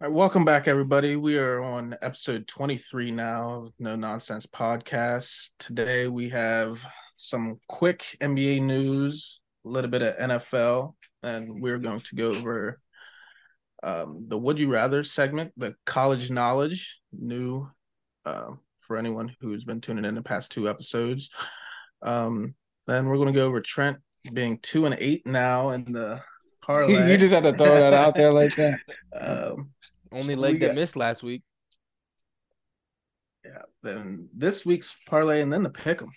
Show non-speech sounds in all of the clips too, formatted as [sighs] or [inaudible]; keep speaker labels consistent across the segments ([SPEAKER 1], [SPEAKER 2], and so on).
[SPEAKER 1] All right, welcome back, everybody. We are on episode 23 now of No Nonsense Podcast. Today we have some quick NBA news, a little bit of NFL, and we're going to go over um, the Would You Rather segment, the college knowledge, new uh, for anyone who's been tuning in the past two episodes. Um, then we're going to go over Trent being two and eight now in the parlay.
[SPEAKER 2] [laughs] you just had to throw that out there like
[SPEAKER 1] [laughs]
[SPEAKER 2] that.
[SPEAKER 1] um,
[SPEAKER 3] Only
[SPEAKER 1] We
[SPEAKER 3] leg that
[SPEAKER 1] got-
[SPEAKER 3] missed last week.
[SPEAKER 1] Yeah, then this week's parlay and then the pick 'em.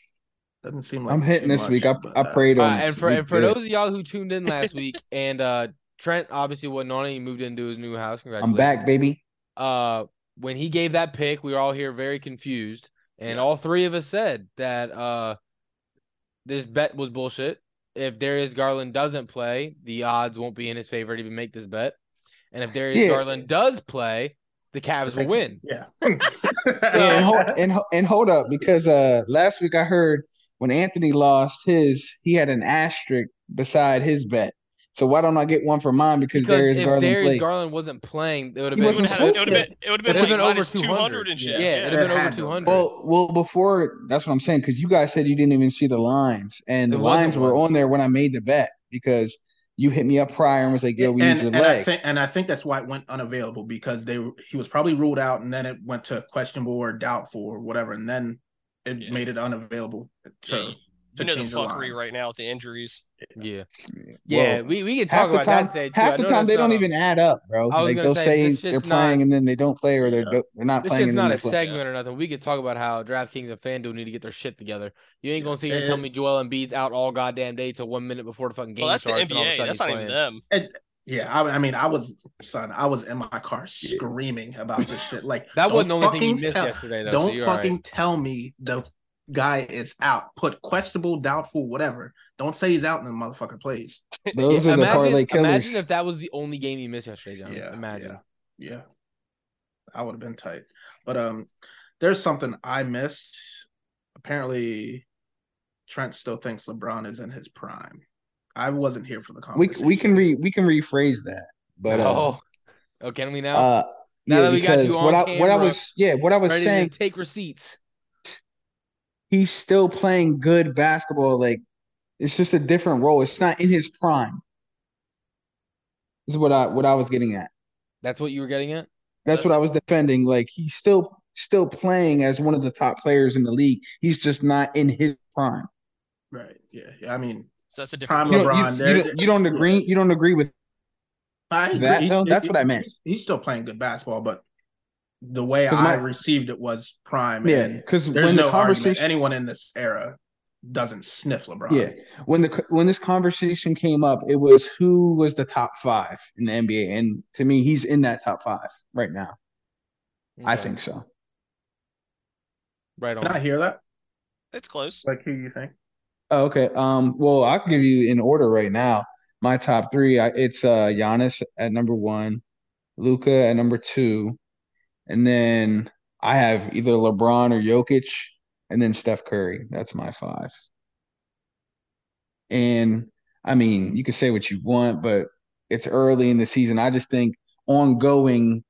[SPEAKER 1] Doesn't seem like
[SPEAKER 2] I'm
[SPEAKER 1] too
[SPEAKER 2] hitting this
[SPEAKER 1] much,
[SPEAKER 2] week. I,
[SPEAKER 1] but,
[SPEAKER 2] I
[SPEAKER 1] uh,
[SPEAKER 2] prayed
[SPEAKER 3] Uh,
[SPEAKER 2] on
[SPEAKER 3] and
[SPEAKER 2] this
[SPEAKER 3] for
[SPEAKER 2] week
[SPEAKER 3] and for
[SPEAKER 2] good.
[SPEAKER 3] those of y'all who tuned in last week, [laughs] and uh, Trent obviously wasn't on it. He moved into his new house.
[SPEAKER 2] I'm
[SPEAKER 3] Congratulations.
[SPEAKER 2] back, baby.
[SPEAKER 3] Uh, when he gave that pick, we were all here very confused, and
[SPEAKER 1] Yeah.
[SPEAKER 3] all three of us said that uh, this bet was bullshit. If Darius Garland doesn't play, the odds won't be in his favor to even make this bet. And if Darius
[SPEAKER 2] Yeah.
[SPEAKER 3] Garland does play, the Cavs will win.
[SPEAKER 1] uh, Yeah.
[SPEAKER 2] Yeah, [laughs] and,
[SPEAKER 1] [laughs]
[SPEAKER 2] hold, and ho- and hold up because uh last week I heard when Anthony lost his, he had an asterisk beside his bet. So why don't I get one for mine because,
[SPEAKER 3] Because
[SPEAKER 2] Darius
[SPEAKER 3] if
[SPEAKER 2] Garland
[SPEAKER 3] Darius
[SPEAKER 2] played.
[SPEAKER 3] Garland wasn't playing, it would have
[SPEAKER 2] He
[SPEAKER 3] been
[SPEAKER 2] wasn't
[SPEAKER 3] it
[SPEAKER 2] supposed
[SPEAKER 3] would've
[SPEAKER 4] it would
[SPEAKER 3] been-
[SPEAKER 4] have been it would have
[SPEAKER 3] It
[SPEAKER 4] been
[SPEAKER 3] would've
[SPEAKER 4] like
[SPEAKER 3] been over
[SPEAKER 4] minus two
[SPEAKER 3] 200.
[SPEAKER 4] hundred and shit.
[SPEAKER 3] Yeah, it would
[SPEAKER 1] That
[SPEAKER 3] have been over
[SPEAKER 1] had to.
[SPEAKER 3] two hundred.
[SPEAKER 2] well, well, before that's what I'm saying because you guys said you didn't even see the lines, and
[SPEAKER 3] There
[SPEAKER 2] the
[SPEAKER 3] wasn't
[SPEAKER 2] lines were
[SPEAKER 3] one.
[SPEAKER 2] on there when I made the bet because you hit me up prior and was like, "Yo, we
[SPEAKER 1] and,
[SPEAKER 2] need your
[SPEAKER 1] and
[SPEAKER 2] leg."
[SPEAKER 1] I think, and I think that's why it went unavailable because they were- he was probably ruled out and then it went to questionable or doubtful or whatever and then it
[SPEAKER 4] Yeah.
[SPEAKER 1] made it unavailable.
[SPEAKER 4] Yeah,
[SPEAKER 1] So
[SPEAKER 4] you- you know the
[SPEAKER 1] change the
[SPEAKER 4] fuckery
[SPEAKER 1] lines.
[SPEAKER 4] right now with the injuries.
[SPEAKER 3] yeah,
[SPEAKER 2] Well,
[SPEAKER 3] yeah. We we can talk
[SPEAKER 2] half the
[SPEAKER 3] about
[SPEAKER 2] time,
[SPEAKER 3] that today too. I
[SPEAKER 2] half the
[SPEAKER 3] know
[SPEAKER 2] time
[SPEAKER 3] that's uh,
[SPEAKER 2] they don't
[SPEAKER 3] not a-
[SPEAKER 2] even add up, bro.
[SPEAKER 3] I was
[SPEAKER 2] Like
[SPEAKER 3] gonna
[SPEAKER 2] they'll
[SPEAKER 3] say,
[SPEAKER 2] say,
[SPEAKER 3] this
[SPEAKER 2] they're
[SPEAKER 3] shit's
[SPEAKER 2] playing
[SPEAKER 3] not-
[SPEAKER 2] and then they don't play, or they're
[SPEAKER 1] Yeah.
[SPEAKER 2] they're not
[SPEAKER 3] This
[SPEAKER 2] playing
[SPEAKER 3] is
[SPEAKER 2] and then
[SPEAKER 3] not
[SPEAKER 2] they
[SPEAKER 3] a
[SPEAKER 2] play.
[SPEAKER 3] segment or nothing. We could talk about how DraftKings and FanDuel need to get their shit together. You ain't gonna sit here and tell
[SPEAKER 1] And-
[SPEAKER 3] me Joel Embiid's out all goddamn day till one minute before the fucking game
[SPEAKER 4] Well, that's the
[SPEAKER 3] starts. and all of a
[SPEAKER 4] NBA.
[SPEAKER 3] sudden he's
[SPEAKER 4] That's not even
[SPEAKER 3] playing.
[SPEAKER 4] them.
[SPEAKER 1] Yeah, I, I mean, I was son, I was in my car screaming about this shit. Like
[SPEAKER 3] That wasn't the
[SPEAKER 1] don't
[SPEAKER 3] only thing you
[SPEAKER 1] fucking
[SPEAKER 3] missed
[SPEAKER 1] tell-
[SPEAKER 3] yesterday, though. so
[SPEAKER 1] Don't
[SPEAKER 3] you're all right.
[SPEAKER 1] fucking tell me the guy is out. Put questionable, doubtful, whatever. Don't say he's out and the motherfucker plays.
[SPEAKER 2] Those
[SPEAKER 3] Yeah,
[SPEAKER 2] are the parlay killers.
[SPEAKER 3] Imagine if that was the only game you missed yesterday, John. imagine.
[SPEAKER 1] Yeah. yeah. I would have been tight. But um there's something I missed. Apparently Trent still thinks LeBron is in his prime. I wasn't here for the
[SPEAKER 2] we
[SPEAKER 1] conversation.
[SPEAKER 2] we can re we can rephrase that, but uh,
[SPEAKER 3] oh, oh, can we now?
[SPEAKER 2] uh
[SPEAKER 3] Now
[SPEAKER 2] yeah,
[SPEAKER 3] that we got you
[SPEAKER 2] because what
[SPEAKER 3] on
[SPEAKER 2] I what I
[SPEAKER 3] camera,
[SPEAKER 2] was yeah what I was
[SPEAKER 3] Ready
[SPEAKER 2] saying,
[SPEAKER 3] to take receipts.
[SPEAKER 2] he's still playing good basketball. Like it's just a different role. It's not in his prime. Is what I what I was getting at.
[SPEAKER 3] That's what you were getting at.
[SPEAKER 2] That's what I was defending. Like he's still still playing as one of the top players in the league. He's just not in his prime.
[SPEAKER 1] right. Yeah. yeah. I mean
[SPEAKER 4] So that's a
[SPEAKER 1] Prime
[SPEAKER 4] different.
[SPEAKER 2] you
[SPEAKER 4] league.
[SPEAKER 1] LeBron.
[SPEAKER 2] don't, you- you
[SPEAKER 1] there's-
[SPEAKER 2] don't- you don't agree. You don't agree with
[SPEAKER 1] I agree.
[SPEAKER 2] That,
[SPEAKER 1] He's-
[SPEAKER 2] though, that's what I meant.
[SPEAKER 1] He's, he's still playing good basketball, but the way
[SPEAKER 2] 'Cause
[SPEAKER 1] I
[SPEAKER 2] my-
[SPEAKER 1] received it was prime.
[SPEAKER 2] yeah.
[SPEAKER 1] and
[SPEAKER 2] Because
[SPEAKER 1] there's
[SPEAKER 2] when
[SPEAKER 1] no
[SPEAKER 2] the
[SPEAKER 1] argument.
[SPEAKER 2] conversation,
[SPEAKER 1] Anyone in this era doesn't sniff LeBron.
[SPEAKER 2] yeah, when the co- when this conversation came up, it was who was the top five in the NBA, and to me, he's in that top five right now. I
[SPEAKER 3] Okay,
[SPEAKER 2] think so.
[SPEAKER 3] right
[SPEAKER 1] Can I
[SPEAKER 3] on.
[SPEAKER 1] hear that?
[SPEAKER 4] It's close.
[SPEAKER 1] Like who you think?
[SPEAKER 2] Oh, okay. Um. Well, I'll give you in order right now. My top three. I, it's uh Giannis at number one, Luca at number two, and then I have either LeBron or Jokic, and then Steph Curry. That's my five. And I mean, you can say what you want, but it's early in the season. I just think ongoing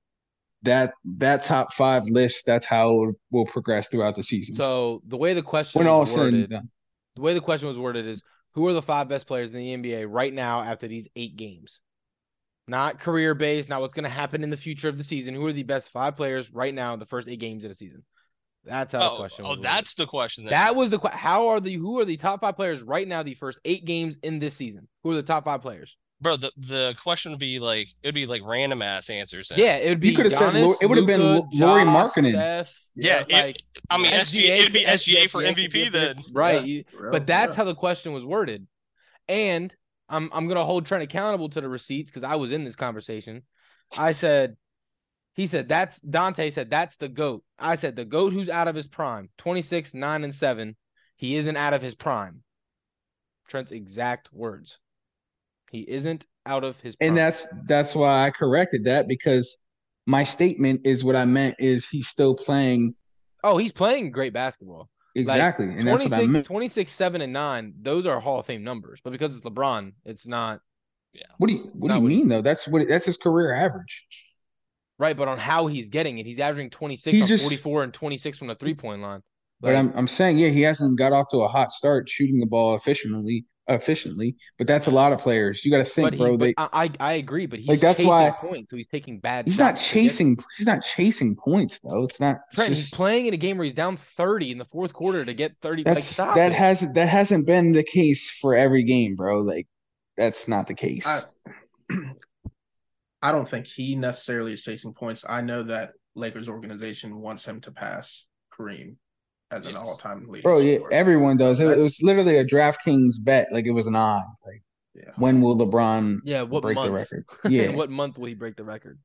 [SPEAKER 2] that that top five list. That's how it will, will progress throughout the season.
[SPEAKER 3] So the way the question
[SPEAKER 2] when all
[SPEAKER 3] was
[SPEAKER 2] said and
[SPEAKER 3] worded-
[SPEAKER 2] done.
[SPEAKER 3] the way the question was worded is who are the five best players in the NBA right now after these eight games? Not career based, not what's going to happen in the future of the season. Who are the best five players right now in the first eight games of the season? That's how the
[SPEAKER 4] Oh,
[SPEAKER 3] question was.
[SPEAKER 4] oh,
[SPEAKER 3] worded.
[SPEAKER 4] that's the question. Then.
[SPEAKER 3] that was the que- how are the who are the top five players right now the first eight games in this season? Who are the top five players?
[SPEAKER 4] bro. The the question would be like it would be like random ass answers. then.
[SPEAKER 3] Yeah, it would be.
[SPEAKER 2] You coulda said
[SPEAKER 3] Giannis,
[SPEAKER 2] Lo- it would've been
[SPEAKER 3] Luka,
[SPEAKER 2] Lo- Lauri
[SPEAKER 3] Josh,
[SPEAKER 2] Markkanen.
[SPEAKER 3] Steph,
[SPEAKER 4] Yeah, it-
[SPEAKER 3] like,
[SPEAKER 4] I mean SGA. It would be
[SPEAKER 3] could-
[SPEAKER 4] SGA for
[SPEAKER 3] could
[SPEAKER 4] MVP
[SPEAKER 3] get-
[SPEAKER 4] then.
[SPEAKER 1] Yeah.
[SPEAKER 3] Right. you-
[SPEAKER 1] Real-
[SPEAKER 3] But that's
[SPEAKER 1] yeah.
[SPEAKER 3] how the question was worded. And I'm I'm gonna hold Trent accountable to the receipts because I was in this conversation. I said he said that's Dante said that's the GOAT. I said the GOAT who's out of his prime, 26, 9, and 7. He isn't out of his prime. Trent's exact words. He isn't out of his prime.
[SPEAKER 2] and that's that's why I corrected that because my statement is what I meant is he's still playing
[SPEAKER 3] oh, he's playing great basketball.
[SPEAKER 2] exactly, and that's what I meant.
[SPEAKER 3] 26, 7, and 9, those are Hall of Fame numbers. But because it's LeBron, it's not
[SPEAKER 2] What do you what
[SPEAKER 3] not
[SPEAKER 2] do you
[SPEAKER 3] what he-
[SPEAKER 2] mean though? That's what that's his career average.
[SPEAKER 3] Right, but on how he's getting it, he's averaging 26
[SPEAKER 2] He
[SPEAKER 3] on
[SPEAKER 2] just-
[SPEAKER 3] 44 and 26 from the three-point line.
[SPEAKER 2] But I'm I'm saying, yeah, he hasn't got off to a hot start shooting the ball efficiently, efficiently. But that's a lot of players. You got to think,
[SPEAKER 3] but he-
[SPEAKER 2] bro.
[SPEAKER 3] but
[SPEAKER 2] they,
[SPEAKER 3] I, I I agree, but he's
[SPEAKER 2] Like, that's
[SPEAKER 3] chasing
[SPEAKER 2] why-
[SPEAKER 3] points, so he's taking bad.
[SPEAKER 2] he's not
[SPEAKER 3] shots to get them.
[SPEAKER 2] chasing. He's not chasing points though. It's not. it's
[SPEAKER 3] Trent, he's
[SPEAKER 2] just-
[SPEAKER 3] playing in a game where he's down 30 in the fourth quarter to get 30. like,
[SPEAKER 2] that's
[SPEAKER 3] stop
[SPEAKER 2] that
[SPEAKER 3] it.
[SPEAKER 2] hasn't that hasn't been the case for every game, bro. Like that's not the case.
[SPEAKER 1] I, [clears throat] I don't think he necessarily is chasing points. I know that Lakers organization wants him to pass Kareem as an
[SPEAKER 4] Yes.
[SPEAKER 1] all-time leader.
[SPEAKER 2] Bro, yeah, everyone does. It, it
[SPEAKER 1] That's-
[SPEAKER 2] was literally a DraftKings bet. Like it was an odd. Like
[SPEAKER 1] Yeah.
[SPEAKER 2] when will LeBron
[SPEAKER 3] Yeah, what
[SPEAKER 2] break
[SPEAKER 3] month?
[SPEAKER 2] the record? Yeah.
[SPEAKER 3] [laughs] what month will he break the record?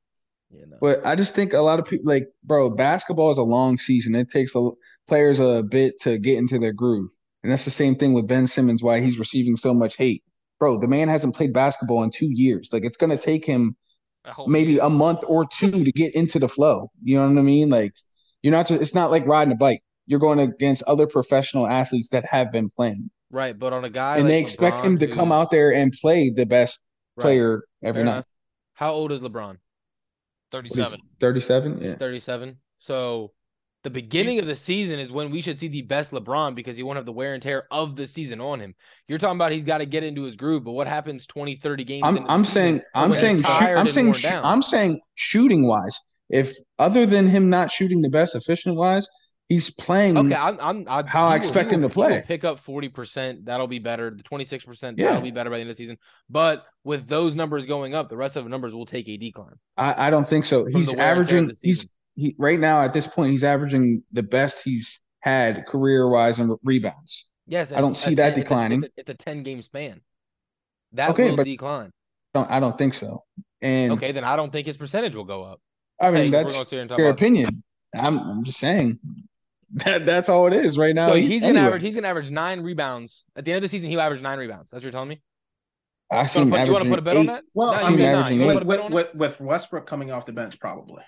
[SPEAKER 3] Yeah, no.
[SPEAKER 2] but I just think a lot of people like, bro, basketball is a long season. It takes a, players a bit to get into their groove, and that's the same thing with Ben Simmons. Why he's receiving so much hate, bro? The man hasn't played basketball in two years. Like it's gonna take him
[SPEAKER 4] I hope-
[SPEAKER 2] maybe a month or two to get into the flow. You know what I mean? Like you're not. Just, it's not like riding a bike. You're going against other professional athletes that have been playing,
[SPEAKER 3] right, but on a guy
[SPEAKER 2] and
[SPEAKER 3] like
[SPEAKER 2] they expect him
[SPEAKER 3] LeBron
[SPEAKER 2] to come
[SPEAKER 3] who's-
[SPEAKER 2] out there and play the best
[SPEAKER 3] right,
[SPEAKER 2] player every
[SPEAKER 3] fair
[SPEAKER 2] night.
[SPEAKER 3] enough. How old is LeBron?
[SPEAKER 2] What is-
[SPEAKER 4] 37.
[SPEAKER 2] 37? Yeah.
[SPEAKER 3] 37. So the beginning of the season is when we should see the best LeBron because he won't have the wear and tear of the season on him. You're talking about he's got to get into his groove, but what happens 20, 30 games?
[SPEAKER 2] I'm
[SPEAKER 3] into the
[SPEAKER 2] I'm
[SPEAKER 3] season
[SPEAKER 2] saying
[SPEAKER 3] when
[SPEAKER 2] I'm
[SPEAKER 3] they're
[SPEAKER 2] saying shoot-
[SPEAKER 3] tired
[SPEAKER 2] I'm
[SPEAKER 3] and
[SPEAKER 2] saying
[SPEAKER 3] worn
[SPEAKER 2] shoo-
[SPEAKER 3] down?
[SPEAKER 2] I'm saying shooting wise. If other than him not shooting the best efficient wise, he's playing.
[SPEAKER 3] Okay, I'm, I'm I,
[SPEAKER 2] how I
[SPEAKER 3] he will-
[SPEAKER 2] expect
[SPEAKER 3] he
[SPEAKER 2] him
[SPEAKER 3] will-
[SPEAKER 2] to
[SPEAKER 3] he will
[SPEAKER 2] play.
[SPEAKER 3] Pick up forty percent. That'll be better. The twenty six percent.
[SPEAKER 2] Yeah.
[SPEAKER 3] That'll be better by the end of the season. But with those numbers going up, the rest of the numbers will take a decline.
[SPEAKER 2] I, I don't think so.
[SPEAKER 3] the
[SPEAKER 2] He's
[SPEAKER 3] wear and tear of
[SPEAKER 2] averaging.
[SPEAKER 3] the
[SPEAKER 2] He's
[SPEAKER 3] season.
[SPEAKER 2] he right now at this point. He's averaging the best he's had career wise in rebounds.
[SPEAKER 3] Yes,
[SPEAKER 2] I don't
[SPEAKER 3] it's a
[SPEAKER 2] see that
[SPEAKER 3] 10 it's a-
[SPEAKER 2] declining.
[SPEAKER 3] It's a, ten game span. That
[SPEAKER 2] Okay,
[SPEAKER 3] will
[SPEAKER 2] but-
[SPEAKER 3] decline.
[SPEAKER 2] Don't, I don't think so. And
[SPEAKER 3] Okay, then I don't think his percentage will go up.
[SPEAKER 2] I mean
[SPEAKER 3] Hey, we're
[SPEAKER 2] that's
[SPEAKER 3] gonna sit here and talk
[SPEAKER 2] your
[SPEAKER 3] about-
[SPEAKER 2] opinion. I'm I'm just saying [laughs] that that's all it is right now.
[SPEAKER 3] So
[SPEAKER 2] He-
[SPEAKER 3] he's gonna
[SPEAKER 2] anyway,
[SPEAKER 3] average. He's gonna average nine rebounds at the end of the season. He'll average nine rebounds. That's what you're telling me.
[SPEAKER 2] I
[SPEAKER 3] You
[SPEAKER 2] seen
[SPEAKER 3] want to put, you wanna
[SPEAKER 2] averaging
[SPEAKER 3] put a bet on
[SPEAKER 2] eight-
[SPEAKER 3] that?
[SPEAKER 1] Well,
[SPEAKER 3] No,
[SPEAKER 1] I
[SPEAKER 2] Seen
[SPEAKER 1] mean,
[SPEAKER 2] averaging
[SPEAKER 3] you wanna
[SPEAKER 2] eight.
[SPEAKER 3] put a bet
[SPEAKER 1] with,
[SPEAKER 3] on
[SPEAKER 1] with, with Westbrook coming off the bench, probably.
[SPEAKER 3] it?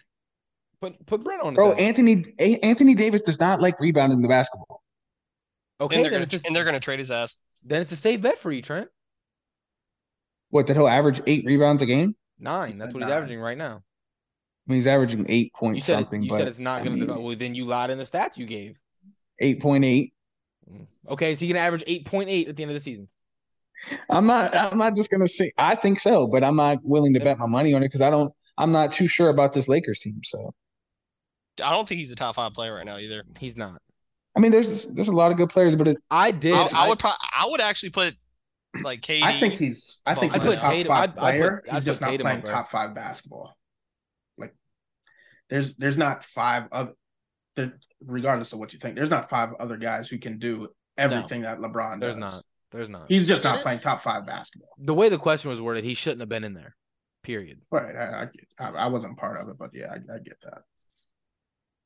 [SPEAKER 3] Put put Brent on it.
[SPEAKER 2] Bro,
[SPEAKER 3] then.
[SPEAKER 2] Anthony A- Anthony Davis does not like rebounding the basketball.
[SPEAKER 3] okay,
[SPEAKER 4] And they're
[SPEAKER 3] then
[SPEAKER 4] gonna
[SPEAKER 3] it's a,
[SPEAKER 4] and they're gonna trade his ass.
[SPEAKER 3] then it's a safe bet for you, Trent.
[SPEAKER 2] What that he'll average eight rebounds a game?
[SPEAKER 3] Nine.
[SPEAKER 1] He
[SPEAKER 3] That's
[SPEAKER 1] said
[SPEAKER 3] what he's
[SPEAKER 1] nine.
[SPEAKER 3] averaging right now.
[SPEAKER 2] I mean, he's averaging eight
[SPEAKER 3] you
[SPEAKER 2] point
[SPEAKER 3] said it's-
[SPEAKER 2] something,
[SPEAKER 3] you said
[SPEAKER 2] but
[SPEAKER 3] it's not
[SPEAKER 2] I
[SPEAKER 3] going to
[SPEAKER 2] mean-
[SPEAKER 3] develop. Well, then you lied in the stats you gave.
[SPEAKER 2] eight point eight.
[SPEAKER 3] Mm. Okay, so he can average eight point eight at the end of the season.
[SPEAKER 2] I'm not. I'm not just gonna say. I think so, but I'm not willing to bet my money on it because I don't. I'm not too sure about this Lakers team. So
[SPEAKER 4] I don't think he's a top five player right now either.
[SPEAKER 3] He's not.
[SPEAKER 2] I mean, there's there's a lot of good players, but it,
[SPEAKER 3] I did.
[SPEAKER 4] I, I
[SPEAKER 3] I-
[SPEAKER 4] would pro- I would actually put like KD.
[SPEAKER 1] I think he's. I think
[SPEAKER 4] I'd
[SPEAKER 1] he's a
[SPEAKER 4] put
[SPEAKER 1] top
[SPEAKER 3] Tatum-
[SPEAKER 1] five
[SPEAKER 3] I'd- I'd
[SPEAKER 1] player.
[SPEAKER 3] put- I'd
[SPEAKER 1] he's just
[SPEAKER 3] put
[SPEAKER 1] not
[SPEAKER 3] Tatum
[SPEAKER 1] playing
[SPEAKER 3] over.
[SPEAKER 1] top five basketball. Like, there's there's not five other. There, regardless of what you think, there's not five other guys who can do everything that LeBron
[SPEAKER 3] There's
[SPEAKER 1] does.
[SPEAKER 3] not. There's not.
[SPEAKER 1] He's just not playing top five basketball.
[SPEAKER 3] the way the question was worded, he shouldn't have been in there. Period.
[SPEAKER 1] Right. I I, get- I, I wasn't part of it, but yeah, I, I get that.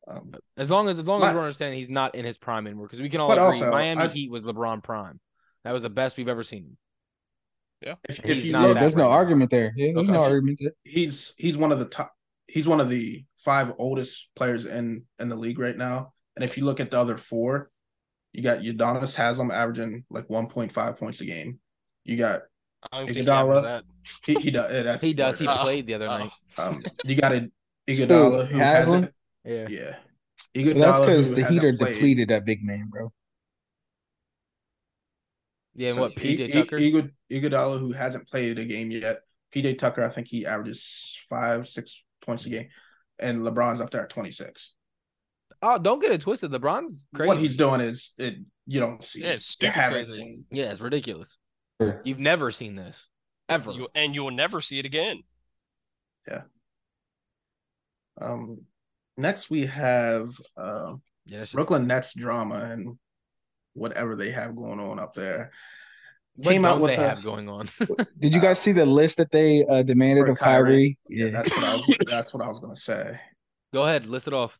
[SPEAKER 1] Um,
[SPEAKER 3] As long as as long as
[SPEAKER 1] But-
[SPEAKER 3] we're understanding he's not in his prime anymore, because we can all
[SPEAKER 1] But
[SPEAKER 3] agree
[SPEAKER 1] also,
[SPEAKER 3] Miami
[SPEAKER 1] I-
[SPEAKER 3] Heat was LeBron prime. That was the best we've ever seen. him.
[SPEAKER 1] if,
[SPEAKER 3] He's
[SPEAKER 1] if you
[SPEAKER 3] not
[SPEAKER 2] yeah,
[SPEAKER 1] look,
[SPEAKER 3] that
[SPEAKER 2] there's no
[SPEAKER 3] right now.
[SPEAKER 2] argument there. Yeah, there's no
[SPEAKER 1] Okay.
[SPEAKER 2] argument there.
[SPEAKER 1] he's he's one of the top he's one of the five oldest players in in the league right now. And if you look at the other four, you got Udonis Haslam averaging like 1.5 points a game. You got
[SPEAKER 4] I don't think he
[SPEAKER 1] Iguodala.
[SPEAKER 4] averages that.
[SPEAKER 1] he he does eh, that's
[SPEAKER 3] He does. He
[SPEAKER 1] weird.
[SPEAKER 4] Uh,
[SPEAKER 3] played the other
[SPEAKER 4] uh,
[SPEAKER 3] night.
[SPEAKER 1] um, you got
[SPEAKER 2] [laughs]
[SPEAKER 1] a Iguodala who
[SPEAKER 2] Haslam?
[SPEAKER 1] hasn't
[SPEAKER 3] Yeah.
[SPEAKER 1] yeah.
[SPEAKER 2] But that's
[SPEAKER 1] Iguodala
[SPEAKER 2] because
[SPEAKER 1] who
[SPEAKER 2] the Heat
[SPEAKER 1] hasn't
[SPEAKER 2] are
[SPEAKER 1] played.
[SPEAKER 2] depleted at big man, bro.
[SPEAKER 3] Yeah. And
[SPEAKER 1] So
[SPEAKER 3] what PJ
[SPEAKER 1] I- I-
[SPEAKER 3] Tucker?
[SPEAKER 1] Igu- Iguodala who hasn't played a game yet. PJ Tucker, I think he averages five, six points a game, and LeBron's up there at 26.
[SPEAKER 3] oh, don't get it twisted. LeBron's crazy.
[SPEAKER 1] What he's doing is it you don't see.
[SPEAKER 4] Yeah, it's
[SPEAKER 1] You
[SPEAKER 4] stupid
[SPEAKER 1] haven't
[SPEAKER 4] crazy.
[SPEAKER 1] seen.
[SPEAKER 3] Yeah, it's ridiculous.
[SPEAKER 2] Sure.
[SPEAKER 3] You've never seen this ever.
[SPEAKER 4] You, and you will never see it again.
[SPEAKER 1] Um, next we have uh,
[SPEAKER 3] yeah, that shit-
[SPEAKER 1] Brooklyn Nets drama and whatever they have going on up there.
[SPEAKER 3] what
[SPEAKER 1] came out
[SPEAKER 3] don't
[SPEAKER 1] with
[SPEAKER 3] they
[SPEAKER 1] a-
[SPEAKER 3] have going on. [laughs]
[SPEAKER 2] Did you guys see the list that they uh, demanded
[SPEAKER 1] For
[SPEAKER 2] of Kyrie?
[SPEAKER 1] Kyrie.
[SPEAKER 2] Yeah,
[SPEAKER 1] that's what I was.
[SPEAKER 2] [laughs]
[SPEAKER 1] that's what I was gonna say.
[SPEAKER 3] Go ahead, list it off.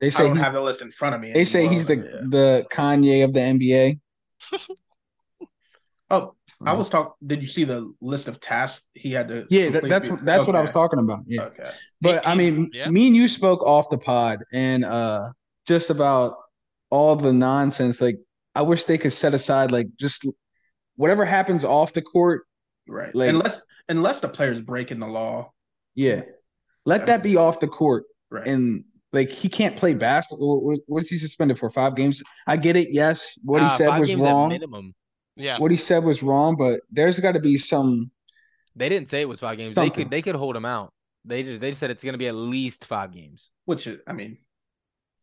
[SPEAKER 2] they
[SPEAKER 1] I
[SPEAKER 2] say
[SPEAKER 1] don't
[SPEAKER 2] he's,
[SPEAKER 1] have the list in front of me.
[SPEAKER 2] they say
[SPEAKER 1] anymore,
[SPEAKER 2] he's the
[SPEAKER 1] but yeah.
[SPEAKER 2] the Kanye of the NBA.
[SPEAKER 1] Oh, I was talking. Did you see the list of tasks he had to?
[SPEAKER 2] Mm-hmm. Yeah, that,
[SPEAKER 1] complete?
[SPEAKER 2] that's that's what I was
[SPEAKER 1] Okay,
[SPEAKER 2] talking about. Yeah.
[SPEAKER 1] Okay.
[SPEAKER 2] But I
[SPEAKER 4] he-
[SPEAKER 2] mean,
[SPEAKER 4] yeah.
[SPEAKER 2] me and you spoke off the pod and uh just about all the nonsense. Like, I wish they could set aside like just whatever happens off the court.
[SPEAKER 1] Right.
[SPEAKER 2] Like-
[SPEAKER 1] unless unless the player's breaking the law,
[SPEAKER 2] Yeah, Let that be off the court
[SPEAKER 1] Right.
[SPEAKER 2] and like he can't play basketball. What, what's he suspended for? Five games. I get it. Yes, what he
[SPEAKER 3] Nah,
[SPEAKER 2] said
[SPEAKER 3] Uh, five
[SPEAKER 2] was
[SPEAKER 3] games at
[SPEAKER 2] wrong.
[SPEAKER 3] Minimum.
[SPEAKER 4] Yeah.
[SPEAKER 2] What he said was wrong, but there's got to be some.
[SPEAKER 3] They didn't say it was five games. They
[SPEAKER 2] Something.
[SPEAKER 3] could they could hold him out. They just they said it's gonna be at least five games.
[SPEAKER 1] Which is, I mean,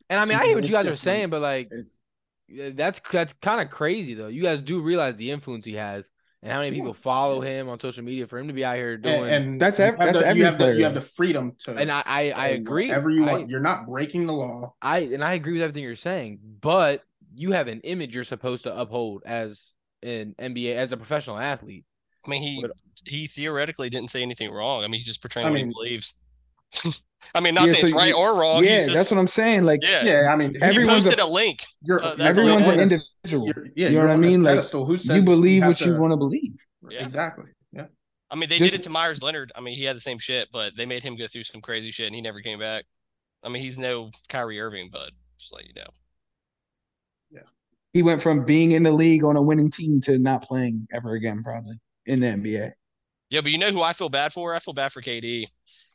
[SPEAKER 3] And I mean,
[SPEAKER 1] Two
[SPEAKER 3] I hear what you guys are
[SPEAKER 1] goals, yes, man.
[SPEAKER 3] saying, but like
[SPEAKER 1] it's
[SPEAKER 3] Yeah, That's that's kind of crazy though. You guys do realize the influence he has and how many
[SPEAKER 1] Yeah.
[SPEAKER 3] people follow him on social media for him to be out here doing.
[SPEAKER 1] and,
[SPEAKER 3] And,
[SPEAKER 1] and
[SPEAKER 2] That's
[SPEAKER 1] you
[SPEAKER 2] ev-
[SPEAKER 1] have
[SPEAKER 2] that's
[SPEAKER 1] the,
[SPEAKER 2] every
[SPEAKER 1] you have the
[SPEAKER 2] player.
[SPEAKER 1] you have the freedom to
[SPEAKER 3] I, I I
[SPEAKER 1] do
[SPEAKER 3] agree.
[SPEAKER 1] whatever you
[SPEAKER 3] I-
[SPEAKER 1] want. You're not breaking the law.
[SPEAKER 3] I and I agree with everything you're saying, but you have an image you're supposed to uphold as an NBA as a professional athlete.
[SPEAKER 4] I mean, he
[SPEAKER 3] What-
[SPEAKER 2] uh,
[SPEAKER 4] he theoretically didn't say anything wrong. I mean, he's just portraying
[SPEAKER 1] I
[SPEAKER 4] what he
[SPEAKER 1] mean-
[SPEAKER 4] believes. [laughs] I mean, not
[SPEAKER 2] Yeah,
[SPEAKER 4] saying
[SPEAKER 2] so
[SPEAKER 4] it's right
[SPEAKER 2] you-
[SPEAKER 4] or wrong.
[SPEAKER 2] yeah,
[SPEAKER 4] he's just,
[SPEAKER 2] that's what I'm saying. Like
[SPEAKER 4] yeah.
[SPEAKER 1] Yeah, I mean,
[SPEAKER 4] He
[SPEAKER 2] Everyone's a-
[SPEAKER 4] posted a, link.
[SPEAKER 1] you're,
[SPEAKER 4] uh, that's
[SPEAKER 1] you're
[SPEAKER 2] everyone's
[SPEAKER 1] on
[SPEAKER 2] an
[SPEAKER 1] a-
[SPEAKER 2] individual.
[SPEAKER 1] you're- yeah,
[SPEAKER 2] You know
[SPEAKER 1] you're
[SPEAKER 2] what I
[SPEAKER 1] on this
[SPEAKER 2] mean? Like,
[SPEAKER 1] pedestal. Who says
[SPEAKER 2] You believe
[SPEAKER 1] have
[SPEAKER 2] what you
[SPEAKER 1] to-
[SPEAKER 2] want to believe.
[SPEAKER 4] Yeah.
[SPEAKER 1] Exactly. Yeah.
[SPEAKER 4] I mean, they
[SPEAKER 2] Just-
[SPEAKER 4] did it to Myers Leonard. I mean, he had the same shit, but they made him go through some crazy shit, and he never came back. I mean, he's no Kyrie Irving, but just let you know.
[SPEAKER 2] He went from being in the league on a winning team to not playing ever again, probably in the NBA.
[SPEAKER 4] Yeah, but you know who I feel bad for? I feel bad for KD.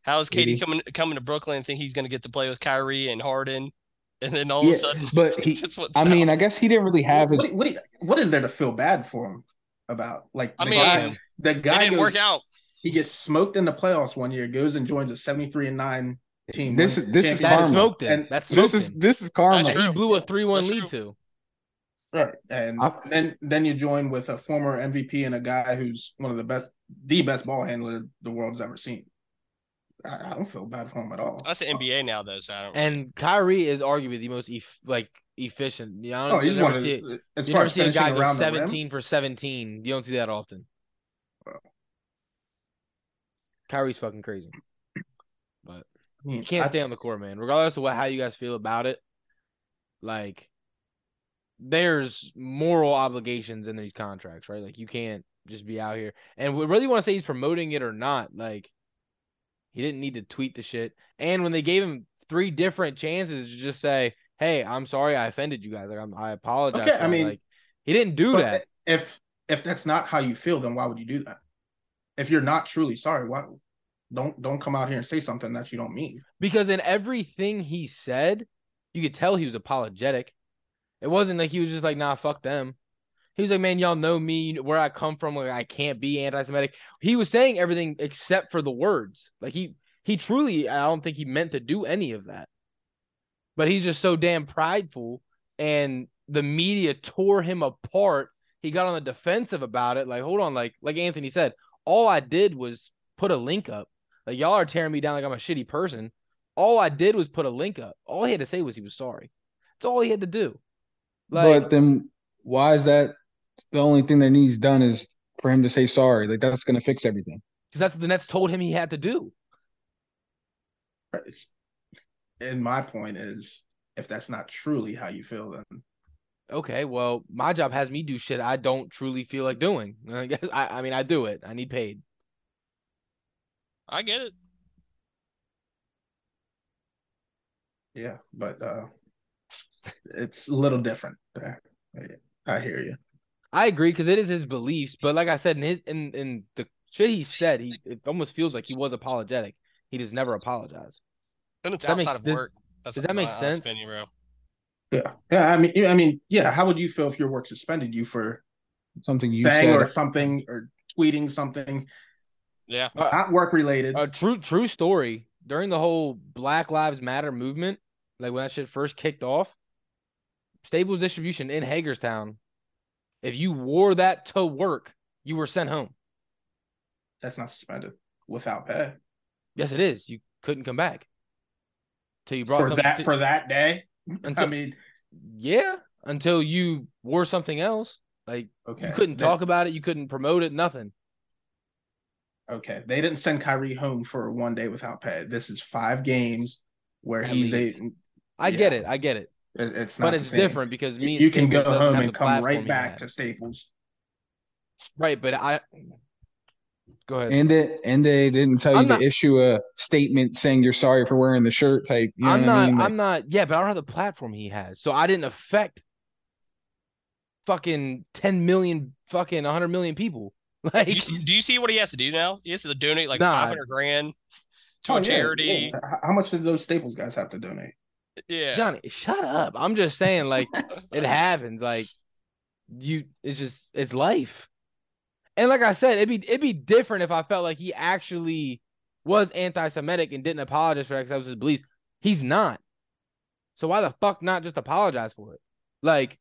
[SPEAKER 4] How is KD,
[SPEAKER 2] KD.
[SPEAKER 4] coming coming to Brooklyn and think he's going to get to play with Kyrie and Harden, and then all of
[SPEAKER 2] Yeah,
[SPEAKER 4] a sudden,
[SPEAKER 2] but he-
[SPEAKER 4] [laughs] that's what's
[SPEAKER 2] I
[SPEAKER 4] out.
[SPEAKER 2] mean, I guess he didn't really have his.
[SPEAKER 1] What, what, what is there to feel bad for him about? Like,
[SPEAKER 4] I
[SPEAKER 1] the
[SPEAKER 4] mean,
[SPEAKER 1] guy, the
[SPEAKER 4] it
[SPEAKER 1] guy
[SPEAKER 4] didn't
[SPEAKER 1] goes-
[SPEAKER 4] work out.
[SPEAKER 1] He gets smoked in the playoffs one year, goes and joins a 73 and 9 team.
[SPEAKER 2] This
[SPEAKER 1] wins
[SPEAKER 2] is- this is
[SPEAKER 1] championship.
[SPEAKER 3] That
[SPEAKER 2] karma.
[SPEAKER 3] smoked him.
[SPEAKER 1] And-
[SPEAKER 3] That's
[SPEAKER 2] This is this is karma.
[SPEAKER 4] That's
[SPEAKER 3] he
[SPEAKER 4] true.
[SPEAKER 3] blew a three one
[SPEAKER 4] That's
[SPEAKER 3] lead
[SPEAKER 4] true.
[SPEAKER 3] to.
[SPEAKER 1] Right. And
[SPEAKER 2] I-
[SPEAKER 1] then then you join with a former MVP and a guy who's one of the best the best ball handler the world's ever seen. I, I don't feel bad for him at all.
[SPEAKER 4] That's the NBA now, though, so I don't.
[SPEAKER 3] And Kyrie is arguably the most eff like efficient. You
[SPEAKER 1] Oh,
[SPEAKER 3] honestly
[SPEAKER 1] he's
[SPEAKER 3] never
[SPEAKER 1] one of
[SPEAKER 3] see it.
[SPEAKER 1] the, as
[SPEAKER 3] you
[SPEAKER 1] far
[SPEAKER 3] never
[SPEAKER 1] as
[SPEAKER 3] see a
[SPEAKER 1] finishing
[SPEAKER 3] guy go
[SPEAKER 1] around the rim.
[SPEAKER 3] seventeen for seventeen. You don't see that often.
[SPEAKER 1] Well.
[SPEAKER 3] Kyrie's fucking crazy.
[SPEAKER 1] I
[SPEAKER 3] But
[SPEAKER 1] mean,
[SPEAKER 3] You can't
[SPEAKER 1] I-
[SPEAKER 3] stay on the court, man. Regardless of what how you guys feel about it, like there's moral obligations in these contracts, right? Like you can't just be out here. And we really want to say he's promoting it or not. Like he didn't need to tweet the shit. And when they gave him three different chances to just say, "Hey, I'm sorry, I offended you guys. Like I'm, I apologize."
[SPEAKER 1] Okay,
[SPEAKER 3] for
[SPEAKER 1] I
[SPEAKER 3] that,"
[SPEAKER 1] mean,
[SPEAKER 3] like he didn't do
[SPEAKER 1] but
[SPEAKER 3] that.
[SPEAKER 1] If if that's not how you feel, then why would you do that? If you're not truly sorry, why don't don't come out here and say something that you don't mean.
[SPEAKER 3] Because in everything he said, you could tell he was apologetic. It wasn't like he was just like, nah, fuck them. He was like, man, y'all know me, you know where I come from, like I can't be anti-Semitic. He was saying everything except for the words. Like he he truly, I don't think he meant to do any of that. But he's just so damn prideful, and the media tore him apart. He got on the defensive about it. Like, hold on, like like Anthony said, all I did was put a link up. Like y'all are tearing me down like I'm a shitty person. All I did was put a link up. All he had to say was he was sorry. That's all he had to do. Like
[SPEAKER 2] but then why is that the only thing that needs done is for him to say sorry? Like that's gonna fix everything.
[SPEAKER 3] because that's what the Nets told him he had to do.
[SPEAKER 1] Right? It's, and my point is, if that's not truly how you feel, then
[SPEAKER 3] Okay, well, my job has me do shit I don't truly feel like doing. [laughs] I guess I, I mean I do it. I need paid.
[SPEAKER 4] I get it.
[SPEAKER 1] yeah. But uh it's a little different there. I, I hear you.
[SPEAKER 3] I agree because it is his beliefs, but like I said, in his in, in the shit he said, he it almost feels like he was apologetic. He just never apologized.
[SPEAKER 4] And it's
[SPEAKER 3] That makes
[SPEAKER 4] outside of
[SPEAKER 3] sense.
[SPEAKER 4] work. That's
[SPEAKER 3] Does that make
[SPEAKER 4] my honest
[SPEAKER 3] sense?
[SPEAKER 4] Opinion, bro.
[SPEAKER 1] Yeah. Yeah. I mean, yeah, I mean, yeah. How would you feel if your work suspended you for
[SPEAKER 2] Something you
[SPEAKER 1] saying
[SPEAKER 2] said.
[SPEAKER 1] or something or tweeting something
[SPEAKER 4] Yeah.
[SPEAKER 2] Uh,
[SPEAKER 1] not work related?
[SPEAKER 3] A true true story during the whole Black Lives Matter movement, like when that shit first kicked off, Staples Distribution in Hagerstown, if you wore that to work, you were sent home.
[SPEAKER 1] that's not suspended without pay
[SPEAKER 3] Yes, it is. You couldn't come back. Till you brought
[SPEAKER 1] for
[SPEAKER 3] something
[SPEAKER 1] that
[SPEAKER 3] to-
[SPEAKER 1] for that day. I
[SPEAKER 3] until,
[SPEAKER 1] mean,
[SPEAKER 3] yeah, until you wore something else. Like
[SPEAKER 1] okay,
[SPEAKER 3] you couldn't
[SPEAKER 1] They-
[SPEAKER 3] talk about it, you couldn't promote it, nothing.
[SPEAKER 1] Okay, they didn't send Kyrie home for one day without pay. This is five games where
[SPEAKER 3] At
[SPEAKER 1] he's
[SPEAKER 3] least.
[SPEAKER 1] a. it-
[SPEAKER 3] I get
[SPEAKER 1] Yeah.
[SPEAKER 3] it, I get it,
[SPEAKER 1] It's not
[SPEAKER 3] but
[SPEAKER 1] the
[SPEAKER 3] it's
[SPEAKER 1] same.
[SPEAKER 3] different because
[SPEAKER 1] You,
[SPEAKER 3] me and
[SPEAKER 1] you can go
[SPEAKER 3] Staples doesn't
[SPEAKER 1] home
[SPEAKER 3] have
[SPEAKER 1] and
[SPEAKER 3] the
[SPEAKER 1] come
[SPEAKER 3] platform
[SPEAKER 1] right
[SPEAKER 3] he
[SPEAKER 1] back
[SPEAKER 3] had.
[SPEAKER 1] to Staples.
[SPEAKER 3] right. But I go ahead.
[SPEAKER 2] And they and they didn't tell you
[SPEAKER 3] I'm
[SPEAKER 2] to
[SPEAKER 3] not-
[SPEAKER 2] issue a statement saying you're sorry for wearing the shirt type. You know
[SPEAKER 3] I'm
[SPEAKER 2] what
[SPEAKER 3] not.
[SPEAKER 2] I mean? Like,
[SPEAKER 3] I'm not. Yeah, but I don't have the platform he has, so I didn't affect fucking 10 million, fucking 100 million people. [laughs] Like
[SPEAKER 4] Do you, see, do you see what he has to do now? He has to donate like
[SPEAKER 3] Nah.
[SPEAKER 4] 500 grand to
[SPEAKER 1] Oh,
[SPEAKER 4] a
[SPEAKER 1] yeah,
[SPEAKER 4] charity.
[SPEAKER 1] yeah. H- How much did those Staples guys have to donate?
[SPEAKER 4] Yeah.
[SPEAKER 3] Johnny, shut up. I'm just saying, like, it happens. Like, you, it's just, it's life. And like I said, it'd be it'd be different if I felt like he actually was anti-Semitic and didn't apologize for that 'cause that was his beliefs. He's not. So why the fuck not just apologize for it? Like,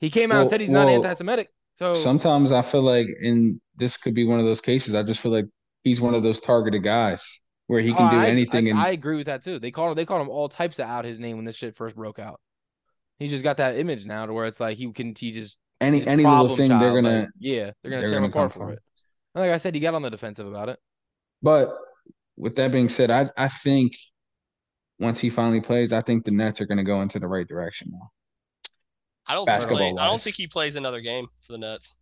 [SPEAKER 3] he came out and
[SPEAKER 2] Well-
[SPEAKER 3] said he's not
[SPEAKER 2] well,
[SPEAKER 3] anti-Semitic.
[SPEAKER 4] Oh.
[SPEAKER 3] So
[SPEAKER 2] Sometimes I feel like, and this could be one of those cases. I just feel like he's one of those targeted guys where he can
[SPEAKER 3] Oh,
[SPEAKER 2] do
[SPEAKER 3] I-
[SPEAKER 2] anything.
[SPEAKER 3] I,
[SPEAKER 2] and
[SPEAKER 3] I agree with that too. They called him, they called him all types of out his name when this shit first broke out. He's just got that image now to where it's like he can he just
[SPEAKER 2] any
[SPEAKER 3] his
[SPEAKER 2] any little
[SPEAKER 3] problem
[SPEAKER 2] thing they're
[SPEAKER 3] child,
[SPEAKER 2] gonna.
[SPEAKER 3] like, yeah they're gonna
[SPEAKER 2] they're
[SPEAKER 3] tear him
[SPEAKER 2] gonna come
[SPEAKER 3] apart for
[SPEAKER 2] from.
[SPEAKER 3] it. And like I said, he got on the defensive about it.
[SPEAKER 2] But with that being said, I I think once he finally plays, I think the Nets are gonna go into the right direction now.
[SPEAKER 4] I don't think he play, I don't
[SPEAKER 2] Basketball-wise.
[SPEAKER 4] think he plays another game for the Nets.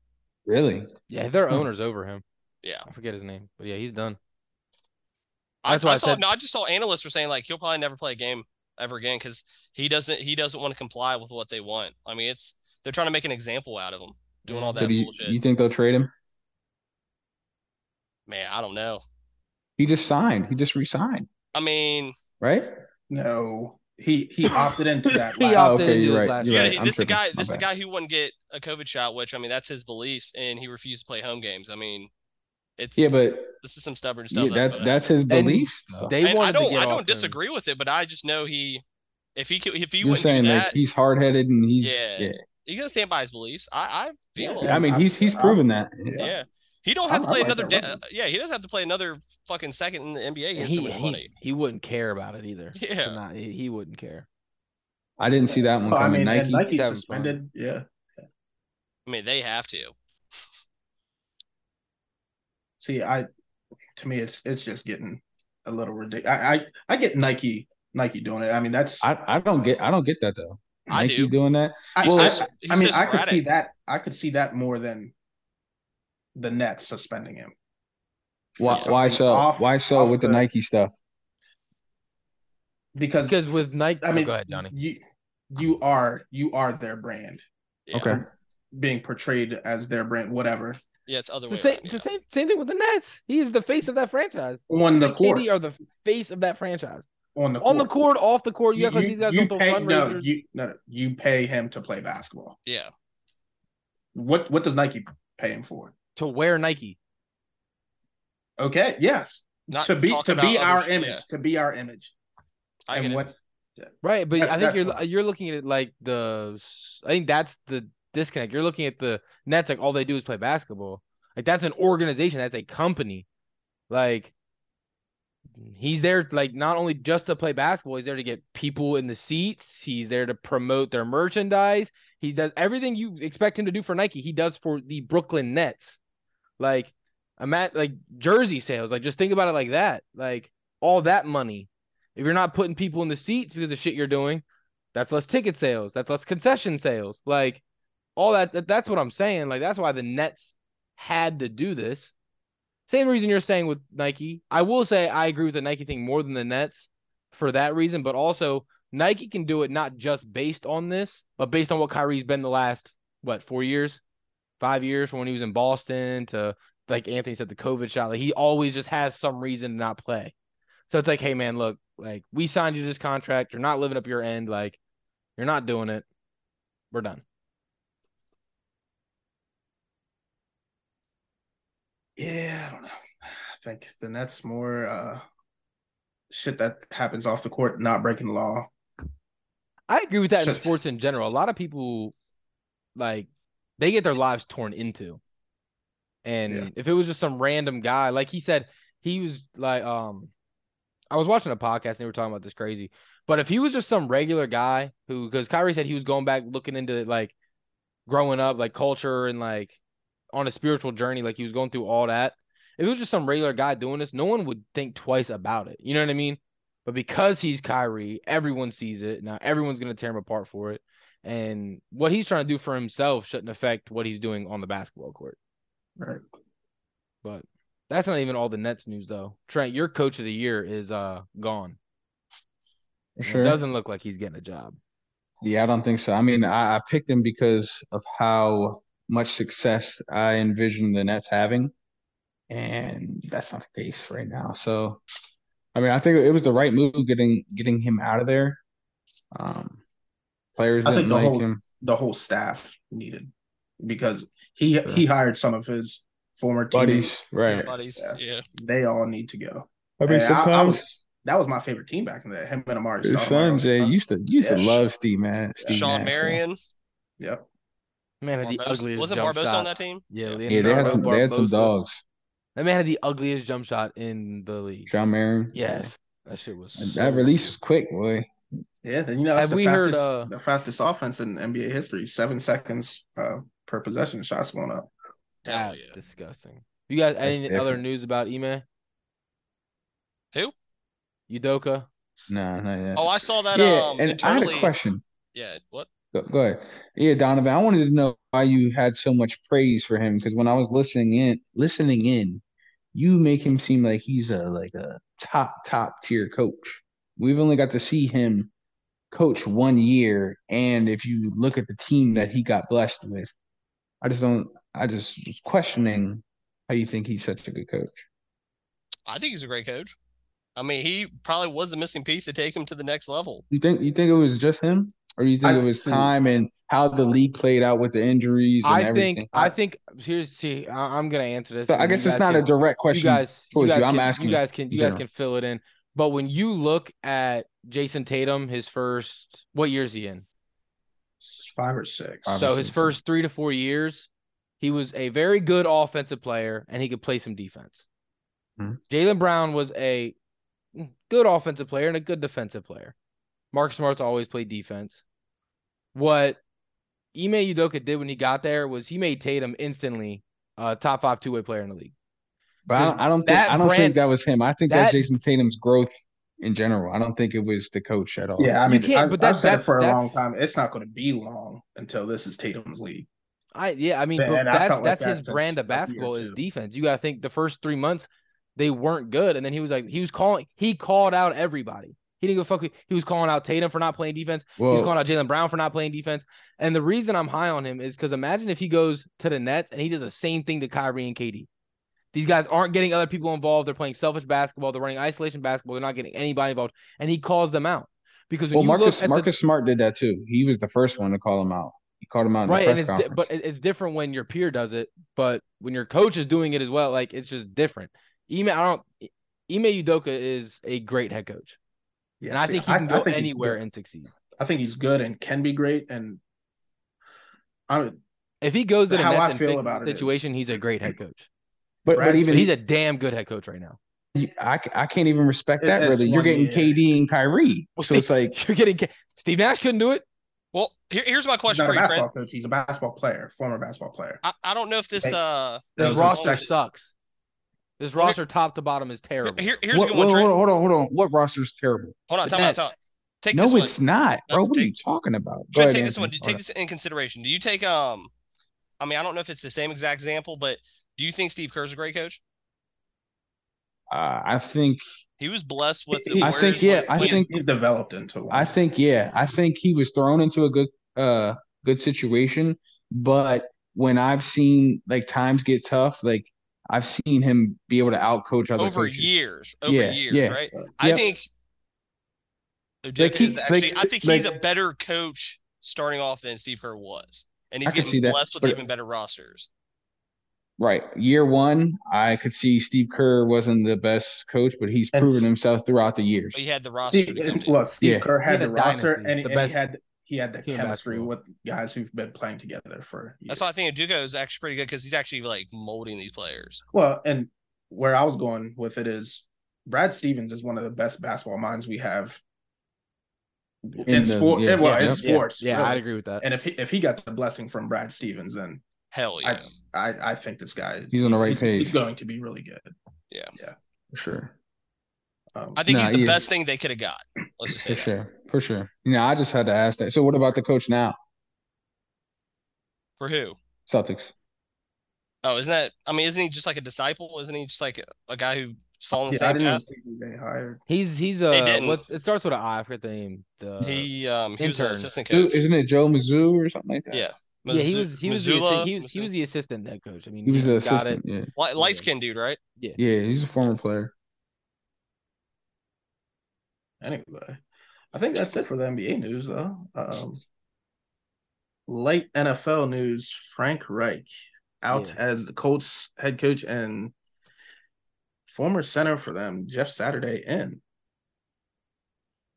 [SPEAKER 2] Really?
[SPEAKER 3] Yeah, their
[SPEAKER 2] Hmm.
[SPEAKER 3] owner's over him.
[SPEAKER 4] Yeah.
[SPEAKER 3] I forget his name, but yeah, he's done.
[SPEAKER 4] I,
[SPEAKER 3] That's why
[SPEAKER 4] I
[SPEAKER 3] I
[SPEAKER 4] saw
[SPEAKER 3] said-
[SPEAKER 4] no, I just saw analysts were saying like he'll probably never play a game ever again because he doesn't he doesn't want to comply with what they want. I mean it's they're trying to make an example out of him doing all
[SPEAKER 3] Mhm.
[SPEAKER 2] So
[SPEAKER 4] that
[SPEAKER 2] do you,
[SPEAKER 4] bullshit.
[SPEAKER 2] you think they'll trade him?
[SPEAKER 4] Man, I don't know.
[SPEAKER 2] He just signed. He just resigned,
[SPEAKER 4] I mean,
[SPEAKER 2] right?
[SPEAKER 1] No, he [laughs] he opted into that.
[SPEAKER 3] He
[SPEAKER 1] last-
[SPEAKER 2] Oh,
[SPEAKER 3] opted
[SPEAKER 2] okay,
[SPEAKER 3] into
[SPEAKER 2] you're
[SPEAKER 3] this
[SPEAKER 2] right,
[SPEAKER 3] last
[SPEAKER 2] you're
[SPEAKER 4] yeah,
[SPEAKER 3] year.
[SPEAKER 2] right.
[SPEAKER 4] he-
[SPEAKER 2] I'm
[SPEAKER 4] this the
[SPEAKER 2] tripping.
[SPEAKER 4] guy
[SPEAKER 2] My
[SPEAKER 4] this the
[SPEAKER 2] bad.
[SPEAKER 4] guy who wouldn't get a COVID shot, which I mean that's his beliefs, and he refused to play home games. I mean, it's
[SPEAKER 2] Yeah, but
[SPEAKER 4] this is some stubborn
[SPEAKER 2] yeah,
[SPEAKER 4] stuff. that's
[SPEAKER 2] that
[SPEAKER 4] about
[SPEAKER 2] that's his beliefs though.
[SPEAKER 3] They
[SPEAKER 4] it. And I
[SPEAKER 3] wanted to
[SPEAKER 4] don't
[SPEAKER 3] get
[SPEAKER 4] I
[SPEAKER 3] off
[SPEAKER 4] don't
[SPEAKER 3] him.
[SPEAKER 4] disagree with it, but I just know he if he could if he
[SPEAKER 2] You're
[SPEAKER 4] wouldn't
[SPEAKER 2] saying
[SPEAKER 4] do
[SPEAKER 2] like
[SPEAKER 4] that,
[SPEAKER 2] he's hard headed and he's
[SPEAKER 4] Yeah.
[SPEAKER 2] yeah.
[SPEAKER 4] he's gonna stand by his beliefs. I I feel
[SPEAKER 1] Yeah,
[SPEAKER 4] him.
[SPEAKER 2] I mean he's he's proven that.
[SPEAKER 1] Yeah.
[SPEAKER 4] Yeah. He don't have
[SPEAKER 1] I-
[SPEAKER 4] to
[SPEAKER 1] I
[SPEAKER 4] play
[SPEAKER 1] like
[SPEAKER 4] another
[SPEAKER 1] that
[SPEAKER 4] da-
[SPEAKER 1] record.
[SPEAKER 4] yeah, he doesn't have to play another fucking second in the NBA. He
[SPEAKER 3] And
[SPEAKER 4] has so
[SPEAKER 3] He,
[SPEAKER 4] much
[SPEAKER 3] he,
[SPEAKER 4] money.
[SPEAKER 3] he wouldn't care about it either. So
[SPEAKER 4] Yeah.
[SPEAKER 3] not- he, he wouldn't care.
[SPEAKER 2] I didn't see that one
[SPEAKER 1] Oh, I
[SPEAKER 2] coming.
[SPEAKER 1] mean, and
[SPEAKER 2] Nike.
[SPEAKER 1] Nike
[SPEAKER 3] He's having
[SPEAKER 1] suspended. Yeah.
[SPEAKER 4] I mean, they have to.
[SPEAKER 1] See, I to me, it's it's just getting a little ridiculous. I, I I get Nike Nike doing it. I mean, that's I
[SPEAKER 2] I, I don't get I don't get that though.
[SPEAKER 4] I
[SPEAKER 2] Nike
[SPEAKER 4] do.
[SPEAKER 2] doing that.
[SPEAKER 1] I,
[SPEAKER 4] He's
[SPEAKER 1] I,
[SPEAKER 4] so- he's
[SPEAKER 1] I mean,
[SPEAKER 4] so
[SPEAKER 1] I could see
[SPEAKER 4] sporadic.
[SPEAKER 1] that. I could see that more than the Nets suspending him. for
[SPEAKER 2] Why why
[SPEAKER 1] something
[SPEAKER 2] so?
[SPEAKER 1] off-
[SPEAKER 2] why so
[SPEAKER 1] off
[SPEAKER 2] with the, Nike stuff?
[SPEAKER 1] Because
[SPEAKER 3] Because with Nike,
[SPEAKER 1] I mean,
[SPEAKER 3] go ahead, Johnny.
[SPEAKER 1] You you are you are their brand
[SPEAKER 4] Yeah.
[SPEAKER 2] Okay.
[SPEAKER 1] being portrayed as their brand, whatever
[SPEAKER 4] Yeah, it's other
[SPEAKER 3] It's the same,
[SPEAKER 4] way. around,
[SPEAKER 3] it's
[SPEAKER 4] yeah.
[SPEAKER 3] the same, same thing with the Nets. He is the face of that franchise.
[SPEAKER 1] on the
[SPEAKER 3] Nick
[SPEAKER 1] court.
[SPEAKER 3] Katie are the face of that franchise.
[SPEAKER 1] on the
[SPEAKER 3] On the court, off the court, you, act like these guys
[SPEAKER 1] you
[SPEAKER 3] don't throw
[SPEAKER 1] pay,
[SPEAKER 3] fundraisers.
[SPEAKER 1] no, you no, no, you pay him to play basketball.
[SPEAKER 4] Yeah.
[SPEAKER 1] What what does Nike pay him for?
[SPEAKER 3] to wear Nike.
[SPEAKER 1] Okay, yes,
[SPEAKER 4] Not
[SPEAKER 1] to be
[SPEAKER 4] talk
[SPEAKER 1] to
[SPEAKER 4] about
[SPEAKER 1] be
[SPEAKER 4] other
[SPEAKER 1] our
[SPEAKER 4] sh-
[SPEAKER 1] image,
[SPEAKER 4] yeah,
[SPEAKER 1] to be our image.
[SPEAKER 4] I
[SPEAKER 1] and
[SPEAKER 4] get it.
[SPEAKER 1] what
[SPEAKER 3] Right, but
[SPEAKER 1] That-
[SPEAKER 3] I think
[SPEAKER 1] that's
[SPEAKER 3] you're
[SPEAKER 1] what-
[SPEAKER 3] you're looking at it like the s- I think that's the disconnect. You're looking at the Nets like all they do is play basketball. Like that's an organization, that's a company. Like he's there like not only just to play basketball, he's there to get people in the seats, he's there to promote their merchandise. He does everything you expect him to do for Nike, he does for the Brooklyn Nets. Like I'm at like jersey sales, like just think about it like that. Like all that money. If you're not putting people in the seats because of shit you're doing, that's less ticket sales. That's less concession sales. Like all that, that- that's what I'm saying. Like that's why the Nets had to do this. Same reason you're saying with Nike. I will say I agree with the Nike thing more than the Nets for that reason, but also Nike can do it not just based on this, but based on what Kyrie's been the last what four years, five years from when he was in Boston to like Anthony said the COVID shot. Like he always just has some reason to not play. So it's like, hey man, look, like we signed you to this contract. You're not living up your end. Like you're not doing it. We're done.
[SPEAKER 1] Yeah, I don't know. I think the Nets more uh shit that happens off the court, not breaking the law.
[SPEAKER 3] I agree with that in
[SPEAKER 1] So-
[SPEAKER 3] sports in general. A lot of people, like, they get their lives torn into. And
[SPEAKER 1] Yeah.
[SPEAKER 3] if it was just some random guy, like he said, he was like, um, I was watching a podcast and they were talking about this crazy. But if he was just some regular guy who, because Kyrie said he was going back looking into like growing up, like culture and like on a spiritual journey, like he was going through all that. If it was just some regular guy doing this, no one would think twice about it. You know what I mean? But because he's Kyrie, everyone sees it. Now everyone's going to tear him apart for it. And what he's trying to do for himself shouldn't affect what he's doing on the basketball court.
[SPEAKER 1] Right.
[SPEAKER 3] But that's not even all the Nets news though. Trent, your coach of the year is uh gone.
[SPEAKER 2] For
[SPEAKER 3] It
[SPEAKER 2] sure.
[SPEAKER 3] doesn't look like he's getting a job.
[SPEAKER 2] Yeah, I don't think so. I mean, I, I picked him because of how much success I envision the Nets having, and that's not the case right now. So I mean, I think it was the right move getting getting him out of there. Um, players
[SPEAKER 1] I think
[SPEAKER 2] didn't
[SPEAKER 1] the
[SPEAKER 2] like
[SPEAKER 1] whole-
[SPEAKER 2] him.
[SPEAKER 1] The whole staff needed because he he hired some of his former teammates.
[SPEAKER 2] Buddies, right?
[SPEAKER 4] buddies.
[SPEAKER 1] Yeah.
[SPEAKER 4] Yeah.
[SPEAKER 1] They all need to go.
[SPEAKER 2] I mean,
[SPEAKER 1] And I- I
[SPEAKER 2] sometimes
[SPEAKER 1] was- that was my favorite team back in the day. Him and Amari.
[SPEAKER 2] his
[SPEAKER 1] Stoudemire.
[SPEAKER 2] son Jay used to used to
[SPEAKER 1] Yeah.
[SPEAKER 2] love Steve Man. Steve
[SPEAKER 4] Sean
[SPEAKER 2] Nash,
[SPEAKER 4] Marion.
[SPEAKER 1] Yep.
[SPEAKER 3] Man had the
[SPEAKER 4] Barbosa.
[SPEAKER 3] ugliest
[SPEAKER 4] Wasn't
[SPEAKER 3] jump
[SPEAKER 4] Barbosa
[SPEAKER 3] shot.
[SPEAKER 4] on that team?
[SPEAKER 3] Yeah,
[SPEAKER 2] though. Yeah, they had some they had some
[SPEAKER 3] Barbosa.
[SPEAKER 2] dogs.
[SPEAKER 3] That man had the ugliest jump shot in the league.
[SPEAKER 2] Sean Marion.
[SPEAKER 3] Yes, that shit was.
[SPEAKER 2] That-
[SPEAKER 3] so
[SPEAKER 2] That release
[SPEAKER 3] ugly.
[SPEAKER 2] was quick, boy.
[SPEAKER 1] Yeah, and you know that's
[SPEAKER 3] Have
[SPEAKER 1] the
[SPEAKER 3] we heard,
[SPEAKER 1] fastest
[SPEAKER 3] uh,
[SPEAKER 1] the fastest offense in NBA history. Seven seconds uh, per possession. Shots going up.
[SPEAKER 4] Hell
[SPEAKER 3] That's
[SPEAKER 4] yeah.
[SPEAKER 3] disgusting. You guys,
[SPEAKER 2] That's
[SPEAKER 3] any other
[SPEAKER 2] different.
[SPEAKER 3] news about Ime?
[SPEAKER 4] Who?
[SPEAKER 3] Udoka.
[SPEAKER 2] No, not yet.
[SPEAKER 4] Oh, I saw that.
[SPEAKER 2] yeah,
[SPEAKER 4] um,
[SPEAKER 2] and I had
[SPEAKER 4] internally-
[SPEAKER 2] a question.
[SPEAKER 4] Yeah. What?
[SPEAKER 2] Go, go ahead. Yeah, Donovan, I wanted to know why you had so much praise for him because when I was listening in, listening in, you make him seem like he's a like a top top tier coach. We've only got to see him coach one year, and if you look at the team that he got blessed with, I just don't. I just was questioning how you think he's such a good coach.
[SPEAKER 4] I think he's a great coach. I mean, he probably was the missing piece to take him to the next level.
[SPEAKER 2] You think you think it was just him, or do you think
[SPEAKER 1] I
[SPEAKER 2] it was
[SPEAKER 1] think-
[SPEAKER 2] time and how the league played out with the injuries and
[SPEAKER 3] I
[SPEAKER 2] everything?
[SPEAKER 3] think. I think. Here's. See, I, I'm gonna answer this.
[SPEAKER 2] so
[SPEAKER 3] and
[SPEAKER 2] I
[SPEAKER 3] you
[SPEAKER 2] guess it's
[SPEAKER 3] guys
[SPEAKER 2] not a
[SPEAKER 3] can-
[SPEAKER 2] direct question.
[SPEAKER 3] You guys, you
[SPEAKER 2] towards you.
[SPEAKER 3] guys
[SPEAKER 2] I'm
[SPEAKER 3] can,
[SPEAKER 2] asking
[SPEAKER 3] You guys can.
[SPEAKER 2] in
[SPEAKER 3] You guys
[SPEAKER 2] general.
[SPEAKER 3] can fill it in. But when you look at Jason Tatum, his first. What year is he in?
[SPEAKER 1] Five or six.
[SPEAKER 2] Five or
[SPEAKER 3] So his
[SPEAKER 2] six, yeah.
[SPEAKER 3] first three to four years, he was a very good offensive player and he could play some defense.
[SPEAKER 2] Mhm.
[SPEAKER 3] Jalen Brown was a good offensive player and a good defensive player. Mark Smart's always played defense. What Ime Udoka did when he got there was he made Tatum instantly a top five two way player in the league.
[SPEAKER 2] But I
[SPEAKER 3] Because
[SPEAKER 2] don't, I don't think
[SPEAKER 3] that
[SPEAKER 2] I don't
[SPEAKER 3] brand-
[SPEAKER 2] think that was him. I think that's
[SPEAKER 3] that-
[SPEAKER 2] Jason Tatum's growth in general. I don't think it was the coach at all.
[SPEAKER 1] Yeah, I mean,
[SPEAKER 3] can't-
[SPEAKER 1] I,
[SPEAKER 3] but
[SPEAKER 1] but
[SPEAKER 3] that-
[SPEAKER 1] I've said
[SPEAKER 3] that-
[SPEAKER 1] it for a
[SPEAKER 3] that's-
[SPEAKER 1] long time. It's not going to be long until this is Tatum's league.
[SPEAKER 3] I yeah, I mean,
[SPEAKER 1] Man,
[SPEAKER 3] but
[SPEAKER 1] and I
[SPEAKER 3] that's
[SPEAKER 1] felt like
[SPEAKER 3] that's
[SPEAKER 1] that
[SPEAKER 3] his
[SPEAKER 1] since
[SPEAKER 3] brand of
[SPEAKER 1] that year,
[SPEAKER 3] basketball is
[SPEAKER 1] too.
[SPEAKER 3] defense. You gotta think the first three months they weren't good, and then he was like he was calling he called out everybody. He didn't go fuck. who- He was calling out Tatum for not playing defense. he was
[SPEAKER 2] Well,
[SPEAKER 3] calling out Jalen Brown for not playing defense. And the reason I'm high on him is because imagine if he goes to the Nets and he does the same thing to Kyrie and KD. These guys aren't getting other people involved. They're playing selfish basketball. They're running isolation basketball. They're not getting anybody involved, and he calls them out because when
[SPEAKER 2] well,
[SPEAKER 3] you look
[SPEAKER 2] Marcus
[SPEAKER 3] at the-
[SPEAKER 2] Marcus Smart did that too. He was the first one to call him out. He called him out in
[SPEAKER 3] right
[SPEAKER 2] the
[SPEAKER 3] and
[SPEAKER 2] press
[SPEAKER 3] it's di-
[SPEAKER 2] conference.
[SPEAKER 3] but it- it's different when your peer does it but when your coach is doing it as well like it's just different Ime I don't e, Ime Udoka is a great head coach
[SPEAKER 1] Yeah,
[SPEAKER 3] and I
[SPEAKER 1] see,
[SPEAKER 3] think he can go
[SPEAKER 1] think he's
[SPEAKER 3] anywhere
[SPEAKER 1] good.
[SPEAKER 3] and succeed
[SPEAKER 1] I think he's good and can be great. And I mean,
[SPEAKER 3] if he goes to the
[SPEAKER 1] How
[SPEAKER 3] Nets
[SPEAKER 1] I
[SPEAKER 3] and
[SPEAKER 1] feel
[SPEAKER 3] fixes
[SPEAKER 1] about
[SPEAKER 3] the
[SPEAKER 1] it is-
[SPEAKER 3] situation he's a great head coach
[SPEAKER 2] but,
[SPEAKER 1] Brad
[SPEAKER 2] but even
[SPEAKER 1] But
[SPEAKER 3] he's
[SPEAKER 2] he,
[SPEAKER 3] a damn good head coach right now
[SPEAKER 2] I, I can't even respect
[SPEAKER 1] It-
[SPEAKER 2] that
[SPEAKER 1] that's
[SPEAKER 2] really. You're
[SPEAKER 1] one
[SPEAKER 2] getting
[SPEAKER 1] year.
[SPEAKER 2] KD and Kyrie, [laughs]
[SPEAKER 3] Well,
[SPEAKER 2] so it's
[SPEAKER 3] [laughs]
[SPEAKER 2] like
[SPEAKER 3] you're getting ca- Steve Nash couldn't do it
[SPEAKER 4] Well, here, here's my
[SPEAKER 1] he's
[SPEAKER 4] question
[SPEAKER 1] not a
[SPEAKER 4] for you, Trent.
[SPEAKER 1] basketball coach. He's a basketball player, former basketball player.
[SPEAKER 4] I, I don't know if this
[SPEAKER 1] Hey,
[SPEAKER 4] uh
[SPEAKER 1] that
[SPEAKER 3] this
[SPEAKER 1] was
[SPEAKER 4] goes
[SPEAKER 1] a
[SPEAKER 4] along
[SPEAKER 3] roster
[SPEAKER 1] second.
[SPEAKER 3] sucks this
[SPEAKER 4] Well, here-
[SPEAKER 3] roster top to bottom is
[SPEAKER 4] with-
[SPEAKER 3] terrible
[SPEAKER 4] Here, here's
[SPEAKER 2] what,
[SPEAKER 4] a good
[SPEAKER 2] whoa,
[SPEAKER 4] one, Trent.
[SPEAKER 2] hold on, hold on, hold on. What roster is terrible?
[SPEAKER 4] Hold on,
[SPEAKER 3] The
[SPEAKER 4] time out,
[SPEAKER 3] Nets.
[SPEAKER 4] time out. Take
[SPEAKER 2] no,
[SPEAKER 4] this one.
[SPEAKER 2] it's not,
[SPEAKER 4] No,
[SPEAKER 2] bro. What are
[SPEAKER 4] take-
[SPEAKER 2] you talking about? Go
[SPEAKER 4] Trent,
[SPEAKER 2] ahead,
[SPEAKER 4] take this one.
[SPEAKER 2] Anthony.
[SPEAKER 4] Take this in consideration. Do you take um? I mean, I don't know if it's the same exact example, but do you think Steve Kerr's a great coach?
[SPEAKER 2] Uh, I think
[SPEAKER 4] He was blessed with. The
[SPEAKER 1] I
[SPEAKER 4] Warriors
[SPEAKER 2] think, yeah,
[SPEAKER 4] when-
[SPEAKER 2] I
[SPEAKER 4] when-
[SPEAKER 2] think-
[SPEAKER 1] he's developed into one.
[SPEAKER 2] I think yeah, I think he was thrown into a good uh good situation, but when I've seen like times get tough, like I've seen him be able to outcoach other
[SPEAKER 4] over
[SPEAKER 2] coaches.
[SPEAKER 4] years, over
[SPEAKER 2] Yeah,
[SPEAKER 4] years,
[SPEAKER 2] yeah.
[SPEAKER 4] right?
[SPEAKER 1] Yep.
[SPEAKER 4] I think.
[SPEAKER 2] Like
[SPEAKER 4] Udoka
[SPEAKER 2] he-
[SPEAKER 4] is actually,
[SPEAKER 2] like
[SPEAKER 4] I
[SPEAKER 2] t-
[SPEAKER 4] think he's
[SPEAKER 2] like-
[SPEAKER 4] a better coach starting off than Steve Kerr was, and he's
[SPEAKER 2] I can see
[SPEAKER 4] getting
[SPEAKER 2] that,
[SPEAKER 4] blessed with
[SPEAKER 2] but-
[SPEAKER 4] even better rosters.
[SPEAKER 2] Right. Year one, I could see Steve Kerr wasn't the best coach, but he's
[SPEAKER 1] And-
[SPEAKER 2] proven himself throughout the years.
[SPEAKER 4] But he had the roster
[SPEAKER 1] Steve,
[SPEAKER 4] to come to.
[SPEAKER 1] well, Steve
[SPEAKER 2] Yeah.
[SPEAKER 1] Kerr
[SPEAKER 3] He had
[SPEAKER 1] had the
[SPEAKER 3] a
[SPEAKER 1] roster,
[SPEAKER 3] dynasty,
[SPEAKER 1] and, he-
[SPEAKER 3] the
[SPEAKER 1] and
[SPEAKER 3] best
[SPEAKER 1] he had he had the
[SPEAKER 3] team in
[SPEAKER 1] chemistry
[SPEAKER 3] basketball.
[SPEAKER 1] with guys who've been playing together for. Years.
[SPEAKER 4] That's why I think Udoka is actually pretty good because he's actually like molding these players.
[SPEAKER 1] Well, and where I was going with it is Brad Stevens is one of the best basketball minds we have in,
[SPEAKER 2] the-
[SPEAKER 1] sport.
[SPEAKER 2] yeah,
[SPEAKER 1] and, well,
[SPEAKER 2] yeah,
[SPEAKER 1] in
[SPEAKER 2] yep.
[SPEAKER 1] sports,
[SPEAKER 3] yeah,
[SPEAKER 1] really.
[SPEAKER 3] I'd agree with that
[SPEAKER 1] And if he, if he got the blessing from Brad Stevens, then
[SPEAKER 4] Hell yeah.
[SPEAKER 1] I- I I think this guy
[SPEAKER 2] He's on the right
[SPEAKER 1] he's,
[SPEAKER 2] page.
[SPEAKER 1] he's going to be really good.
[SPEAKER 2] for sure.
[SPEAKER 1] Um,
[SPEAKER 4] I think
[SPEAKER 2] Nah,
[SPEAKER 4] he's the
[SPEAKER 2] yeah.
[SPEAKER 4] best thing they could have got. Let's just say
[SPEAKER 2] For
[SPEAKER 4] that.
[SPEAKER 2] sure. For sure. You know, I just had to ask that. So what about the coach now?
[SPEAKER 4] For who?
[SPEAKER 2] Celtics.
[SPEAKER 4] Oh, isn't that? I mean, isn't he just like a disciple? Isn't he just like a, a guy who's following the
[SPEAKER 1] yeah, I
[SPEAKER 4] same
[SPEAKER 1] didn't even
[SPEAKER 4] path?
[SPEAKER 1] see who they hired.
[SPEAKER 3] he's he's
[SPEAKER 4] They
[SPEAKER 3] uh
[SPEAKER 4] didn't.
[SPEAKER 3] what's it starts with an I I forget the name the
[SPEAKER 4] he um he was an
[SPEAKER 3] intern.
[SPEAKER 4] assistant
[SPEAKER 2] Who-
[SPEAKER 4] coach.
[SPEAKER 2] Isn't it Joe Mizzou or something like that?
[SPEAKER 4] Yeah.
[SPEAKER 3] yeah he
[SPEAKER 4] Mizzou-
[SPEAKER 3] was he was the,
[SPEAKER 4] Missoula,
[SPEAKER 3] assi- he was he
[SPEAKER 4] Mizzou-
[SPEAKER 3] was the assistant head coach I mean
[SPEAKER 2] He was
[SPEAKER 3] yeah,
[SPEAKER 2] the
[SPEAKER 3] got it.
[SPEAKER 2] assistant. Yeah.
[SPEAKER 4] Light light skinned dude, right?
[SPEAKER 2] Yeah, he's a former player.
[SPEAKER 1] Anyway, I think that's it for the NBA news, though. Um, late NFL news: Frank Reich out
[SPEAKER 3] Yeah.
[SPEAKER 1] as the Colts head coach and former center for them, Jeff Saturday, in.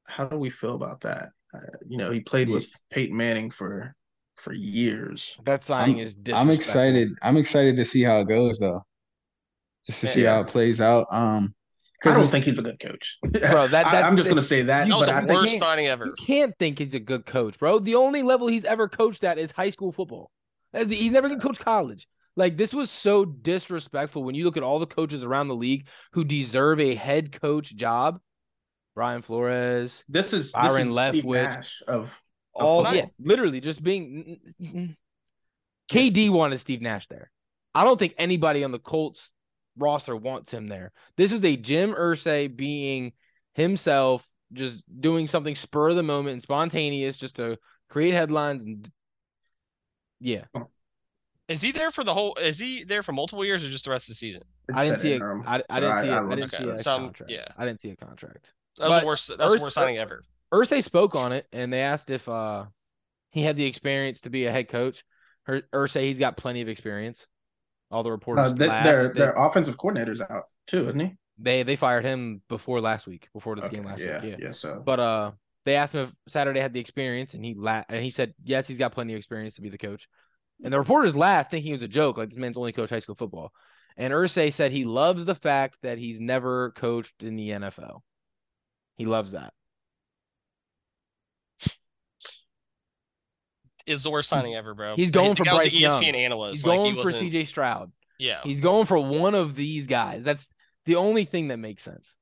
[SPEAKER 1] How do we feel about that? Uh, you know, he played with Peyton Manning for for years.
[SPEAKER 3] That signing is
[SPEAKER 2] I'm
[SPEAKER 3] disrespectful.
[SPEAKER 2] excited. I'm excited to see how it goes though. Just to
[SPEAKER 4] Yeah.
[SPEAKER 2] see how it plays out. Um
[SPEAKER 1] I don't
[SPEAKER 2] because
[SPEAKER 1] think he's a good coach,
[SPEAKER 3] [laughs] Bro, that-
[SPEAKER 1] I,
[SPEAKER 3] that's
[SPEAKER 1] am just
[SPEAKER 3] the-
[SPEAKER 1] going to say that.
[SPEAKER 4] That was
[SPEAKER 1] but
[SPEAKER 4] the
[SPEAKER 1] I think,
[SPEAKER 4] worst signing ever.
[SPEAKER 3] You can't think he's a good coach, bro. The only level he's ever coached at is high school football. That's the- He's never gonna coach college. Like this was so disrespectful when you look at all the coaches around the league who deserve a head coach job. Brian Flores,
[SPEAKER 1] this is this
[SPEAKER 3] Byron
[SPEAKER 1] is Steve
[SPEAKER 3] Leftwich.
[SPEAKER 1] Nash of Of
[SPEAKER 3] all
[SPEAKER 4] football.
[SPEAKER 3] Oh, yeah, literally just being. KD wanted Steve Nash there. I don't think anybody on the Colts roster wants him there. This is a Jim Ursay being himself, just doing something spur of the moment and spontaneous, just to create headlines and yeah.
[SPEAKER 4] Is he there for the whole? Is he there for multiple years or just the rest of the season?
[SPEAKER 3] I didn't
[SPEAKER 1] said
[SPEAKER 3] see a,
[SPEAKER 1] interim,
[SPEAKER 3] I, I
[SPEAKER 1] so
[SPEAKER 3] didn't see a, I
[SPEAKER 1] wouldn't
[SPEAKER 3] didn't
[SPEAKER 4] okay.
[SPEAKER 1] say
[SPEAKER 3] see a
[SPEAKER 1] that.
[SPEAKER 4] So I'm-
[SPEAKER 3] contract.
[SPEAKER 4] yeah.
[SPEAKER 3] I didn't see a contract.
[SPEAKER 4] That was
[SPEAKER 3] But
[SPEAKER 4] the worst. That was the
[SPEAKER 3] Urs-
[SPEAKER 4] worst signing ever.
[SPEAKER 3] Ursay spoke on it, and they asked if uh he had the experience to be a head coach. Her, Ursay, he's got plenty of experience. All the reporters,
[SPEAKER 1] Uh, they,
[SPEAKER 3] laughed.
[SPEAKER 1] their
[SPEAKER 3] They-
[SPEAKER 1] their offensive coordinator's out too, isn't he?
[SPEAKER 3] they they fired him before last week, before this
[SPEAKER 1] Okay,
[SPEAKER 3] game last
[SPEAKER 1] yeah,
[SPEAKER 3] week. Yeah.
[SPEAKER 1] yeah. So,
[SPEAKER 3] But uh, they asked him if Saturday had the experience, and he la- and he said yes, he's got plenty of experience to be the coach. And the reporters laughed, thinking it was a joke, like this man's only coached high school football. And Ursay said he loves the fact that he's never coached in the NFL. He loves that.
[SPEAKER 4] Is the worst signing ever, bro.
[SPEAKER 3] He's going
[SPEAKER 4] The
[SPEAKER 3] for
[SPEAKER 4] guy was an E
[SPEAKER 3] Bryce Young.
[SPEAKER 4] ESPN analyst.
[SPEAKER 3] He's
[SPEAKER 4] like,
[SPEAKER 3] going
[SPEAKER 4] he
[SPEAKER 3] for
[SPEAKER 4] wasn't,
[SPEAKER 3] CJ Stroud.
[SPEAKER 4] Yeah.
[SPEAKER 3] He's going for one of these guys. That's the only thing that makes sense.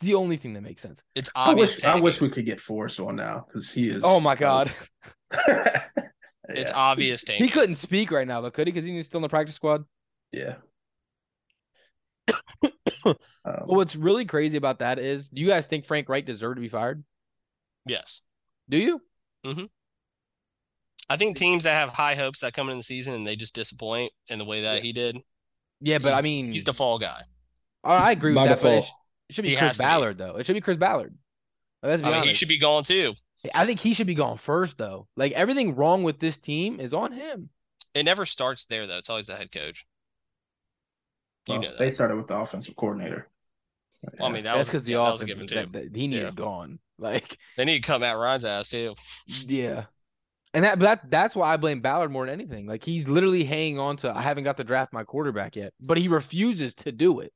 [SPEAKER 3] It's the only thing that makes sense.
[SPEAKER 4] It's
[SPEAKER 1] I
[SPEAKER 4] obvious.
[SPEAKER 1] wish I
[SPEAKER 4] Tannehill.
[SPEAKER 1] wish we could get Forrest on now because he is.
[SPEAKER 3] Oh my God.
[SPEAKER 1] [laughs] Yeah.
[SPEAKER 4] It's obvious.
[SPEAKER 3] [laughs] He
[SPEAKER 4] Tannehill.
[SPEAKER 3] couldn't speak right now, though, could he? Because he's still in the practice squad. [coughs]
[SPEAKER 1] yeah. Um,
[SPEAKER 3] But what's really crazy about that is, do you guys think Frank Wright deserved to be fired?
[SPEAKER 4] Yes.
[SPEAKER 3] Do you?
[SPEAKER 4] I think teams that have high hopes that come in the season and they just disappoint in the way that he did.
[SPEAKER 3] Yeah, but I mean,
[SPEAKER 4] He's the fall guy.
[SPEAKER 3] I I agree with
[SPEAKER 2] By
[SPEAKER 3] that. But it,
[SPEAKER 2] default.
[SPEAKER 3] sh- it should be
[SPEAKER 4] He
[SPEAKER 3] Chris
[SPEAKER 4] has to be.
[SPEAKER 3] Ballard, though. It should be Chris Ballard. Like, let's be
[SPEAKER 4] I mean, he
[SPEAKER 3] honest.
[SPEAKER 4] should be gone too.
[SPEAKER 3] I think he should be gone first, though. Like everything wrong with this team is on him.
[SPEAKER 4] It never starts there though. It's always the head coach. You
[SPEAKER 1] well,
[SPEAKER 4] know that.
[SPEAKER 1] they started with the offensive coordinator.
[SPEAKER 4] Well, I mean, that
[SPEAKER 3] That's
[SPEAKER 4] was
[SPEAKER 3] because the
[SPEAKER 4] that was a
[SPEAKER 3] offense
[SPEAKER 4] given
[SPEAKER 3] was
[SPEAKER 4] too.
[SPEAKER 3] that, that he needed
[SPEAKER 4] Yeah.
[SPEAKER 3] gone. Like,
[SPEAKER 4] They need to cut Matt Ryan's ass too.
[SPEAKER 3] yeah. And that, but that that's why I blame Ballard more than anything. Like he's literally hanging on to I haven't got to draft my quarterback yet, but he refuses to do it.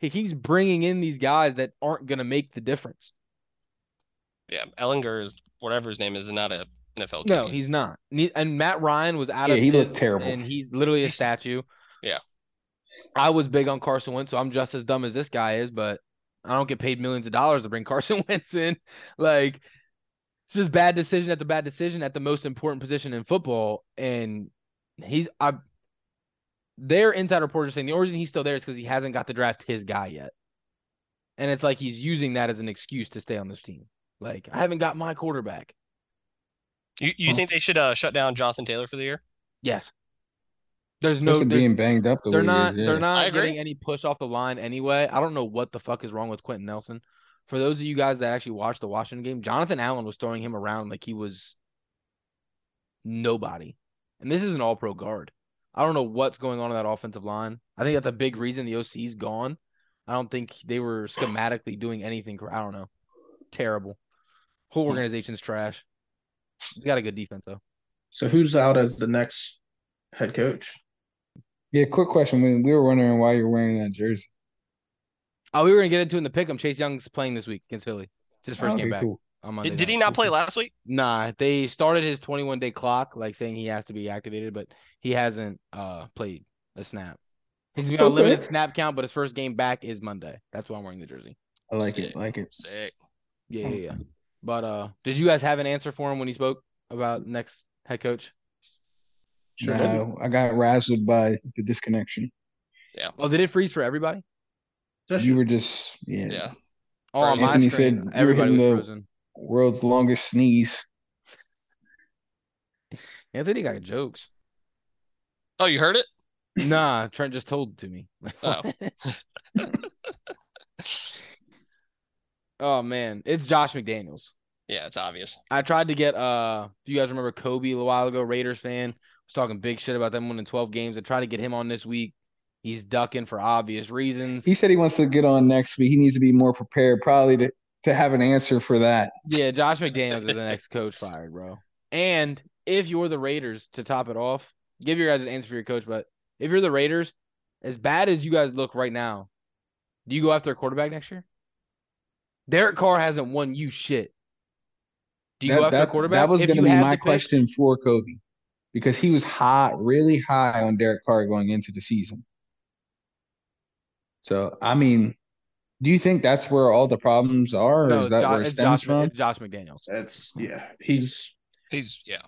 [SPEAKER 3] He keeps bringing in these guys that aren't going to make the difference.
[SPEAKER 4] Yeah, Ellinger is whatever his name is, is not a NFL.
[SPEAKER 3] No,
[SPEAKER 4] QB.
[SPEAKER 3] he's not. Ne- And Matt Ryan was out
[SPEAKER 2] Yeah,
[SPEAKER 3] of.
[SPEAKER 2] he looked
[SPEAKER 3] his-
[SPEAKER 2] terrible.
[SPEAKER 3] and he's literally a
[SPEAKER 4] He's-
[SPEAKER 3] statue.
[SPEAKER 4] Yeah.
[SPEAKER 3] I was big on Carson Wentz, so I'm just as dumb as this guy is, but I don't get paid millions of dollars to bring [laughs] Carson Wentz in. Like, it's just bad decision after bad decision at the most important position in football, and he's I. Their inside reporters saying the origin he's still there is because he hasn't got to draft his guy yet, and it's like he's using that as an excuse to stay on this team. Like, I haven't got my quarterback.
[SPEAKER 4] You you
[SPEAKER 1] Huh.
[SPEAKER 4] think they should uh, shut down Jonathan Taylor for the year?
[SPEAKER 3] Yes. There's no.
[SPEAKER 2] no,
[SPEAKER 3] there's-
[SPEAKER 2] being banged up the
[SPEAKER 3] they're
[SPEAKER 2] way
[SPEAKER 3] not
[SPEAKER 2] he is, yeah.
[SPEAKER 3] they're
[SPEAKER 4] I
[SPEAKER 3] not
[SPEAKER 4] agree.
[SPEAKER 3] getting any push off the line anyway. I don't know what the fuck is wrong with Quentin Nelson. For those of you guys that actually watched the Washington game, Jonathan Allen was throwing him around like he was nobody. And this is an all pro guard. I don't know what's going on in that offensive line. I think that's a big reason the OC's gone. I don't think they were schematically doing anything. cor- I don't know. Terrible. Whole
[SPEAKER 4] Hmm.
[SPEAKER 3] organization's trash. He's got a good defense though.
[SPEAKER 1] so who's out as the next head coach?
[SPEAKER 2] Yeah, quick question. We, we were wondering why you're wearing that jersey.
[SPEAKER 3] Oh, we were gonna get into it in the pick'em. Chase Young's playing this week against Philly. It's his first
[SPEAKER 2] Oh, Okay,
[SPEAKER 3] game back
[SPEAKER 2] cool.
[SPEAKER 3] on Monday.
[SPEAKER 4] Did, did
[SPEAKER 3] night.
[SPEAKER 4] he not play last week?
[SPEAKER 3] [laughs] Nah, they started his 21 day clock, like saying he has to be activated, but he hasn't uh played a snap. He's gonna be on a
[SPEAKER 2] Okay.
[SPEAKER 3] limited snap count, but his first game back is Monday. That's why I'm wearing the jersey.
[SPEAKER 2] I like
[SPEAKER 4] Sick.
[SPEAKER 2] it. Like it.
[SPEAKER 4] Sick.
[SPEAKER 3] Yeah, yeah, yeah. But uh, did you guys have an answer for him when he spoke about next head coach?
[SPEAKER 1] Sure did.
[SPEAKER 2] no, I got razzled by the disconnection.
[SPEAKER 3] Oh, did it freeze for everybody?
[SPEAKER 1] Just-
[SPEAKER 2] You were just yeah.
[SPEAKER 4] Yeah.
[SPEAKER 3] Oh, on my
[SPEAKER 2] Anthony
[SPEAKER 3] screen,
[SPEAKER 2] said you were
[SPEAKER 3] everybody was
[SPEAKER 2] hitting the-
[SPEAKER 3] frozen.
[SPEAKER 2] World's longest sneeze.
[SPEAKER 3] Anthony got jokes.
[SPEAKER 4] Oh, you heard it?
[SPEAKER 3] Nah, Trent just told to me.
[SPEAKER 4] Oh.
[SPEAKER 3] [laughs] Oh man, it's Josh McDaniels.
[SPEAKER 4] Yeah, it's obvious.
[SPEAKER 3] I tried to get uh do you guys remember Kobe a while ago, Raiders fan? Was talking big shit about them winning 12 games. I tried to get him on this week. He's ducking for obvious reasons.
[SPEAKER 2] He said he wants to get on next week. He needs to be more prepared, probably to, to have an answer for that.
[SPEAKER 3] Yeah, Josh McDaniels is the next coach fired, bro. And if you're the Raiders, to top it off, give your guys an answer for your coach, but if you're the Raiders, as bad as you guys look right now, do you go after a quarterback next year? Derek Carr hasn't won you shit. Do you
[SPEAKER 2] that,
[SPEAKER 3] go after
[SPEAKER 2] that,
[SPEAKER 3] a quarterback?
[SPEAKER 2] That was
[SPEAKER 3] If
[SPEAKER 2] going to
[SPEAKER 3] you
[SPEAKER 2] be
[SPEAKER 3] have
[SPEAKER 2] my
[SPEAKER 3] the pick-
[SPEAKER 2] question for Kobe because he was high, really high on Derek Carr going into the season. So, I mean, do you think that's where all the problems are, or
[SPEAKER 3] No,
[SPEAKER 2] is
[SPEAKER 3] it's
[SPEAKER 2] that
[SPEAKER 3] Jo-
[SPEAKER 2] where it
[SPEAKER 3] it's
[SPEAKER 2] stems
[SPEAKER 3] Josh,
[SPEAKER 2] from?
[SPEAKER 3] It's Josh McDaniels.
[SPEAKER 1] That's yeah. He's
[SPEAKER 4] He's yeah.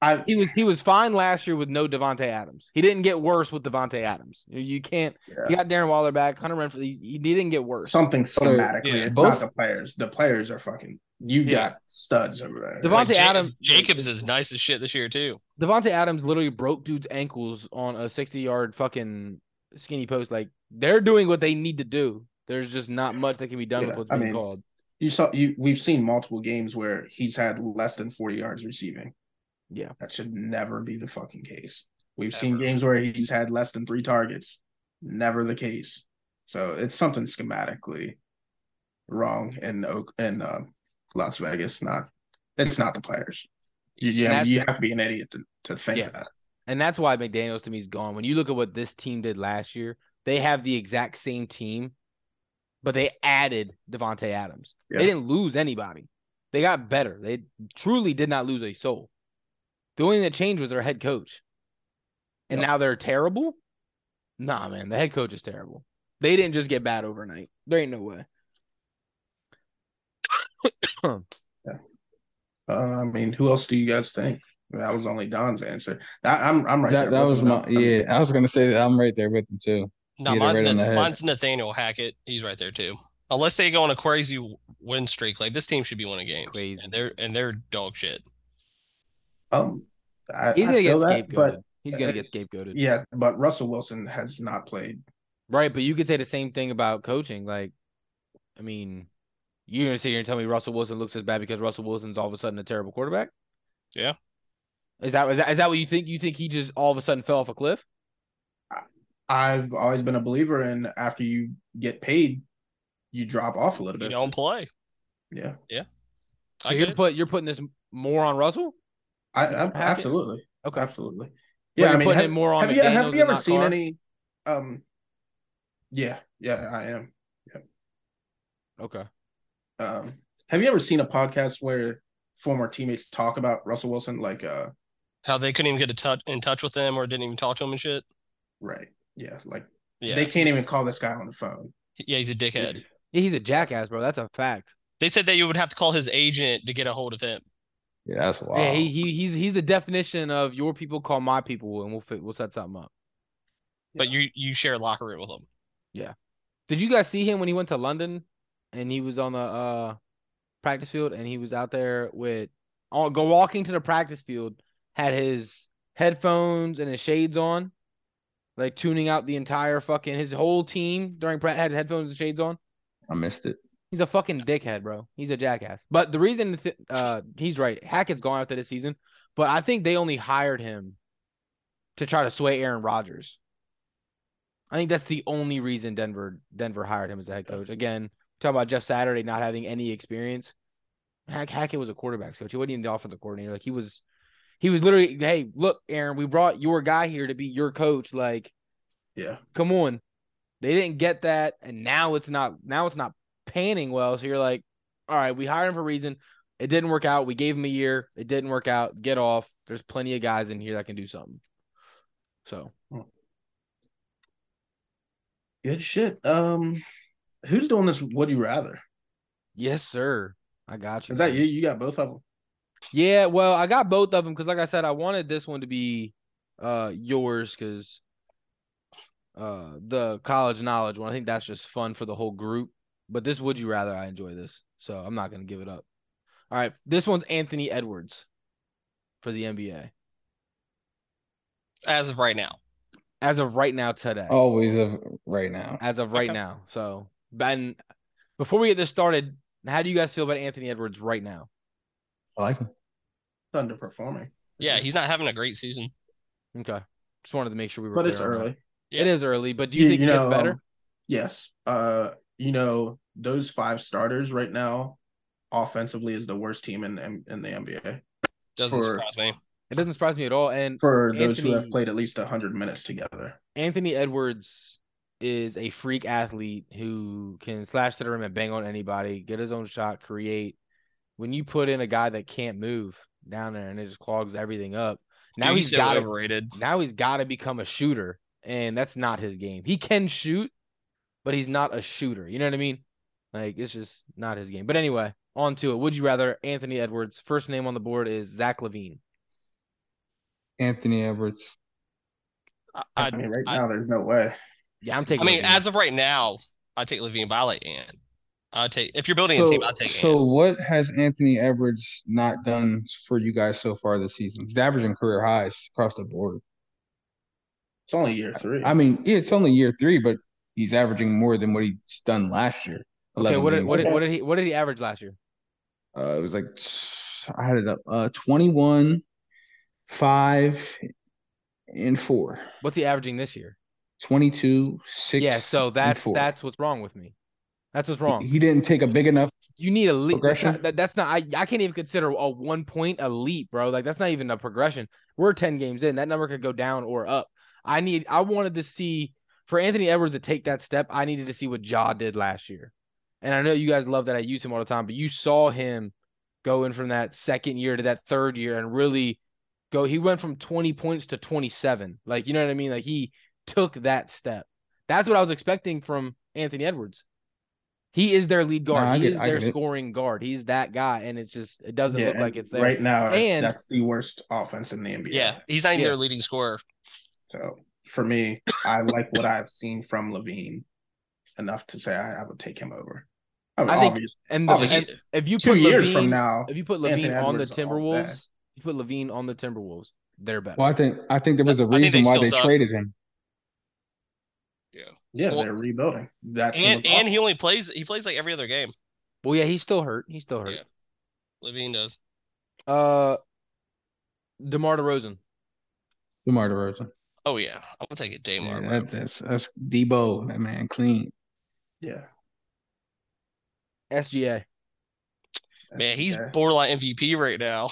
[SPEAKER 1] I
[SPEAKER 3] He was he was fine last year with no Devonte Adams. He didn't get worse with Devonte Adams. You- You can't. He
[SPEAKER 1] yeah,
[SPEAKER 3] got Darren Waller back, Hunter Renfro. He, he didn't get worse.
[SPEAKER 1] something
[SPEAKER 2] Sorry,
[SPEAKER 1] schematically.
[SPEAKER 4] yeah,
[SPEAKER 1] it's not
[SPEAKER 2] both-
[SPEAKER 1] the players. The players are fucking. You've
[SPEAKER 4] Yeah.
[SPEAKER 1] got studs over there.
[SPEAKER 3] Devon-
[SPEAKER 4] Like,
[SPEAKER 3] Devontae
[SPEAKER 4] Ja-
[SPEAKER 3] Adam-
[SPEAKER 4] Jacobs is nice as shit this year too.
[SPEAKER 3] Devonte Adams literally broke dude's ankles on a sixty-yard fucking skinny post. Like they're doing what they need to do. There's just not much that can be done
[SPEAKER 1] Yeah,
[SPEAKER 3] with what's
[SPEAKER 1] I
[SPEAKER 3] being
[SPEAKER 1] mean,
[SPEAKER 3] called.
[SPEAKER 1] you saw you. We've seen multiple games where he's had less than forty yards receiving.
[SPEAKER 3] Yeah.
[SPEAKER 1] that should never be the fucking case. We've seen
[SPEAKER 4] Ever.
[SPEAKER 1] games where he's had less than three targets. Never the case. So it's something schematically wrong in Oak in uh, Las Vegas. Not it's not the players. You, you, have,
[SPEAKER 3] That's-
[SPEAKER 1] you have to be an idiot to, to think
[SPEAKER 3] Yeah.
[SPEAKER 1] that.
[SPEAKER 3] And that's why McDaniels to me is gone. When you look at what this team did last year, they have the exact same team, but they added Devonte Adams. They
[SPEAKER 1] Yeah.
[SPEAKER 3] didn't lose anybody. They got better. They truly did not lose a soul. The only thing that changed was their head coach. And
[SPEAKER 1] Yep.
[SPEAKER 3] now they're terrible? Nah, man, the head coach is terrible. They didn't just get bad overnight. There ain't no way.
[SPEAKER 1] Uh, I mean, who else do you guys think? That was only Don's answer. I, I'm I'm right.
[SPEAKER 2] that
[SPEAKER 1] there
[SPEAKER 2] that
[SPEAKER 1] with
[SPEAKER 2] was
[SPEAKER 1] him.
[SPEAKER 2] my
[SPEAKER 1] I mean,
[SPEAKER 2] yeah. I was going to say that I'm right there with him too.
[SPEAKER 4] No,
[SPEAKER 2] Hit it
[SPEAKER 4] mine's,
[SPEAKER 2] right on
[SPEAKER 4] Nath-
[SPEAKER 2] the head.
[SPEAKER 4] mine's Nathaniel Hackett. He's right there too. Unless they go on a crazy win streak, like this team should be winning games,
[SPEAKER 3] Crazy.
[SPEAKER 4] and they're and they're dog shit.
[SPEAKER 1] Um, I,
[SPEAKER 3] He's
[SPEAKER 1] I
[SPEAKER 3] gonna get
[SPEAKER 1] feel that,
[SPEAKER 3] scapegoated.
[SPEAKER 1] but
[SPEAKER 3] He's gonna
[SPEAKER 1] uh,
[SPEAKER 3] get scapegoated.
[SPEAKER 1] yeah, but Russell Wilson has not played.
[SPEAKER 3] Right, but you could say the same thing about coaching. Like, I mean, you're gonna sit here and tell me Russell Wilson looks as bad because Russell Wilson's all of a sudden a terrible quarterback?
[SPEAKER 4] Yeah.
[SPEAKER 3] Is that is that, is that what you think? You think he just all of a sudden fell off a cliff?
[SPEAKER 1] I've always been a believer in after you get paid, you drop off a little
[SPEAKER 4] You
[SPEAKER 1] bit.
[SPEAKER 4] don't play.
[SPEAKER 1] Yeah,
[SPEAKER 3] So
[SPEAKER 4] I
[SPEAKER 3] you're
[SPEAKER 4] get it.
[SPEAKER 3] put you're putting this more on Russell.
[SPEAKER 1] I, I
[SPEAKER 3] Hackett?
[SPEAKER 1] absolutely,
[SPEAKER 3] Okay.
[SPEAKER 1] absolutely.
[SPEAKER 3] But
[SPEAKER 1] Yeah, I
[SPEAKER 3] you're
[SPEAKER 1] mean,
[SPEAKER 3] putting
[SPEAKER 1] have,
[SPEAKER 3] it more on
[SPEAKER 1] have you
[SPEAKER 3] McDaniels
[SPEAKER 1] have
[SPEAKER 3] and
[SPEAKER 1] you ever
[SPEAKER 3] not
[SPEAKER 1] seen
[SPEAKER 3] Carr?
[SPEAKER 1] any? Um, yeah, yeah, I am.
[SPEAKER 3] Okay.
[SPEAKER 1] um have you ever seen a podcast where former teammates talk about Russell Wilson like uh
[SPEAKER 4] how they couldn't even get a touch in touch with him or didn't even talk to him and shit.
[SPEAKER 1] right yeah like
[SPEAKER 4] Yeah,
[SPEAKER 1] they can't even call this guy on the phone
[SPEAKER 4] Yeah, he's a dickhead.
[SPEAKER 3] Yeah, he's a jackass, bro. That's a fact.
[SPEAKER 4] They said that you would have to call his agent to get a hold of him.
[SPEAKER 2] Yeah, that's wild.
[SPEAKER 3] Yeah, he, he he's he's the definition of your people call my people and we'll fit, we'll set something up.
[SPEAKER 4] But you you share a locker room with him.
[SPEAKER 3] Did you guys see him when he went to London and he was on the uh practice field and he was out there with on go walking to the practice field, had his headphones and his shades on, like tuning out the entire fucking his whole team during practice had headphones and shades on.
[SPEAKER 2] I missed it.
[SPEAKER 3] He's a fucking dickhead, bro. He's a jackass. But the reason th- uh he's right, Hackett's gone after this season, but I think they only hired him to try to sway Aaron Rodgers. I think that's the only reason Denver Denver hired him as the head coach. Again, talk about Jeff Saturday not having any experience. Hack Hackett was a quarterbacks coach. He wasn't even the offensive coordinator. Like he was he was literally, hey, look, Aaron, we brought your guy here to be your coach. Like
[SPEAKER 1] yeah
[SPEAKER 3] come on. They didn't get that, and now it's not now it's not panning well. So you're like, all right, we hired him for a reason. It didn't work out. We gave him a year. It didn't work out. Get off. There's plenty of guys in here that can do something. So
[SPEAKER 1] good shit um who's doing this would you rather
[SPEAKER 3] yes, sir. I got you.
[SPEAKER 1] is that
[SPEAKER 3] man.
[SPEAKER 1] you you got both of them
[SPEAKER 3] Yeah, well, I got both of them because, like I said, I wanted this one to be uh yours because uh the college knowledge one. I think that's just fun for the whole group. But this would you rather? I enjoy this, so I'm not gonna give it up. All right, this one's Anthony Edwards for the NBA
[SPEAKER 4] As of right now.
[SPEAKER 3] as of right now today.
[SPEAKER 1] Oh,
[SPEAKER 2] Always of right now.
[SPEAKER 3] as of right
[SPEAKER 4] Okay.
[SPEAKER 3] now. So, Ben, before we get this started, And how do you guys feel about Anthony Edwards right now?
[SPEAKER 2] I like him.
[SPEAKER 1] underperforming.
[SPEAKER 4] Yeah,
[SPEAKER 2] Mhm.
[SPEAKER 4] he's not having a great season.
[SPEAKER 3] Okay. Just wanted to make sure we were.
[SPEAKER 1] but it's
[SPEAKER 3] clear on that.
[SPEAKER 1] early.
[SPEAKER 3] It is early, but do you think he gets better?
[SPEAKER 1] um, yes. Uh, you know those five starters right now, offensively, is the worst team in in, in the NBA
[SPEAKER 4] Doesn't
[SPEAKER 1] for-
[SPEAKER 4] surprise me.
[SPEAKER 3] It doesn't surprise me at all. And
[SPEAKER 1] for those who have
[SPEAKER 3] Anthony-
[SPEAKER 1] played at least hundred minutes together.
[SPEAKER 3] Anthony Edwards is a freak athlete who can slash to the rim and bang on anybody, get his own shot, create. When you put in a guy that can't move down there and it just clogs everything up, now
[SPEAKER 4] Dude,
[SPEAKER 3] he's
[SPEAKER 4] so
[SPEAKER 3] got to
[SPEAKER 4] overrated.
[SPEAKER 3] now he's got to become a shooter, and that's not his game. He can shoot, but he's not a shooter. You know what I mean? Like it's just not his game. But anyway, on to it. Would you rather Anthony Edwards? First name on the board is Zach Levine.
[SPEAKER 2] Anthony Edwards.
[SPEAKER 4] I,
[SPEAKER 1] I,
[SPEAKER 4] I'd-
[SPEAKER 1] mean, right
[SPEAKER 4] I-
[SPEAKER 1] now there's no way.
[SPEAKER 3] Yeah, I'm taking.
[SPEAKER 4] I mean,
[SPEAKER 3] Levine.
[SPEAKER 4] as of right now, I take Levine, but I like Ant. I take if you're building a
[SPEAKER 2] So,
[SPEAKER 4] team, I take
[SPEAKER 2] so
[SPEAKER 4] Ant.
[SPEAKER 2] what has Anthony Edwards not done for you guys so far this season? He's averaging career highs across the board.
[SPEAKER 1] It's only year three.
[SPEAKER 2] I mean, yeah, it's only year three, but he's averaging more than what he's done last year.
[SPEAKER 3] okay,
[SPEAKER 2] 11
[SPEAKER 3] what did,
[SPEAKER 2] games.
[SPEAKER 3] what, did, what did he what did he average last year?
[SPEAKER 2] Uh, it was like t- I had it up uh, 21, 5, and 4.
[SPEAKER 3] What's he averaging this year?
[SPEAKER 2] 22, 6.
[SPEAKER 3] yeah, so
[SPEAKER 2] and
[SPEAKER 3] that's
[SPEAKER 2] four.
[SPEAKER 3] that's what's wrong with me. That's what's wrong.
[SPEAKER 2] He, he didn't take a big enough.
[SPEAKER 3] You need a leap. That's
[SPEAKER 2] Progression?
[SPEAKER 3] not, that, that's not I, I can't even consider a one point a leap, bro. Like that's not even a progression. We're 10 games in. That number could go down or up. I need I wanted to see for Anthony Edwards to take that step, I needed to see what Ja did last year. And I know you guys love that I use him all the time, but you saw him go in from that second year to that third year and really go he went from 20 points to 27. Like you know what I mean? Like he took that step. That's what I was expecting from Anthony Edwards. He is their lead guard.
[SPEAKER 2] Nah, I
[SPEAKER 3] he
[SPEAKER 2] get-
[SPEAKER 3] is
[SPEAKER 2] I
[SPEAKER 3] their
[SPEAKER 2] get it.
[SPEAKER 3] scoring guard. He's that guy, and it's just it doesn't
[SPEAKER 1] Yeah,
[SPEAKER 3] look like
[SPEAKER 1] and
[SPEAKER 3] it's there.
[SPEAKER 1] right now.
[SPEAKER 3] And-
[SPEAKER 1] that's the worst offense in the NBA.
[SPEAKER 4] Yeah, he's not even
[SPEAKER 3] Yeah.
[SPEAKER 4] their leading scorer.
[SPEAKER 1] So for me, I like what I've seen from Levine enough to say I, I would take him over. I mean,
[SPEAKER 3] I think
[SPEAKER 1] obvious-
[SPEAKER 3] And,
[SPEAKER 2] Oh,
[SPEAKER 3] the,
[SPEAKER 1] obviously,
[SPEAKER 3] and if you
[SPEAKER 1] two
[SPEAKER 3] put
[SPEAKER 1] years
[SPEAKER 3] Levine,
[SPEAKER 1] from now,
[SPEAKER 3] if you put
[SPEAKER 1] Anthony
[SPEAKER 3] Levine on the
[SPEAKER 1] Edwards all day.
[SPEAKER 3] Timberwolves, you put Levine on the Timberwolves, they're better.
[SPEAKER 2] Well, I think I think there was a
[SPEAKER 4] I think they
[SPEAKER 2] reason why
[SPEAKER 4] still
[SPEAKER 2] they
[SPEAKER 4] suck.
[SPEAKER 2] traded him.
[SPEAKER 1] yeah,
[SPEAKER 4] Well-
[SPEAKER 1] they're rebuilding. That's
[SPEAKER 4] And and he only plays he plays like every other game.
[SPEAKER 3] Well, yeah, he's still hurt. He's still hurt.
[SPEAKER 4] Levine does.
[SPEAKER 3] Uh, Demar Derozan.
[SPEAKER 2] DeMar DeRozan.
[SPEAKER 4] Oh yeah, I'm gonna take it,
[SPEAKER 2] Yeah,
[SPEAKER 4] Damar. bro.
[SPEAKER 2] that, that's that's Debo, that man, clean.
[SPEAKER 1] yeah,
[SPEAKER 3] SGA.
[SPEAKER 4] Man, he's
[SPEAKER 1] yeah.
[SPEAKER 4] borderline MVP right now.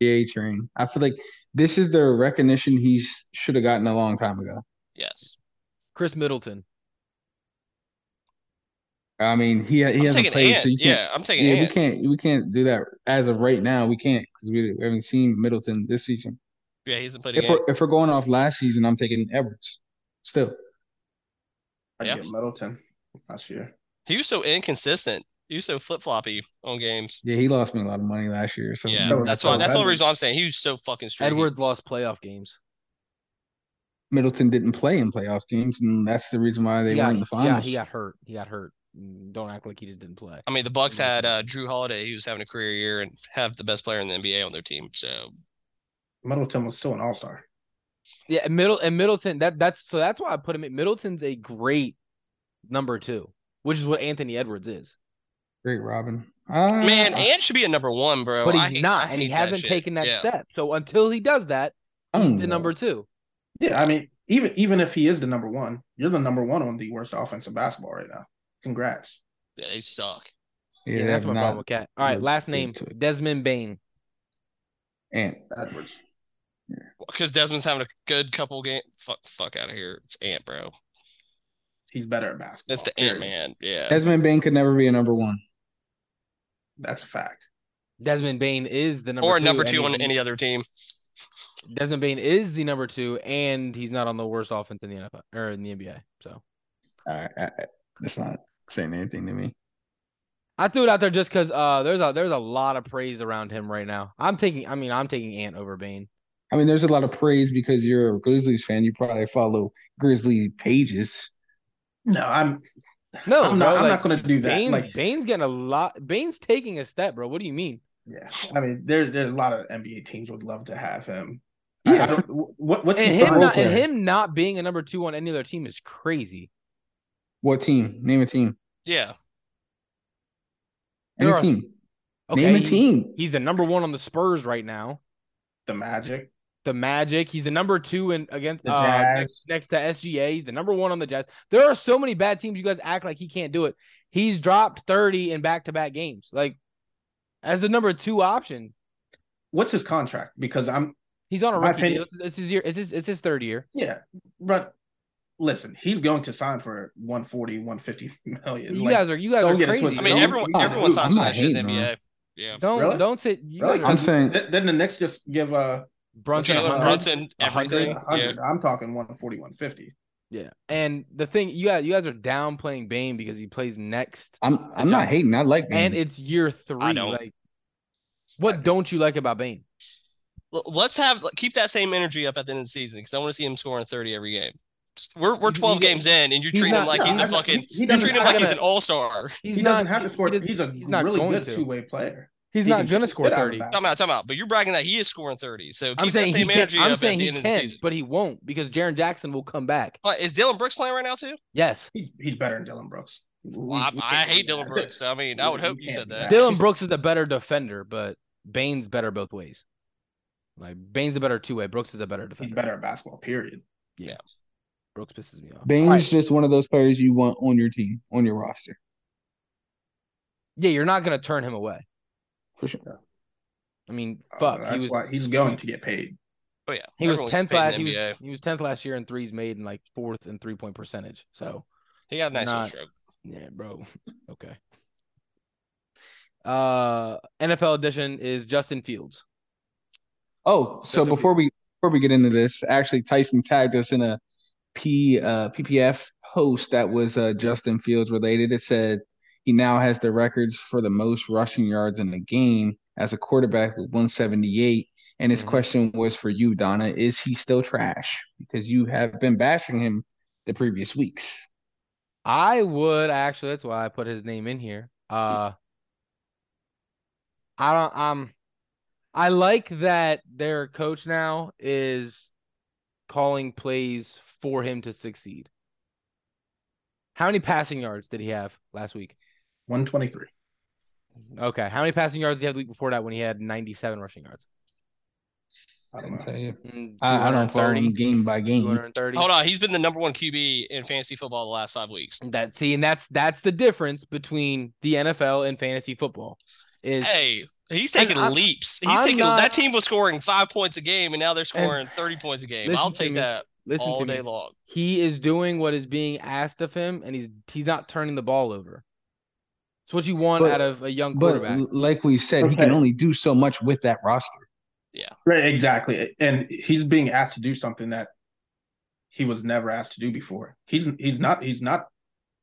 [SPEAKER 2] GA train. I feel like this is the recognition he sh- should have gotten a long time ago.
[SPEAKER 4] Yes,
[SPEAKER 3] Chris Middleton.
[SPEAKER 2] I mean, he he
[SPEAKER 4] I'm
[SPEAKER 2] hasn't
[SPEAKER 4] taking
[SPEAKER 2] played,
[SPEAKER 4] Ant.
[SPEAKER 2] so you can't.
[SPEAKER 4] yeah, I'm taking
[SPEAKER 2] Yeah, we
[SPEAKER 4] Ant.
[SPEAKER 2] can't we can't do that as of right now. We can't because we haven't seen Middleton this season.
[SPEAKER 4] Yeah, he hasn't played a
[SPEAKER 2] If
[SPEAKER 4] game.
[SPEAKER 2] we're, if we're going off last season, I'm taking Edwards. Still,
[SPEAKER 1] I'd
[SPEAKER 4] yeah.
[SPEAKER 1] get Middleton last year.
[SPEAKER 4] He was so inconsistent. He was so flip floppy on games.
[SPEAKER 2] yeah, he lost me a lot of money last year. So
[SPEAKER 4] Yeah,
[SPEAKER 1] that was-
[SPEAKER 4] that's
[SPEAKER 1] that
[SPEAKER 4] why.
[SPEAKER 1] was
[SPEAKER 4] That's the only
[SPEAKER 1] Edwards.
[SPEAKER 4] reason I'm saying he was so fucking streaky.
[SPEAKER 3] Edwards lost playoff games.
[SPEAKER 2] Middleton didn't play in playoff games, and that's the reason why they
[SPEAKER 3] yeah,
[SPEAKER 2] weren't in the
[SPEAKER 3] yeah,
[SPEAKER 2] finals.
[SPEAKER 3] he got hurt. He got hurt. Mm, Don't act like he just didn't play.
[SPEAKER 4] I mean, the Bucks had uh, Drew Holiday, who was having a career year, and have the best player in the NBA on their team. So
[SPEAKER 1] Middleton was still an All Star.
[SPEAKER 3] Yeah, and Middle and Middleton. That that's so that's why I put him in. Middleton's a great number two, which is what Anthony Edwards is.
[SPEAKER 2] Great, Robin. Ah,
[SPEAKER 4] man, Ant should be a number one, bro.
[SPEAKER 3] but
[SPEAKER 4] I
[SPEAKER 3] he's
[SPEAKER 4] hate- I
[SPEAKER 3] not, and he
[SPEAKER 4] hate that
[SPEAKER 3] hasn't
[SPEAKER 4] shit.
[SPEAKER 3] taken that
[SPEAKER 4] Yeah.
[SPEAKER 3] step. So until he does that,
[SPEAKER 2] I
[SPEAKER 3] he's
[SPEAKER 2] don't
[SPEAKER 3] the
[SPEAKER 2] know.
[SPEAKER 3] number two.
[SPEAKER 1] Yeah, I mean, even even if he is the number one, you're the number one on the worst offense in basketball right now. Congrats.
[SPEAKER 4] Yeah, they suck.
[SPEAKER 3] Yeah,
[SPEAKER 2] they have
[SPEAKER 3] that's my
[SPEAKER 2] not-
[SPEAKER 3] problem with Cat. All right,
[SPEAKER 2] looked
[SPEAKER 3] last name
[SPEAKER 2] into it.
[SPEAKER 3] Desmond Bain.
[SPEAKER 2] Ant.
[SPEAKER 1] Edwards.
[SPEAKER 4] Because Desmond's having a good couple game. Fuck, fuck out of here. It's Ant, bro.
[SPEAKER 1] He's better at basketball.
[SPEAKER 4] That's the
[SPEAKER 1] Oh, period.
[SPEAKER 4] Ant Man. Yeah.
[SPEAKER 2] Desmond Bain could never be a number one.
[SPEAKER 1] That's a fact.
[SPEAKER 3] Desmond Bain is the number
[SPEAKER 4] or a
[SPEAKER 3] two,
[SPEAKER 4] number
[SPEAKER 3] and
[SPEAKER 4] two on
[SPEAKER 3] he-
[SPEAKER 4] any other team.
[SPEAKER 3] Desmond Bain is the number two, and he's not on the worst offense in the NFL or in the NBA. So
[SPEAKER 2] All right, I, I- that's not saying anything to me.
[SPEAKER 3] I threw it out there just because uh, there's a there's a lot of praise around him right now. I'm taking, I mean, I'm taking Ant
[SPEAKER 1] [sighs]
[SPEAKER 3] over Bain.
[SPEAKER 2] I mean, there's a lot of praise because you're a Grizzlies fan. You probably follow Grizzlies pages.
[SPEAKER 1] No, I'm
[SPEAKER 3] No,
[SPEAKER 1] I'm not
[SPEAKER 3] bro,
[SPEAKER 1] I'm
[SPEAKER 3] like,
[SPEAKER 1] not gonna do that.
[SPEAKER 3] Bain's,
[SPEAKER 1] like
[SPEAKER 3] Bain's getting a lot. Bain's taking a step, bro. What do you mean?
[SPEAKER 1] yeah. I mean there there's a lot of NBA teams would love to have him. I- I
[SPEAKER 2] Yeah,
[SPEAKER 1] don't- wh- what, what's
[SPEAKER 3] And
[SPEAKER 1] the
[SPEAKER 3] him,
[SPEAKER 1] size-
[SPEAKER 2] role
[SPEAKER 3] not, and
[SPEAKER 2] player.
[SPEAKER 3] him not being a number two on any other team is crazy.
[SPEAKER 2] What team? Name a team.
[SPEAKER 4] Yeah.
[SPEAKER 2] Name
[SPEAKER 3] There
[SPEAKER 2] a
[SPEAKER 3] are-
[SPEAKER 2] team.
[SPEAKER 3] Okay,
[SPEAKER 2] Name a
[SPEAKER 3] he-
[SPEAKER 2] team.
[SPEAKER 3] He's the number one on the Spurs right now.
[SPEAKER 1] The Magic.
[SPEAKER 3] The Magic. He's the number two in against
[SPEAKER 1] The
[SPEAKER 3] uh,
[SPEAKER 1] Jazz.
[SPEAKER 3] next, next to SGA. He's the number one on the Jazz. There are so many bad teams. You guys act like he can't do it. He's dropped thirty in back to back games. Like as the number two option,
[SPEAKER 1] What's his contract? Because I'm
[SPEAKER 3] he's on a
[SPEAKER 1] My
[SPEAKER 3] rookie
[SPEAKER 1] opinion-
[SPEAKER 3] deal. It's, it's his year. It's his. It's his third year.
[SPEAKER 1] yeah, but listen, he's going to sign for 140, 150 million.
[SPEAKER 3] You
[SPEAKER 1] Like, oh,
[SPEAKER 3] guys are. You guys
[SPEAKER 1] don't
[SPEAKER 3] are
[SPEAKER 1] get it
[SPEAKER 3] crazy.
[SPEAKER 1] twisted.
[SPEAKER 4] I mean,
[SPEAKER 1] Don't-
[SPEAKER 4] everyone
[SPEAKER 1] oh,
[SPEAKER 4] everyone
[SPEAKER 2] dude,
[SPEAKER 4] signs
[SPEAKER 2] I'm
[SPEAKER 4] for
[SPEAKER 2] not
[SPEAKER 4] that shit in the
[SPEAKER 2] hating,
[SPEAKER 4] NBA. Yeah.
[SPEAKER 3] Don't
[SPEAKER 1] Really?
[SPEAKER 3] don't sit. You
[SPEAKER 1] Really?
[SPEAKER 4] [laughs]
[SPEAKER 3] guys are
[SPEAKER 2] I'm saying
[SPEAKER 1] th- then the Knicks just give uh,
[SPEAKER 3] Brunson.
[SPEAKER 1] Jalen
[SPEAKER 4] Jalen
[SPEAKER 1] 100,
[SPEAKER 4] Brunson,
[SPEAKER 3] a hundred,
[SPEAKER 4] everything.
[SPEAKER 1] a
[SPEAKER 4] Yeah.
[SPEAKER 1] hundred. I'm talking 140, 150.
[SPEAKER 3] Yeah, and the thing you guys you guys are downplaying Bane because he plays next,
[SPEAKER 2] I'm I'm not
[SPEAKER 3] job.
[SPEAKER 2] hating. I like
[SPEAKER 1] Mm.
[SPEAKER 3] and
[SPEAKER 2] Bane.
[SPEAKER 3] it's year three.
[SPEAKER 4] don't.
[SPEAKER 3] Like, what don't you like about Bane?
[SPEAKER 4] L- Let's have like, keep that same energy up at the end of the season because I want to see him scoring 30 every game. Just, we're we're
[SPEAKER 3] He's-
[SPEAKER 4] 12
[SPEAKER 3] he's-
[SPEAKER 4] games in, and you
[SPEAKER 3] he's
[SPEAKER 4] treat him
[SPEAKER 3] not-
[SPEAKER 4] like
[SPEAKER 1] Yeah,
[SPEAKER 4] he's
[SPEAKER 1] I-
[SPEAKER 4] a fucking.
[SPEAKER 1] He, he
[SPEAKER 4] You
[SPEAKER 1] doesn't,
[SPEAKER 4] treat him
[SPEAKER 1] have
[SPEAKER 4] like
[SPEAKER 1] to-
[SPEAKER 4] he's an all star.
[SPEAKER 1] he
[SPEAKER 3] He's
[SPEAKER 1] doesn't
[SPEAKER 3] not-
[SPEAKER 1] have to score.
[SPEAKER 3] doesn't-
[SPEAKER 1] he's a
[SPEAKER 3] he's not
[SPEAKER 1] really
[SPEAKER 3] going
[SPEAKER 1] good
[SPEAKER 3] to.
[SPEAKER 1] two way player.
[SPEAKER 3] He's
[SPEAKER 1] He
[SPEAKER 3] not
[SPEAKER 1] can
[SPEAKER 3] gonna
[SPEAKER 1] shoot
[SPEAKER 3] score
[SPEAKER 1] the shit out of
[SPEAKER 3] 30.
[SPEAKER 1] the
[SPEAKER 4] Time
[SPEAKER 1] basket.
[SPEAKER 4] out, time out. But you're bragging that he is scoring 30. So keep
[SPEAKER 3] I'm
[SPEAKER 4] that
[SPEAKER 3] saying he
[SPEAKER 4] same
[SPEAKER 3] can.
[SPEAKER 4] energy
[SPEAKER 3] I'm
[SPEAKER 4] up at
[SPEAKER 3] saying
[SPEAKER 4] the
[SPEAKER 3] he
[SPEAKER 4] end of the
[SPEAKER 3] can,
[SPEAKER 4] season.
[SPEAKER 3] but he won't because Jaron Jackson will come back.
[SPEAKER 4] But is Dylan Brooks playing right now too?
[SPEAKER 3] Yes,
[SPEAKER 1] He's, he's better than Dylan Brooks. We-
[SPEAKER 4] Well, I,
[SPEAKER 1] we
[SPEAKER 4] I
[SPEAKER 1] can't
[SPEAKER 4] hate
[SPEAKER 1] do
[SPEAKER 3] [laughs]
[SPEAKER 4] Dylan
[SPEAKER 1] that.
[SPEAKER 4] Brooks. I mean, I
[SPEAKER 1] We-
[SPEAKER 4] would hope
[SPEAKER 1] we
[SPEAKER 4] you said
[SPEAKER 1] can't do
[SPEAKER 4] that.
[SPEAKER 1] that.
[SPEAKER 3] Dylan Brooks is a better defender, but Bane's better both ways. Like Bane's a better two way. Brooks is a better defender.
[SPEAKER 1] He's better at basketball. Period.
[SPEAKER 3] Brooks pisses me off.
[SPEAKER 2] Bane's
[SPEAKER 3] All right.
[SPEAKER 2] just one of those players you want on your team, on your roster,
[SPEAKER 3] Yeah, you're not gonna turn him away.
[SPEAKER 2] for sure.
[SPEAKER 3] I mean,
[SPEAKER 1] Uh,
[SPEAKER 3] fuck.
[SPEAKER 1] that's
[SPEAKER 3] he was
[SPEAKER 1] why he's going to get paid.
[SPEAKER 4] [laughs] Oh yeah,
[SPEAKER 3] he was
[SPEAKER 4] Everyone gets
[SPEAKER 3] tenth
[SPEAKER 4] paid in
[SPEAKER 3] last.
[SPEAKER 4] the
[SPEAKER 3] He was,
[SPEAKER 4] NBA.
[SPEAKER 3] he was tenth last year in threes made and like fourth in three point percentage. So.
[SPEAKER 4] He got a nice little
[SPEAKER 3] not-
[SPEAKER 4] stroke.
[SPEAKER 3] Yeah, bro. [laughs] Okay. Uh, NFL edition is Justin Fields.
[SPEAKER 2] Oh, so
[SPEAKER 3] Doesn't-
[SPEAKER 2] before we before we get into this, actually Tyson tagged us in a P uh, PPF post that was uh, Justin Fields related. It said he now has the records for the most rushing yards in a game as a quarterback with 178. And his
[SPEAKER 3] Mhm.
[SPEAKER 2] question was for you, Donna: Is he still trash? Because you have been bashing him the previous weeks.
[SPEAKER 3] I would actually. That's why I put his name in here. Uh, I don't. Um, I like that their coach now is calling plays for him to succeed. How many passing yards did he have last week?
[SPEAKER 1] One twenty three.
[SPEAKER 3] Okay. How many passing yards did he have the week before that when he had 97 rushing yards?
[SPEAKER 1] I don't
[SPEAKER 2] Couldn't
[SPEAKER 1] know.
[SPEAKER 2] tell you.
[SPEAKER 3] Mm,
[SPEAKER 2] I, I don't follow him
[SPEAKER 3] 230,
[SPEAKER 2] game by game.
[SPEAKER 3] 230.
[SPEAKER 4] Hold on, he's been the number one QB in fantasy football the last five weeks.
[SPEAKER 3] That see, and that's that's the difference between the NFL and fantasy football. Is
[SPEAKER 4] Hey, he's
[SPEAKER 3] I'm-
[SPEAKER 4] taking
[SPEAKER 3] I'm-
[SPEAKER 4] leaps. He's
[SPEAKER 3] I'm
[SPEAKER 4] taking
[SPEAKER 3] not-
[SPEAKER 4] that team was scoring five points a game, and now they're scoring thirty points a game.
[SPEAKER 3] Listen
[SPEAKER 4] I'll
[SPEAKER 3] to
[SPEAKER 4] take
[SPEAKER 3] me.
[SPEAKER 4] that
[SPEAKER 3] listen
[SPEAKER 4] all
[SPEAKER 3] to me.
[SPEAKER 4] day long.
[SPEAKER 3] He is doing what is being asked of him, and he's he's not turning the ball over. It's what you want
[SPEAKER 2] But-
[SPEAKER 3] out of a young
[SPEAKER 2] But
[SPEAKER 3] quarterback.
[SPEAKER 2] l- like we said, he can
[SPEAKER 1] Okay.
[SPEAKER 2] only do so much with that roster.
[SPEAKER 1] Right, exactly. And he's being asked to do something that he was never asked to do before. He's he's not he's not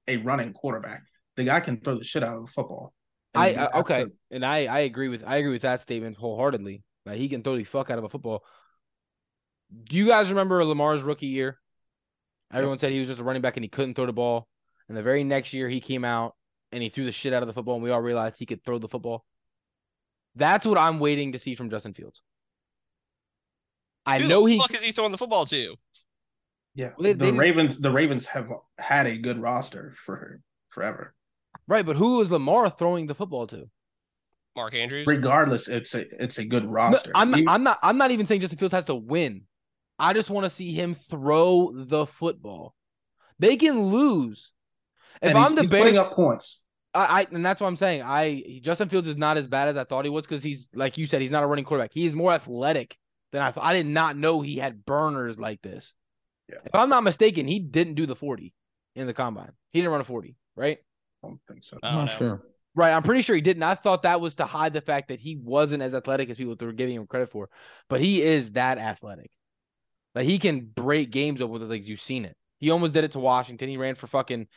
[SPEAKER 1] a running quarterback. The guy can throw the shit out of the football. And
[SPEAKER 3] I
[SPEAKER 1] he's
[SPEAKER 3] uh,
[SPEAKER 1] asked
[SPEAKER 3] okay,
[SPEAKER 1] to-
[SPEAKER 3] and I I agree with I agree with that statement wholeheartedly. Like he can throw the fuck out of a football. Do you guys remember Lamar's rookie year? Everyone said he was just a running back and he couldn't throw the ball. And the very next year he came out and he threw the shit out of the football and we all realized he could throw the football. That's what I'm waiting to see from Justin Fields. I
[SPEAKER 4] Who
[SPEAKER 3] know
[SPEAKER 4] the
[SPEAKER 3] he
[SPEAKER 4] fuck is he throwing the football to?
[SPEAKER 1] yeah.
[SPEAKER 3] They-
[SPEAKER 1] the
[SPEAKER 3] they just-
[SPEAKER 1] Ravens the Ravens have had a good roster for forever.
[SPEAKER 3] right, but who is Lamar throwing the football to?
[SPEAKER 4] Mark Andrews.
[SPEAKER 1] Regardless, it's a it's a good
[SPEAKER 3] No,
[SPEAKER 1] roster.
[SPEAKER 3] I'm not,
[SPEAKER 1] Even-
[SPEAKER 3] I'm not I'm not even saying Justin Fields has to win. I just want to see him throw the football. They can lose. If
[SPEAKER 1] and he's-
[SPEAKER 3] I'm the
[SPEAKER 1] he's putting
[SPEAKER 3] Bears,
[SPEAKER 1] up points.
[SPEAKER 3] I, I and that's what I'm saying. I Justin Fields is not as bad as I thought he was because he's like you said, he's not a running quarterback. He is more athletic than I thought. I did not know he had burners like this.
[SPEAKER 1] Yeah.
[SPEAKER 3] If I'm not mistaken, he didn't do the 40 in the combine. He didn't run a 40, right?
[SPEAKER 1] I don't think so.
[SPEAKER 4] I
[SPEAKER 3] Oh,
[SPEAKER 2] I'm
[SPEAKER 4] don't
[SPEAKER 2] not
[SPEAKER 4] know.
[SPEAKER 2] sure.
[SPEAKER 3] Right, I'm pretty sure he didn't. I thought that was to hide the fact that he wasn't as athletic as people were giving him credit for, but he is that athletic. Like he can break games up with his legs. You've seen it. He almost did it to Washington. He ran for fucking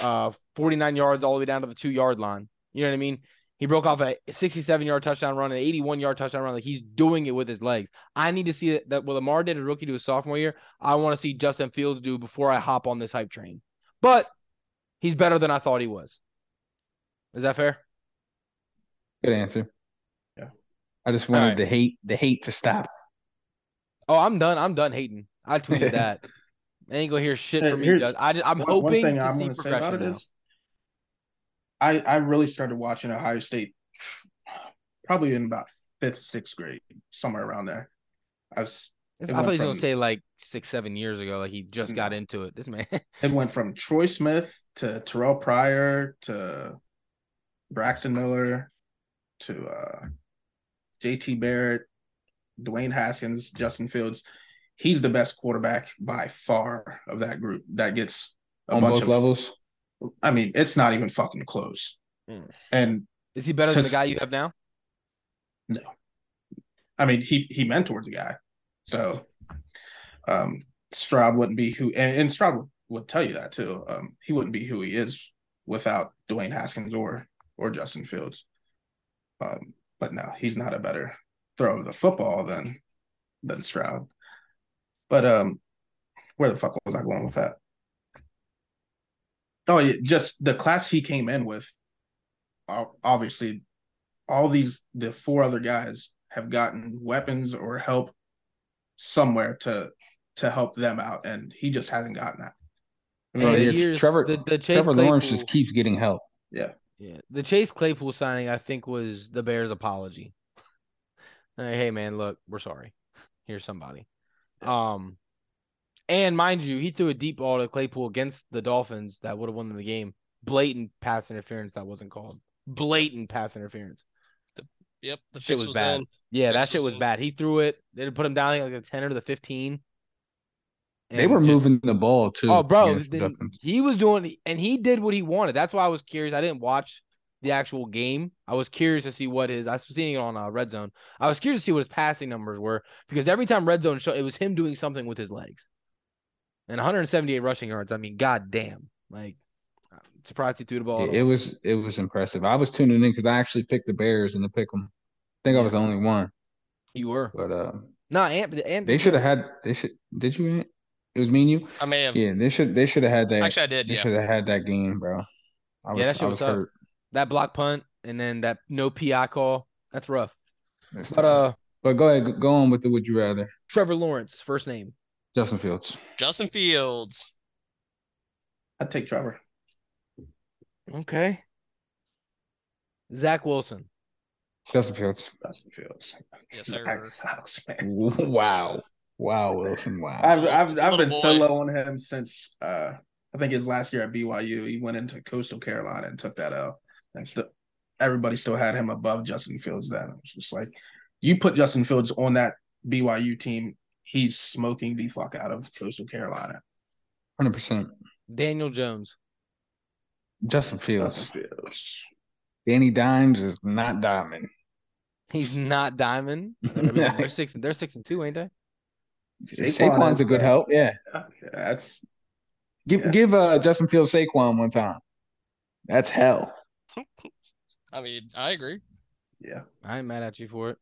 [SPEAKER 3] uh 49 yards all the way down to the two yard line. You know what I mean? He broke off a 67 yard touchdown run, an 81 yard touchdown run. Like he's doing it with his legs. I need to see that, that what Lamar did as rookie to his sophomore year. I want to see Justin Fields do before I hop on this hype train. But he's better than I thought he was. Is that fair?
[SPEAKER 2] Good answer.
[SPEAKER 1] Yeah.
[SPEAKER 2] I just wanted
[SPEAKER 3] Alright.
[SPEAKER 2] the hate the hate to stop.
[SPEAKER 3] Oh, I'm done. I'm done hating.
[SPEAKER 1] [laughs]
[SPEAKER 3] I tweeted that. Ain't gonna hear shit
[SPEAKER 1] Hey,
[SPEAKER 3] from me,
[SPEAKER 1] here's
[SPEAKER 3] Judge. I, am
[SPEAKER 1] One-
[SPEAKER 3] hoping
[SPEAKER 1] one thing
[SPEAKER 3] to
[SPEAKER 1] I'm
[SPEAKER 3] see
[SPEAKER 1] going to say about
[SPEAKER 3] progression.
[SPEAKER 1] it
[SPEAKER 3] now.
[SPEAKER 1] is, I I really started watching Ohio State probably in about fifth, sixth grade, somewhere around there. I was
[SPEAKER 3] I
[SPEAKER 1] It
[SPEAKER 3] thought
[SPEAKER 1] went
[SPEAKER 3] he was gonna
[SPEAKER 1] from-
[SPEAKER 3] say like six, seven years ago, like he just got into it. This man, [laughs]
[SPEAKER 1] it went from Troy Smith to Terrell Pryor to Braxton Miller to uh JT Barrett, Dwayne Haskins, Justin Fields. He's the best quarterback by far of that group that gets a
[SPEAKER 2] on
[SPEAKER 1] bunch
[SPEAKER 2] both
[SPEAKER 1] of
[SPEAKER 2] levels.
[SPEAKER 1] I mean, it's not even fucking close.
[SPEAKER 3] Mm.
[SPEAKER 1] And
[SPEAKER 3] is he better than the
[SPEAKER 1] Just-
[SPEAKER 3] guy you have now?
[SPEAKER 1] no, I mean, he he mentored the guy, so um, Stroud wouldn't be who, and, and Stroud would, would tell you that too. Um, he wouldn't be who he is without Dwayne Haskins or or Justin Fields. Um, but no, he's not a better thrower of the football than than Stroud. But um, where the fuck was I going with that? Oh, yeah, just the class he came in with. o- Obviously, all these the four other guys have gotten weapons or help somewhere to to help them out, and he just hasn't gotten that. I mean,
[SPEAKER 2] Bro,
[SPEAKER 3] And the
[SPEAKER 2] yeah,
[SPEAKER 3] years-
[SPEAKER 2] Trevor-
[SPEAKER 3] the, the Chase
[SPEAKER 2] Trevor Lawrence
[SPEAKER 3] Claypool-
[SPEAKER 2] just keeps getting help.
[SPEAKER 3] Yeah, the Chase Claypool signing, I think, was the Bears' apology. [laughs] Like, hey, man, look, we're sorry. Here's somebody. Um, and mind you, he threw a deep ball to Claypool against the Dolphins that would have won them the game. Blatant pass interference that wasn't called. Blatant pass interference.
[SPEAKER 4] Yep, the
[SPEAKER 3] Shit
[SPEAKER 4] fix
[SPEAKER 3] was
[SPEAKER 4] was,
[SPEAKER 3] bad.
[SPEAKER 4] in.
[SPEAKER 3] Yeah, that
[SPEAKER 4] Fix
[SPEAKER 3] shit
[SPEAKER 4] was
[SPEAKER 3] was
[SPEAKER 4] in.
[SPEAKER 3] bad. He threw it. They put him down like the ten or the fifteen.
[SPEAKER 2] They
[SPEAKER 3] and
[SPEAKER 2] were
[SPEAKER 3] just-
[SPEAKER 2] moving the ball too.
[SPEAKER 3] Oh, bro,
[SPEAKER 2] against the
[SPEAKER 3] then
[SPEAKER 2] Dolphins.
[SPEAKER 3] he was doing, and he did what he wanted. That's why I was curious. I didn't watch the actual game. I was curious to see what his. I was seeing it on uh, Red Zone. I was curious to see what his passing numbers were because every time Red Zone showed, it was him doing something with his legs. And 178 rushing yards. I mean, goddamn! Like, I'm surprised he threw the ball.
[SPEAKER 2] It,
[SPEAKER 3] at all.
[SPEAKER 2] it was it was impressive. I was tuning in because I actually picked the Bears in the pick 'em. I think I was the only one,
[SPEAKER 3] you were
[SPEAKER 2] but uh,
[SPEAKER 3] no, and, and
[SPEAKER 2] they should have had. They should. Did you? Ant? It was me and you.
[SPEAKER 4] I may have.
[SPEAKER 2] Yeah, they should. They should have had that.
[SPEAKER 4] Actually, I did.
[SPEAKER 2] they
[SPEAKER 4] Yeah.
[SPEAKER 2] should have had that game, bro. I was,
[SPEAKER 3] that shit
[SPEAKER 2] I
[SPEAKER 3] was
[SPEAKER 2] was
[SPEAKER 3] tough.
[SPEAKER 2] hurt.
[SPEAKER 3] that block punt and then that no PI call. That's rough.
[SPEAKER 2] That's
[SPEAKER 3] But
[SPEAKER 2] tough.
[SPEAKER 3] uh,
[SPEAKER 2] but go ahead. Go on with the would you rather.
[SPEAKER 3] Trevor Lawrence, first name.
[SPEAKER 2] Justin Fields.
[SPEAKER 4] Justin Fields.
[SPEAKER 1] I'd take Trevor.
[SPEAKER 3] Okay. Zach Wilson.
[SPEAKER 2] Justin Fields. [laughs]
[SPEAKER 1] Justin Fields.
[SPEAKER 4] Yes, sir.
[SPEAKER 1] Alex- Alex Smith.
[SPEAKER 2] Wow. Wow, Wilson. Wow.
[SPEAKER 1] I've I've, I've
[SPEAKER 4] Little
[SPEAKER 1] been so
[SPEAKER 4] boy.
[SPEAKER 1] low on him since uh I think his last year at BYU. He went into Coastal Carolina and took that L. And still, everybody still had him above Justin Fields. Then it was just like you put Justin Fields on that BYU team, he's smoking the fuck out of Coastal Carolina.
[SPEAKER 2] Hundred percent.
[SPEAKER 3] Daniel Jones.
[SPEAKER 2] Justin Fields.
[SPEAKER 1] Justin Fields.
[SPEAKER 2] Danny Dimes is not diamond.
[SPEAKER 3] He's not diamond. I
[SPEAKER 1] [laughs]
[SPEAKER 3] mean, they're six. They're six and two, ain't they?
[SPEAKER 2] Saquon Saquon's a good
[SPEAKER 1] help.
[SPEAKER 2] help. Yeah.
[SPEAKER 1] Uh, That's
[SPEAKER 2] Give
[SPEAKER 1] Yeah.
[SPEAKER 2] give uh Justin Fields Saquon one time. That's hell.
[SPEAKER 4] I mean, I agree.
[SPEAKER 1] yeah.
[SPEAKER 3] I ain't mad at you for it.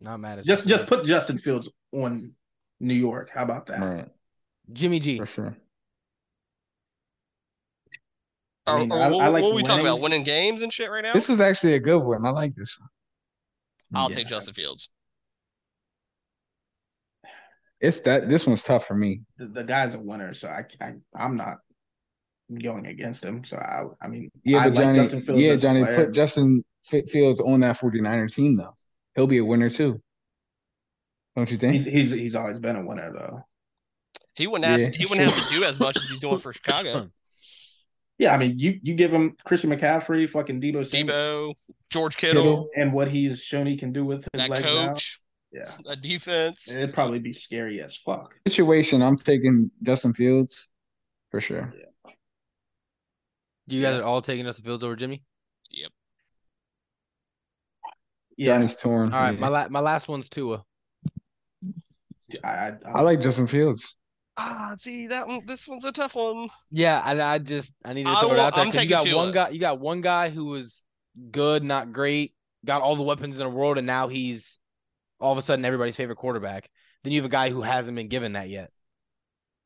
[SPEAKER 3] Not mad at
[SPEAKER 1] Just
[SPEAKER 3] you. for
[SPEAKER 1] just
[SPEAKER 3] it.
[SPEAKER 1] put Justin Fields on New York. How about that?
[SPEAKER 2] Right.
[SPEAKER 3] Jimmy G.
[SPEAKER 2] For sure.
[SPEAKER 1] I
[SPEAKER 4] Or,
[SPEAKER 1] mean,
[SPEAKER 4] or
[SPEAKER 1] I-
[SPEAKER 4] what,
[SPEAKER 1] I like
[SPEAKER 4] what we talking about?
[SPEAKER 1] winning.
[SPEAKER 4] Winning games and shit right now?
[SPEAKER 2] This was actually a good one. I like this one.
[SPEAKER 4] I'll
[SPEAKER 2] Yeah.
[SPEAKER 4] take Justin Fields.
[SPEAKER 2] It's that this one's tough for me.
[SPEAKER 1] the, the guy's a winner, so I, I I'm not going against him. So I I mean
[SPEAKER 2] Yeah,
[SPEAKER 1] I
[SPEAKER 2] but Johnny. yeah,
[SPEAKER 1] as a
[SPEAKER 2] Johnny.
[SPEAKER 1] player.
[SPEAKER 2] Put Justin F- Fields on that 49er team though. He'll be a winner too. Don't you think?
[SPEAKER 1] he's, he's he's always been a winner though.
[SPEAKER 4] He wouldn't ask,
[SPEAKER 2] Yeah,
[SPEAKER 4] he wouldn't have to do as much as he's doing for Chicago.
[SPEAKER 1] Yeah, I mean you you give him Christian McCaffrey, fucking Debo, Samuel,
[SPEAKER 4] Debo, George Kittle,
[SPEAKER 2] Kittle.
[SPEAKER 1] and what he's shown he can do with his
[SPEAKER 4] that
[SPEAKER 1] legs
[SPEAKER 4] coach,
[SPEAKER 1] now. Yeah,
[SPEAKER 4] that defense.
[SPEAKER 1] it'd probably be scary as fuck.
[SPEAKER 2] Situation. I'm taking Justin Fields for sure.
[SPEAKER 3] You guys
[SPEAKER 1] Yeah.
[SPEAKER 3] are all taking Justin Fields over Jimmy.
[SPEAKER 1] Yeah,
[SPEAKER 2] Johnny's torn.
[SPEAKER 3] All right,
[SPEAKER 2] Yeah.
[SPEAKER 3] my la- my last one's Tua.
[SPEAKER 1] I I,
[SPEAKER 2] I like Justin Fields.
[SPEAKER 4] Ah, see that one. This one's a tough one.
[SPEAKER 3] Yeah, and I just I need to
[SPEAKER 4] I
[SPEAKER 3] throw it
[SPEAKER 4] will-
[SPEAKER 3] out there.
[SPEAKER 4] I'm
[SPEAKER 3] 'cause you
[SPEAKER 4] taking
[SPEAKER 3] got one
[SPEAKER 4] Tua.
[SPEAKER 3] guy. You got one guy who was good, not great, got all the weapons in the world, and now he's all of a sudden everybody's favorite quarterback. Then you have a guy who hasn't been given that yet.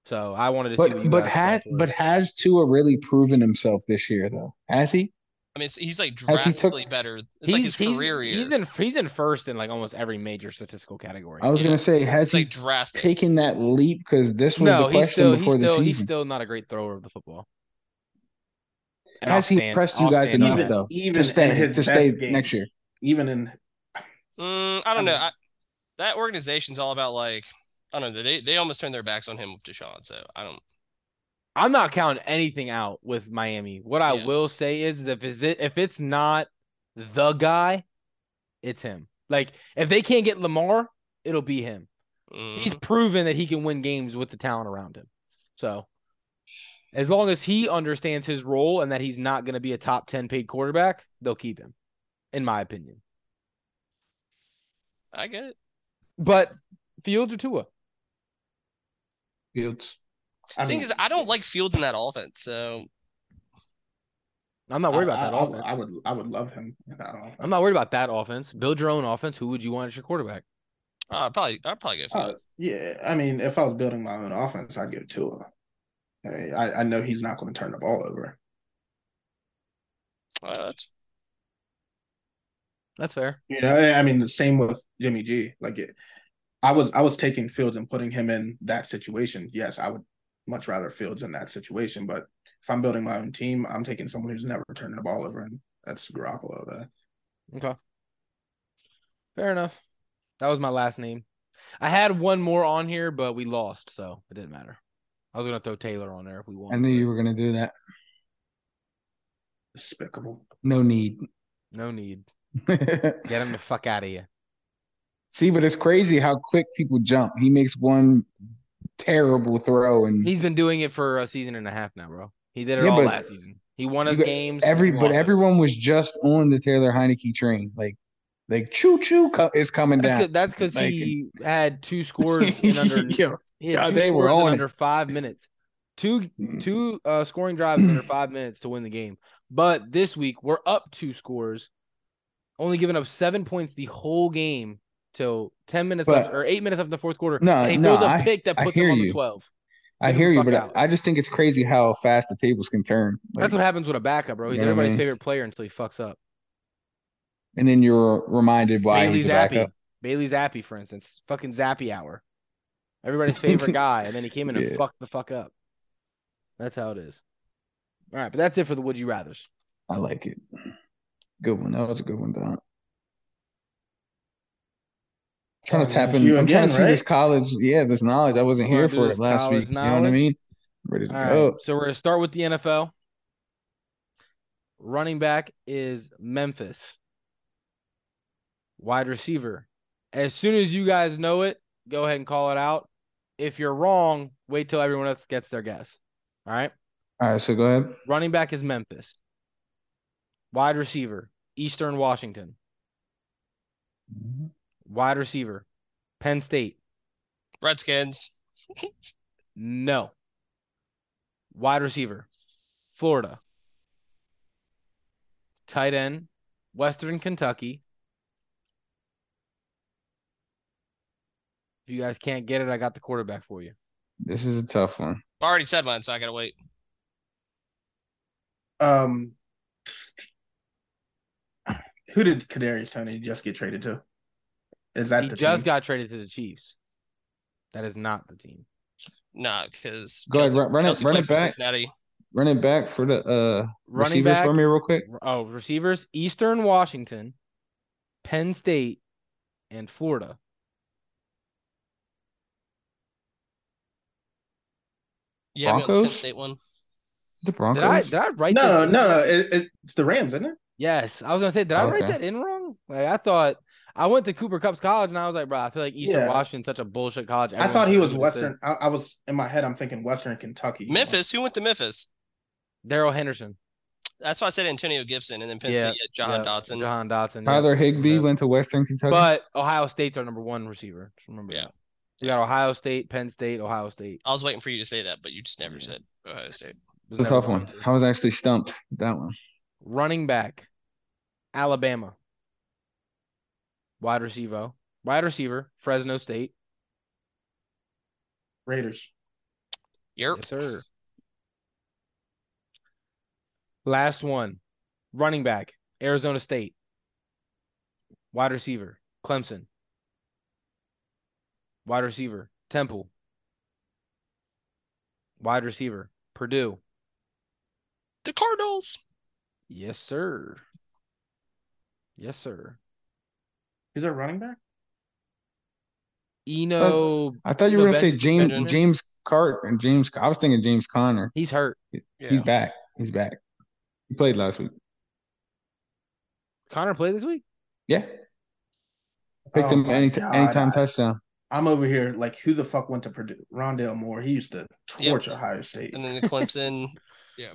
[SPEAKER 3] So I wanted to see what
[SPEAKER 2] But
[SPEAKER 3] you
[SPEAKER 2] but
[SPEAKER 3] guys
[SPEAKER 2] had
[SPEAKER 3] thought was.
[SPEAKER 2] but has Tua really proven himself this year though? Has he?
[SPEAKER 4] I mean, it's, he's like
[SPEAKER 2] As he took-
[SPEAKER 4] drastically better. It's like his career year.
[SPEAKER 3] He's in he's in first in like almost every major statistical category.
[SPEAKER 2] I was
[SPEAKER 4] Yeah.
[SPEAKER 2] gonna say, has
[SPEAKER 4] it's
[SPEAKER 2] he
[SPEAKER 4] like drastic.
[SPEAKER 2] taken that leap? Because this was
[SPEAKER 3] no,
[SPEAKER 2] the
[SPEAKER 3] he's
[SPEAKER 2] question
[SPEAKER 3] still he's
[SPEAKER 2] before the
[SPEAKER 3] still he's
[SPEAKER 2] season.
[SPEAKER 3] still not a great thrower of the football. And
[SPEAKER 2] Has
[SPEAKER 3] I'll
[SPEAKER 2] he
[SPEAKER 3] stand-
[SPEAKER 2] pressed you
[SPEAKER 3] I'll
[SPEAKER 2] guys
[SPEAKER 3] stand on
[SPEAKER 2] enough
[SPEAKER 3] it.
[SPEAKER 2] though
[SPEAKER 1] even
[SPEAKER 2] to
[SPEAKER 1] in
[SPEAKER 2] stay
[SPEAKER 1] his
[SPEAKER 2] to stay
[SPEAKER 1] best game.
[SPEAKER 2] next year?
[SPEAKER 1] Even in
[SPEAKER 4] Mm, I don't know.
[SPEAKER 1] mean-
[SPEAKER 4] I, that organization's all about like I don't know. They they almost turned their backs on him with Deshaun. So I don't.
[SPEAKER 3] I'm not counting anything out with Miami. What I
[SPEAKER 4] Yeah.
[SPEAKER 3] will say is, is if is it if it's not the guy, it's him. Like if they can't get Lamar, it'll be him.
[SPEAKER 1] Mm-hmm.
[SPEAKER 4] Mm,
[SPEAKER 2] [laughs]
[SPEAKER 3] He's proven that he can win games with the talent around him. So as long as he understands his role and that he's not going to be a top 10 paid quarterback, they'll keep him, in my opinion.
[SPEAKER 4] I get it.
[SPEAKER 3] But Fields or Tua?
[SPEAKER 2] Fields.
[SPEAKER 1] I
[SPEAKER 4] thing
[SPEAKER 1] mean,
[SPEAKER 4] is, I don't like Fields in that offense. So
[SPEAKER 3] I'm not worried about
[SPEAKER 1] I-
[SPEAKER 3] that
[SPEAKER 1] I- I-
[SPEAKER 3] offense.
[SPEAKER 1] I would I would love him in that offense.
[SPEAKER 3] I'm not worried about that offense. Build your own offense. Who would you want as your quarterback?
[SPEAKER 4] uh, I'd probably I'd probably go.
[SPEAKER 1] Uh,
[SPEAKER 4] Fields.
[SPEAKER 1] yeah, I mean, if I was building my own offense, I'd give Tua. I, mean, I I know he's not going to turn the ball over.
[SPEAKER 4] Uh, that's-
[SPEAKER 3] That's fair.
[SPEAKER 1] You know, I mean, the same with Jimmy G. Like, it, I was I was taking Fields and putting him in that situation. Yes, I would much rather Fields in that situation, but if I'm building my own team, I'm taking someone who's never turning the ball over, and that's Garoppolo. Though.
[SPEAKER 3] Okay. Fair enough. That was my last name. I had one more on here, but we lost, so it didn't matter. I was gonna throw Taylor on there if we won.
[SPEAKER 2] I knew
[SPEAKER 3] but
[SPEAKER 2] you were gonna do that.
[SPEAKER 1] Despicable.
[SPEAKER 2] No need.
[SPEAKER 3] No need. Get
[SPEAKER 2] [laughs]
[SPEAKER 3] him the fuck out of here.
[SPEAKER 2] See, but it's crazy how quick people jump. He makes one terrible throw, and
[SPEAKER 3] He's been doing it for a season and a half now, bro. He did it
[SPEAKER 2] Yeah,
[SPEAKER 3] all
[SPEAKER 2] but-
[SPEAKER 3] last season. He won
[SPEAKER 2] You
[SPEAKER 3] us
[SPEAKER 2] got-
[SPEAKER 3] games.
[SPEAKER 2] every
[SPEAKER 3] we
[SPEAKER 2] but
[SPEAKER 3] lost it.
[SPEAKER 2] everyone was just on the Taylor Heineke train. Like, like choo choo co- is coming
[SPEAKER 3] That's
[SPEAKER 2] down.
[SPEAKER 3] good. That's because
[SPEAKER 2] Like-
[SPEAKER 3] he had
[SPEAKER 2] [laughs]
[SPEAKER 3] two scores in under.
[SPEAKER 2] Yo,
[SPEAKER 3] He had
[SPEAKER 2] Yeah,
[SPEAKER 3] two
[SPEAKER 2] they were
[SPEAKER 3] scores in
[SPEAKER 2] on Mm. it.
[SPEAKER 3] under five minutes. Two two uh, scoring drives in under five minutes to win the game. But this week we're up two scores, only giving up seven points the whole game till ten minutes
[SPEAKER 2] But-
[SPEAKER 3] left, or eight minutes of the fourth quarter.
[SPEAKER 2] No,
[SPEAKER 3] and he
[SPEAKER 2] no,
[SPEAKER 3] throws a
[SPEAKER 2] I-
[SPEAKER 3] pick that
[SPEAKER 2] I
[SPEAKER 3] puts him
[SPEAKER 2] hear
[SPEAKER 3] on the
[SPEAKER 2] you.
[SPEAKER 3] twelve.
[SPEAKER 2] I
[SPEAKER 3] Get the
[SPEAKER 2] hear you,
[SPEAKER 3] fuck
[SPEAKER 2] but
[SPEAKER 3] out.
[SPEAKER 2] I just think it's crazy how fast the tables can turn. Like,
[SPEAKER 3] That's what happens with a backup, bro. He's
[SPEAKER 2] You know what I
[SPEAKER 3] everybody's
[SPEAKER 2] mean?
[SPEAKER 3] favorite player until he fucks up.
[SPEAKER 2] and then you're reminded why
[SPEAKER 3] Bailey
[SPEAKER 2] he's a backup.
[SPEAKER 3] Zappi. Bailey Zappi, for instance, fucking Zappy hour.
[SPEAKER 2] [laughs]
[SPEAKER 3] Everybody's favorite guy, and then he came in and
[SPEAKER 2] Yeah.
[SPEAKER 3] fucked the fuck up. That's how it is. All right, but that's it for the would you rather's.
[SPEAKER 2] I like it. Good one. That was a good one, Don. Trying to
[SPEAKER 1] Oh,
[SPEAKER 2] tap
[SPEAKER 1] that's
[SPEAKER 2] in.
[SPEAKER 1] you
[SPEAKER 2] I'm trying
[SPEAKER 1] again,
[SPEAKER 2] to see this
[SPEAKER 1] right?
[SPEAKER 2] college. Yeah, this knowledge. I wasn't
[SPEAKER 3] We're gonna
[SPEAKER 2] here
[SPEAKER 3] do
[SPEAKER 2] for
[SPEAKER 3] this
[SPEAKER 2] it last
[SPEAKER 3] college
[SPEAKER 2] week. You know what I
[SPEAKER 3] knowledge.
[SPEAKER 2] mean? Ready to
[SPEAKER 3] All right,
[SPEAKER 2] go.
[SPEAKER 3] so we're gonna start with the NFL. Running back is Memphis. Wide receiver. As soon as you guys know it, go ahead and call it out. If you're wrong, wait till everyone else gets their guess. All right.
[SPEAKER 2] All right, so go ahead.
[SPEAKER 3] Running back is Memphis. Wide receiver, Eastern Washington. Wide receiver, Penn State.
[SPEAKER 4] Redskins.
[SPEAKER 3] No. Wide receiver, Florida. Tight end, Western Kentucky. If you guys can't get it, I got the quarterback for you.
[SPEAKER 2] This is a tough one.
[SPEAKER 4] I already said mine, so I gotta wait.
[SPEAKER 1] Um, who did Kadarius Tony just get traded to? Is that
[SPEAKER 3] He
[SPEAKER 1] the
[SPEAKER 3] just
[SPEAKER 1] team?
[SPEAKER 3] got traded to the Chiefs. That is not the team.
[SPEAKER 4] Nah, because
[SPEAKER 2] Go ahead, run- run it- run it
[SPEAKER 4] for
[SPEAKER 2] back.
[SPEAKER 4] Cincinnati.
[SPEAKER 2] Run it back for the uh
[SPEAKER 3] Running
[SPEAKER 2] receivers
[SPEAKER 3] back.
[SPEAKER 2] for me real quick.
[SPEAKER 3] Oh, receivers, Eastern Washington, Penn State, and Florida.
[SPEAKER 4] Yeah, we got the Penn
[SPEAKER 2] Broncos?
[SPEAKER 4] State one.
[SPEAKER 2] The
[SPEAKER 3] Did I,
[SPEAKER 2] Broncos.
[SPEAKER 3] did I write
[SPEAKER 1] no,
[SPEAKER 3] this
[SPEAKER 1] no, no. It, it's the Rams, isn't it?
[SPEAKER 3] Yes, I was gonna say, did I write
[SPEAKER 2] Okay.
[SPEAKER 3] that in wrong? Like I thought I went to Cooper Cup's college and I was like, bro, I feel like Eastern
[SPEAKER 1] Yeah.
[SPEAKER 3] Washington's such a bullshit college.
[SPEAKER 1] I
[SPEAKER 3] Everyone
[SPEAKER 1] thought he was
[SPEAKER 3] knows who this is."
[SPEAKER 1] Western. I, I was in my head. I'm thinking Western Kentucky.
[SPEAKER 4] Memphis. Who went to Memphis?
[SPEAKER 3] Daryl Henderson.
[SPEAKER 4] That's why I said Antonio Gibson, and then Penn
[SPEAKER 3] Yeah,
[SPEAKER 4] State. Yeah, John
[SPEAKER 3] Yeah,
[SPEAKER 4] Dotson.
[SPEAKER 3] Jahan Dotson. yeah.
[SPEAKER 2] Tyler Higbee
[SPEAKER 3] Yeah.
[SPEAKER 2] went to Western Kentucky.
[SPEAKER 3] But Ohio State's our number one receiver. Just remember
[SPEAKER 4] Yeah.
[SPEAKER 3] that. We got Ohio State, Penn State, Ohio State.
[SPEAKER 4] I was waiting for you to say that, but you just never
[SPEAKER 3] Yeah.
[SPEAKER 4] said Ohio State.
[SPEAKER 3] Was
[SPEAKER 2] it's a
[SPEAKER 3] never
[SPEAKER 2] tough
[SPEAKER 3] going
[SPEAKER 2] one.
[SPEAKER 3] to.
[SPEAKER 2] I was actually stumped with that one.
[SPEAKER 3] Running back, Alabama. Wide receiver, wide receiver, Fresno State.
[SPEAKER 1] Raiders.
[SPEAKER 4] Yerp.
[SPEAKER 3] Yes, sir. Last one. Running back, Arizona State. Wide receiver, Clemson. Wide receiver, Temple. Wide receiver, Purdue.
[SPEAKER 4] The Cardinals.
[SPEAKER 3] Yes, sir. Yes, sir.
[SPEAKER 1] He's our running back.
[SPEAKER 3] Eno,
[SPEAKER 2] I thought you were
[SPEAKER 3] No,
[SPEAKER 2] gonna say
[SPEAKER 3] Ben-
[SPEAKER 2] James
[SPEAKER 4] Benjamin.
[SPEAKER 2] James Cart and James. I was thinking James Conner.
[SPEAKER 3] he's hurt.
[SPEAKER 4] Yeah.
[SPEAKER 2] He's back. He's back. He played last week.
[SPEAKER 3] Connor played this week.
[SPEAKER 2] Yeah, picked
[SPEAKER 1] Oh
[SPEAKER 2] him
[SPEAKER 1] my
[SPEAKER 2] any
[SPEAKER 1] God,
[SPEAKER 2] anytime
[SPEAKER 1] I-
[SPEAKER 2] touchdown.
[SPEAKER 1] I'm over here like, who the fuck went to Purdue? Rondale Moore. He used to torch Ohio State.
[SPEAKER 4] and then the Clemson. [laughs] yeah.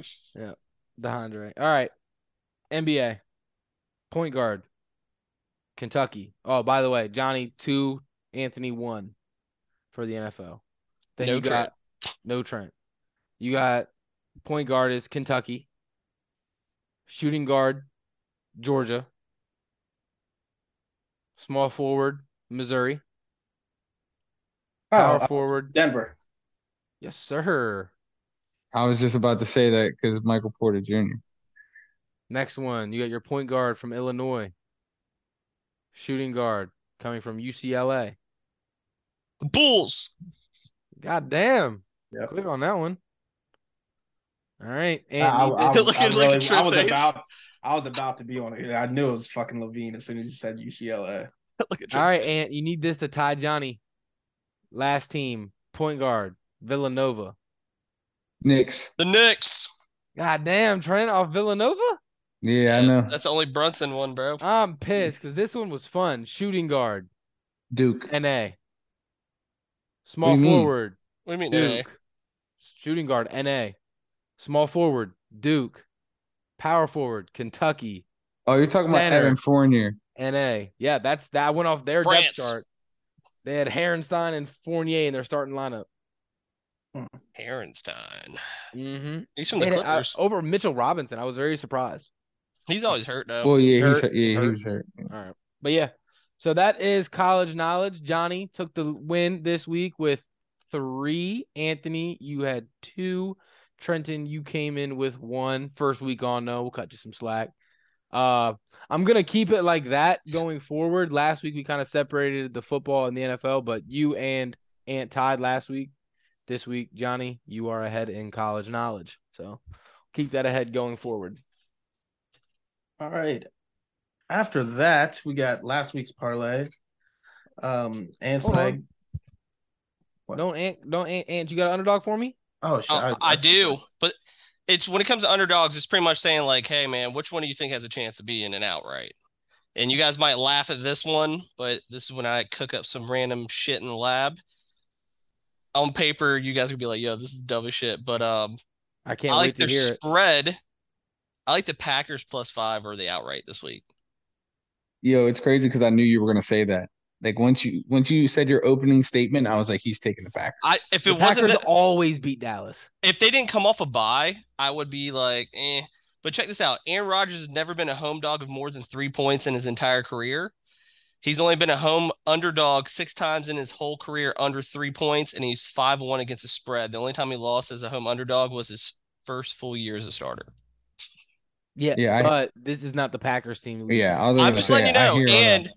[SPEAKER 3] DeAndre. All right. NBA. Point guard. Kentucky. Oh, by the way, Johnny two, Anthony one for the NFL. Then
[SPEAKER 4] No
[SPEAKER 3] you
[SPEAKER 4] Trent.
[SPEAKER 3] got no Trent. You got point guard is Kentucky. Shooting guard, Georgia. Small forward, Missouri. Power
[SPEAKER 1] Oh, uh,
[SPEAKER 3] forward.
[SPEAKER 1] Denver.
[SPEAKER 3] Yes, sir.
[SPEAKER 2] I was just about to say that because Michael Porter Jr.
[SPEAKER 3] Next one, you got your point guard from Illinois. Shooting guard coming from UCLA.
[SPEAKER 4] The Bulls. [laughs]
[SPEAKER 3] God damn.
[SPEAKER 1] Yep.
[SPEAKER 3] Quick on that one. All right.
[SPEAKER 1] I,
[SPEAKER 3] And
[SPEAKER 1] I, I,
[SPEAKER 3] you
[SPEAKER 1] I
[SPEAKER 3] did-
[SPEAKER 4] Look at- look at
[SPEAKER 1] really- I
[SPEAKER 4] Trent's
[SPEAKER 1] was
[SPEAKER 4] face.
[SPEAKER 1] about I was about to be on it. I knew it was fucking Levine as soon as you said UCLA.
[SPEAKER 4] Look at
[SPEAKER 3] all
[SPEAKER 4] Trent's
[SPEAKER 3] right, Ant, you need this to tie Johnny. Last team, point guard, Villanova.
[SPEAKER 2] Knicks.
[SPEAKER 4] The Knicks.
[SPEAKER 3] God damn, Trent off Villanova?
[SPEAKER 2] Yeah, I know.
[SPEAKER 4] That's the only Brunson one, bro.
[SPEAKER 3] I'm pissed because this one was fun. Shooting guard,
[SPEAKER 2] Duke.
[SPEAKER 3] NA. Small
[SPEAKER 2] you mean?
[SPEAKER 3] forward,
[SPEAKER 4] What do you mean?
[SPEAKER 3] Duke.
[SPEAKER 4] NA?
[SPEAKER 3] Shooting guard, NA. Small forward, Duke. Power forward, Kentucky,
[SPEAKER 2] Oh, you're talking about
[SPEAKER 3] Leonard.
[SPEAKER 2] Evan Fournier.
[SPEAKER 3] NA. Yeah, that's that I went off their
[SPEAKER 4] France.
[SPEAKER 3] depth chart. They had Herrenstein and Fournier in their starting lineup.
[SPEAKER 4] Harenstein.
[SPEAKER 3] Mm-hmm.
[SPEAKER 4] He's from the Clippers.
[SPEAKER 3] over Mitchell Robinson, I was very surprised.
[SPEAKER 4] He's always hurt though.
[SPEAKER 2] Well, yeah, he's
[SPEAKER 3] hurt,
[SPEAKER 2] hurt. yeah,
[SPEAKER 3] hurt.
[SPEAKER 2] he was hurt.
[SPEAKER 3] All right, but yeah, so that is college knowledge. Johnny took the win this week with three. Anthony, you had two. Trenton, you came in with one. First week on, no, we'll cut you some slack. Uh, I'm gonna keep it like that going forward. Last week we kind of separated the football and the NFL, but you and Ant tied last week. This week, Johnny, you are ahead in college knowledge, so keep that ahead going forward.
[SPEAKER 1] All right. After that, we got last week's parlay. Um, and
[SPEAKER 3] Hold
[SPEAKER 1] Snag. What?
[SPEAKER 3] Don't Ant, don't Ant, Ant, you got an underdog for me?
[SPEAKER 1] Oh, shit,
[SPEAKER 4] Uh, I, I do, but it's when it comes to underdogs, it's pretty much saying like, "Hey, man, which one do you think has a chance of being an outright?" And you guys might laugh at this one, but this is when I cook up some random shit in the lab. On paper, you guys would be like, "Yo, this is dumb as shit," but um,
[SPEAKER 3] I can't
[SPEAKER 4] I
[SPEAKER 3] wait
[SPEAKER 4] like
[SPEAKER 3] to
[SPEAKER 4] their
[SPEAKER 3] hear it.
[SPEAKER 4] spread. I like the Packers plus five or the outright this week.
[SPEAKER 2] Yo, it's crazy because I knew you were gonna say that. Like once you once you said your opening statement, I was like, he's taking it back.
[SPEAKER 4] I if
[SPEAKER 3] The
[SPEAKER 4] it wasn't
[SPEAKER 3] Packers
[SPEAKER 4] that,
[SPEAKER 3] always beat Dallas.
[SPEAKER 4] if they didn't come off a bye, I would be like, eh. But check this out. Aaron Rodgers has never been a home dog of more than three points in his entire career. He's only been a home underdog six times in his whole career under three points, and he's 5 1 against the spread. The only time he lost as a home underdog was his first full year as a starter.
[SPEAKER 3] Yeah,
[SPEAKER 2] Yeah, I-
[SPEAKER 3] but this is not the Packers team. losing.
[SPEAKER 2] Yeah, I was
[SPEAKER 4] I'm
[SPEAKER 2] gonna
[SPEAKER 4] just
[SPEAKER 2] say,
[SPEAKER 4] letting you
[SPEAKER 2] I
[SPEAKER 4] know.
[SPEAKER 2] hear all that.
[SPEAKER 4] And,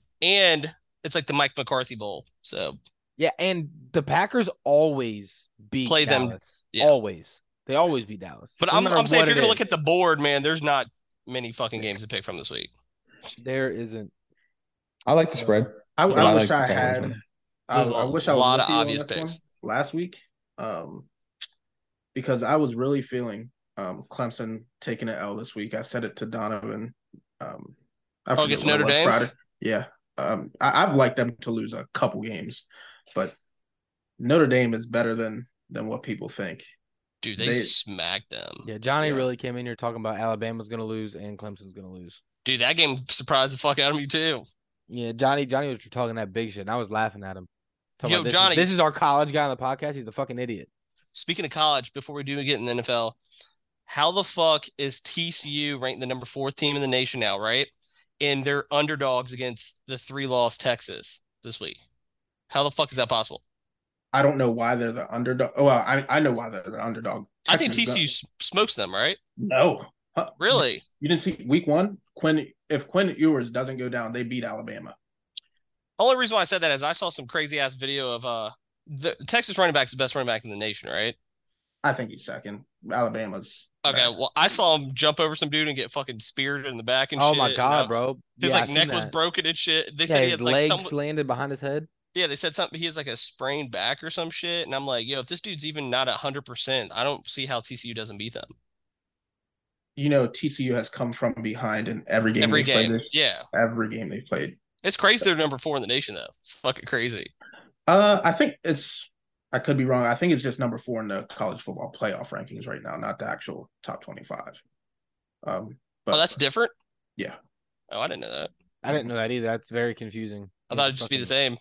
[SPEAKER 4] and it's like the Mike McCarthy Bowl. So
[SPEAKER 3] yeah, and the Packers always beat
[SPEAKER 4] Play them.
[SPEAKER 3] Dallas.
[SPEAKER 4] Yeah.
[SPEAKER 3] Always, they always beat Dallas.
[SPEAKER 4] But
[SPEAKER 3] No
[SPEAKER 4] I'm,
[SPEAKER 3] matter
[SPEAKER 4] I'm saying
[SPEAKER 3] what
[SPEAKER 4] if you're
[SPEAKER 3] it
[SPEAKER 4] going to look
[SPEAKER 3] is.
[SPEAKER 4] at the board, man, there's not many fucking games to pick from this week.
[SPEAKER 3] there isn't.
[SPEAKER 2] I like the spread.
[SPEAKER 1] I,
[SPEAKER 2] So I
[SPEAKER 1] I wish
[SPEAKER 2] like
[SPEAKER 1] I
[SPEAKER 2] the Packers
[SPEAKER 1] had.
[SPEAKER 2] one.
[SPEAKER 1] I,
[SPEAKER 4] There's a
[SPEAKER 1] I wish I was
[SPEAKER 4] lot
[SPEAKER 1] with
[SPEAKER 4] of
[SPEAKER 1] you on
[SPEAKER 4] obvious
[SPEAKER 1] this one
[SPEAKER 4] picks.
[SPEAKER 1] last week, um, because I was really feeling um Clemson taking an L this week. I said it to Donovan. Um, I forget
[SPEAKER 4] Oh, against
[SPEAKER 1] when it
[SPEAKER 4] Notre
[SPEAKER 1] was,
[SPEAKER 4] Dame?
[SPEAKER 1] Yeah, um, I, I've liked them to lose a couple games, but Notre Dame is better than than what people think.
[SPEAKER 4] Dude, they,
[SPEAKER 1] They-
[SPEAKER 4] smacked them.
[SPEAKER 3] Yeah, Johnny
[SPEAKER 1] Yeah.
[SPEAKER 3] really came in here talking about Alabama's gonna lose and Clemson's gonna lose.
[SPEAKER 4] Dude, that game surprised the fuck out of me too.
[SPEAKER 3] Yeah, Johnny, Johnny was talking that big shit, and I was laughing at him. Talking
[SPEAKER 4] Yo,
[SPEAKER 3] about this
[SPEAKER 4] Johnny-
[SPEAKER 3] is, this is our college guy on the podcast. He's a fucking idiot.
[SPEAKER 4] Speaking of college, before we do get in the NFL, how the fuck is TCU ranked the number fourth team in the nation now, right? And they're underdogs against the three loss Texas this week. How the fuck is that possible?
[SPEAKER 1] I don't know why they're the underdog. oh, Well, I I know why they're the underdog.
[SPEAKER 4] I think
[SPEAKER 1] Texas-
[SPEAKER 4] TCU s- smokes them, right?
[SPEAKER 1] No, Huh?
[SPEAKER 4] Really?
[SPEAKER 1] You didn't see week one. Quinn, if Quinn Ewers doesn't go down, they beat Alabama.
[SPEAKER 4] Only reason why I said that is I saw some crazy ass video of uh the Texas running back's the best running back in the nation, right?
[SPEAKER 1] I think he's second. Alabama's
[SPEAKER 4] Okay, well, I saw him jump over some dude and get fucking speared in the back and
[SPEAKER 3] oh
[SPEAKER 4] shit.
[SPEAKER 3] my
[SPEAKER 4] and,
[SPEAKER 3] god,
[SPEAKER 4] uh,
[SPEAKER 3] bro.
[SPEAKER 4] His
[SPEAKER 3] Yeah, I
[SPEAKER 4] like
[SPEAKER 3] seen
[SPEAKER 4] neck was
[SPEAKER 3] that.
[SPEAKER 4] broken and shit. They
[SPEAKER 3] yeah,
[SPEAKER 4] said he
[SPEAKER 3] his
[SPEAKER 4] had like
[SPEAKER 3] legs
[SPEAKER 4] some.
[SPEAKER 3] landed behind his head.
[SPEAKER 4] Yeah, they said something. He has like a sprained back or some shit, and I'm like, yo, if this dude's even not hundred percent, I don't see how TCU doesn't beat them
[SPEAKER 1] You know, TCU has come from behind in every game
[SPEAKER 4] every
[SPEAKER 1] they've
[SPEAKER 4] game.
[SPEAKER 1] played. This,
[SPEAKER 4] Yeah,
[SPEAKER 1] Every game they've played.
[SPEAKER 4] it's crazy. They're number four in the nation though. It's fucking crazy.
[SPEAKER 1] Uh, I think it's. I could be wrong. I think it's just number four in the college football playoff rankings right now, not the actual top twenty-five. Um, but
[SPEAKER 4] oh, that's different.
[SPEAKER 1] Yeah.
[SPEAKER 4] Oh, I didn't know that.
[SPEAKER 3] I didn't know that either. That's very confusing.
[SPEAKER 4] I
[SPEAKER 3] Yeah,
[SPEAKER 4] thought it'd just be the
[SPEAKER 3] fucking-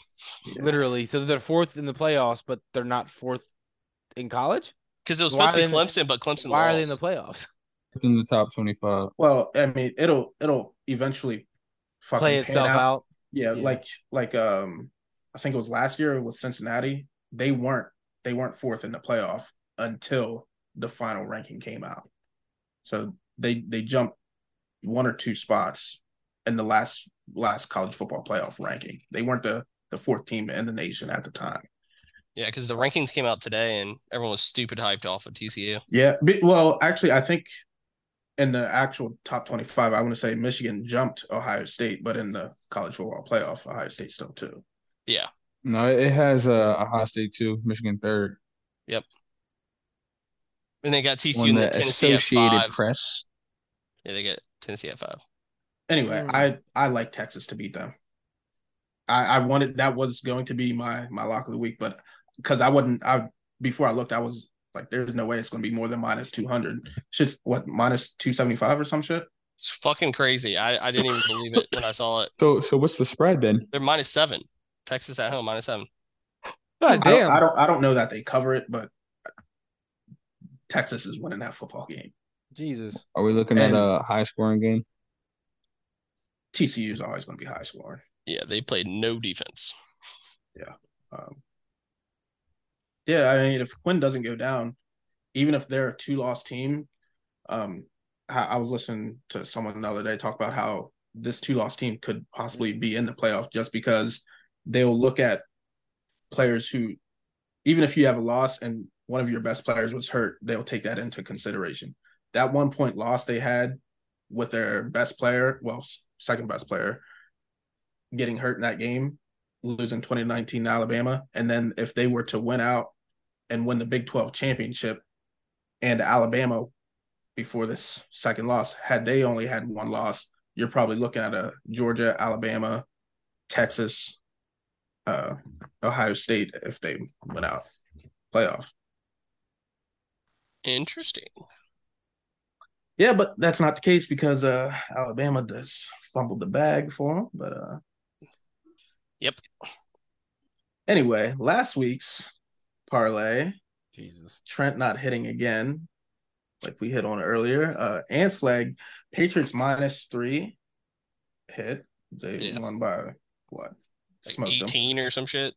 [SPEAKER 4] same.
[SPEAKER 1] Yeah.
[SPEAKER 3] Literally. So they're fourth in the playoffs, but they're not fourth in college?
[SPEAKER 4] Because it was
[SPEAKER 3] Why
[SPEAKER 4] supposed to be
[SPEAKER 3] are they in
[SPEAKER 4] Clemson, but Clemson
[SPEAKER 3] Why are they in
[SPEAKER 4] lost.
[SPEAKER 3] the playoffs? [laughs]
[SPEAKER 2] within the top twenty-five.
[SPEAKER 1] Well, I mean, it'll it'll eventually fucking
[SPEAKER 3] Play
[SPEAKER 1] pan
[SPEAKER 3] itself out.
[SPEAKER 1] Yeah,
[SPEAKER 3] Yeah.
[SPEAKER 1] like like um, I think it was last year with Cincinnati. They weren't they weren't fourth in the playoff until the final ranking came out. So they they jumped one or two spots in the last last college football playoff ranking. They weren't the the fourth team in the nation at the time.
[SPEAKER 4] Yeah, because the rankings came out today, and everyone was stupid hyped off of TCU.
[SPEAKER 1] Yeah. be- Well, actually, I think in the actual top 25, I want to say Michigan jumped Ohio State, but in the college football playoff, Ohio State still too.
[SPEAKER 2] No, it has uh, Ohio State two, Michigan third,
[SPEAKER 4] And they got TCU
[SPEAKER 2] on
[SPEAKER 4] and
[SPEAKER 2] the
[SPEAKER 4] then Tennessee at
[SPEAKER 2] Associated
[SPEAKER 4] five.
[SPEAKER 2] Press.
[SPEAKER 4] yeah, they got Tennessee at five.
[SPEAKER 1] Anyway,
[SPEAKER 3] Hmm.
[SPEAKER 1] I I like Texas to beat them. I I wanted that was going to be my my lock of the week, but because I wasn't I before I looked, I was like, there's no way it's going to be more than minus 200. Shit's what minus 275 or some shit.
[SPEAKER 4] It's fucking crazy. I, I didn't even believe it when I saw it.
[SPEAKER 2] So, so what's the spread then?
[SPEAKER 4] They're minus seven. Texas at home minus seven.
[SPEAKER 3] God
[SPEAKER 1] I don't,
[SPEAKER 3] damn.
[SPEAKER 1] I don't I don't know that they cover it, but Texas is winning that football game.
[SPEAKER 3] Jesus.
[SPEAKER 2] Are we looking
[SPEAKER 1] And-
[SPEAKER 2] at a high scoring game?
[SPEAKER 1] TCU is always going to be high scoring.
[SPEAKER 4] Yeah, they played no defense.
[SPEAKER 1] Um, yeah, I mean, if Quinn doesn't go down, even if they're a two-loss team, um, I, I was listening to someone the other day talk about how this two-loss team could possibly be in the playoff just because they'll look at players who, even if you have a loss and one of your best players was hurt, they'll take that into consideration. That one point loss they had with their best player, well, s- second best player, getting hurt in that game, losing 2019 to Alabama. And then if they were to win out and win the Big 12 championship and Alabama before this second loss, had they only had one loss, you're probably looking at a Georgia, Alabama, Texas, uh, Ohio State if they went out playoff.
[SPEAKER 4] Interesting.
[SPEAKER 1] Yeah, but that's not the case because uh, Alabama does fumbled the bag for them. But uh,
[SPEAKER 4] Yep.
[SPEAKER 1] Anyway, last week's parlay
[SPEAKER 3] Jesus.
[SPEAKER 1] Trent not hitting again, like we hit on earlier. Uh Ants leg, Patriots minus three hit. They
[SPEAKER 4] Yeah.
[SPEAKER 1] won by what?
[SPEAKER 4] Like
[SPEAKER 1] Smoked them.
[SPEAKER 4] 18 or some shit.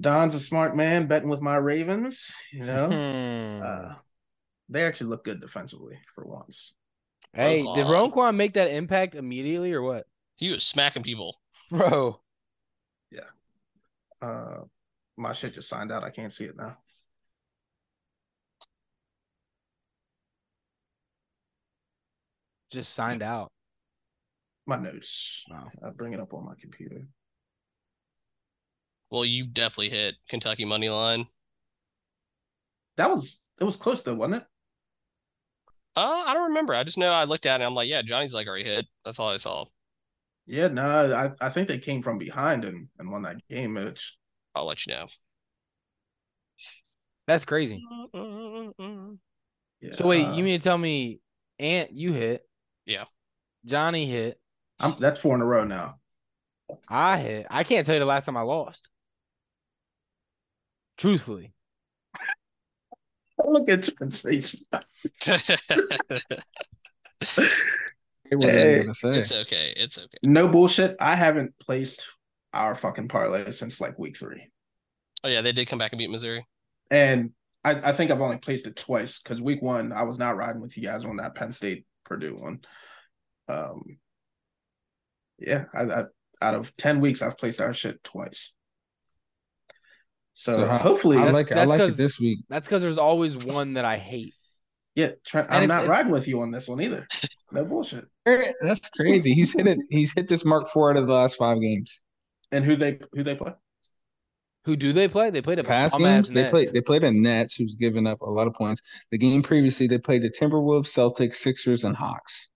[SPEAKER 1] Don's a smart man betting with my Ravens, you know.
[SPEAKER 3] Hmm.
[SPEAKER 1] uh they actually look good defensively for once.
[SPEAKER 3] hey, did
[SPEAKER 4] Roquan.
[SPEAKER 3] Ronquan make that impact immediately or what? [laughs]
[SPEAKER 4] He was smacking people.
[SPEAKER 3] Bro.
[SPEAKER 1] Uh my shit just signed out. I can't see it now.
[SPEAKER 3] Just signed out.
[SPEAKER 1] My notes.
[SPEAKER 3] Wow.
[SPEAKER 1] I bring it up on my computer.
[SPEAKER 4] Well, you definitely hit Kentucky money line.
[SPEAKER 1] That was it was close though, wasn't it?
[SPEAKER 4] Uh, I don't remember. I just know I looked at it and I'm like, yeah, Johnny's like already hit. That's all I saw.
[SPEAKER 1] Yeah, no, I, I think they came from behind and, and won that game. It's
[SPEAKER 4] I'll let [laughs] you
[SPEAKER 3] That's crazy.
[SPEAKER 4] know.
[SPEAKER 1] yeah,
[SPEAKER 3] So wait,
[SPEAKER 1] uh,
[SPEAKER 3] you mean to tell me Ant you hit?
[SPEAKER 4] Yeah.
[SPEAKER 3] Johnny hit.
[SPEAKER 1] I'm, that's four in a row now.
[SPEAKER 3] I hit. I can't tell you the last time I lost. Truthfully.
[SPEAKER 1] Look at Trent's face.
[SPEAKER 2] It wasn't
[SPEAKER 1] Hey,
[SPEAKER 2] gonna say.
[SPEAKER 4] It's okay. It's okay.
[SPEAKER 1] No bullshit. I haven't placed our fucking parlay since like week three,
[SPEAKER 4] Oh yeah, they did come back and beat Missouri.
[SPEAKER 1] and I, I think I've only placed it twice because week one I was not riding with you guys on that Penn State Purdue one. Um, yeah, I, I out of ten weeks I've placed our shit twice. So,
[SPEAKER 2] So how-
[SPEAKER 1] hopefully,
[SPEAKER 2] I like it. I
[SPEAKER 3] That's
[SPEAKER 2] like it
[SPEAKER 3] 'cause-
[SPEAKER 2] this week.
[SPEAKER 3] That's because there's always one that I hate.
[SPEAKER 1] Yeah, Trent,
[SPEAKER 3] And
[SPEAKER 1] I'm
[SPEAKER 3] it's-
[SPEAKER 1] not
[SPEAKER 3] it's-
[SPEAKER 1] riding with you on this one
[SPEAKER 2] [laughs]
[SPEAKER 1] either. No bullshit.
[SPEAKER 2] That's crazy. He's hit it. He's hit this mark four out of the last five games.
[SPEAKER 1] And who they who they play?
[SPEAKER 3] Who do they play? They played a
[SPEAKER 2] Past
[SPEAKER 3] bum-ass
[SPEAKER 2] games, they
[SPEAKER 3] Nets.
[SPEAKER 2] played they played the Nets, who's given up a lot of points. The game previously, they played the Timberwolves, Celtics, Sixers, and Hawks.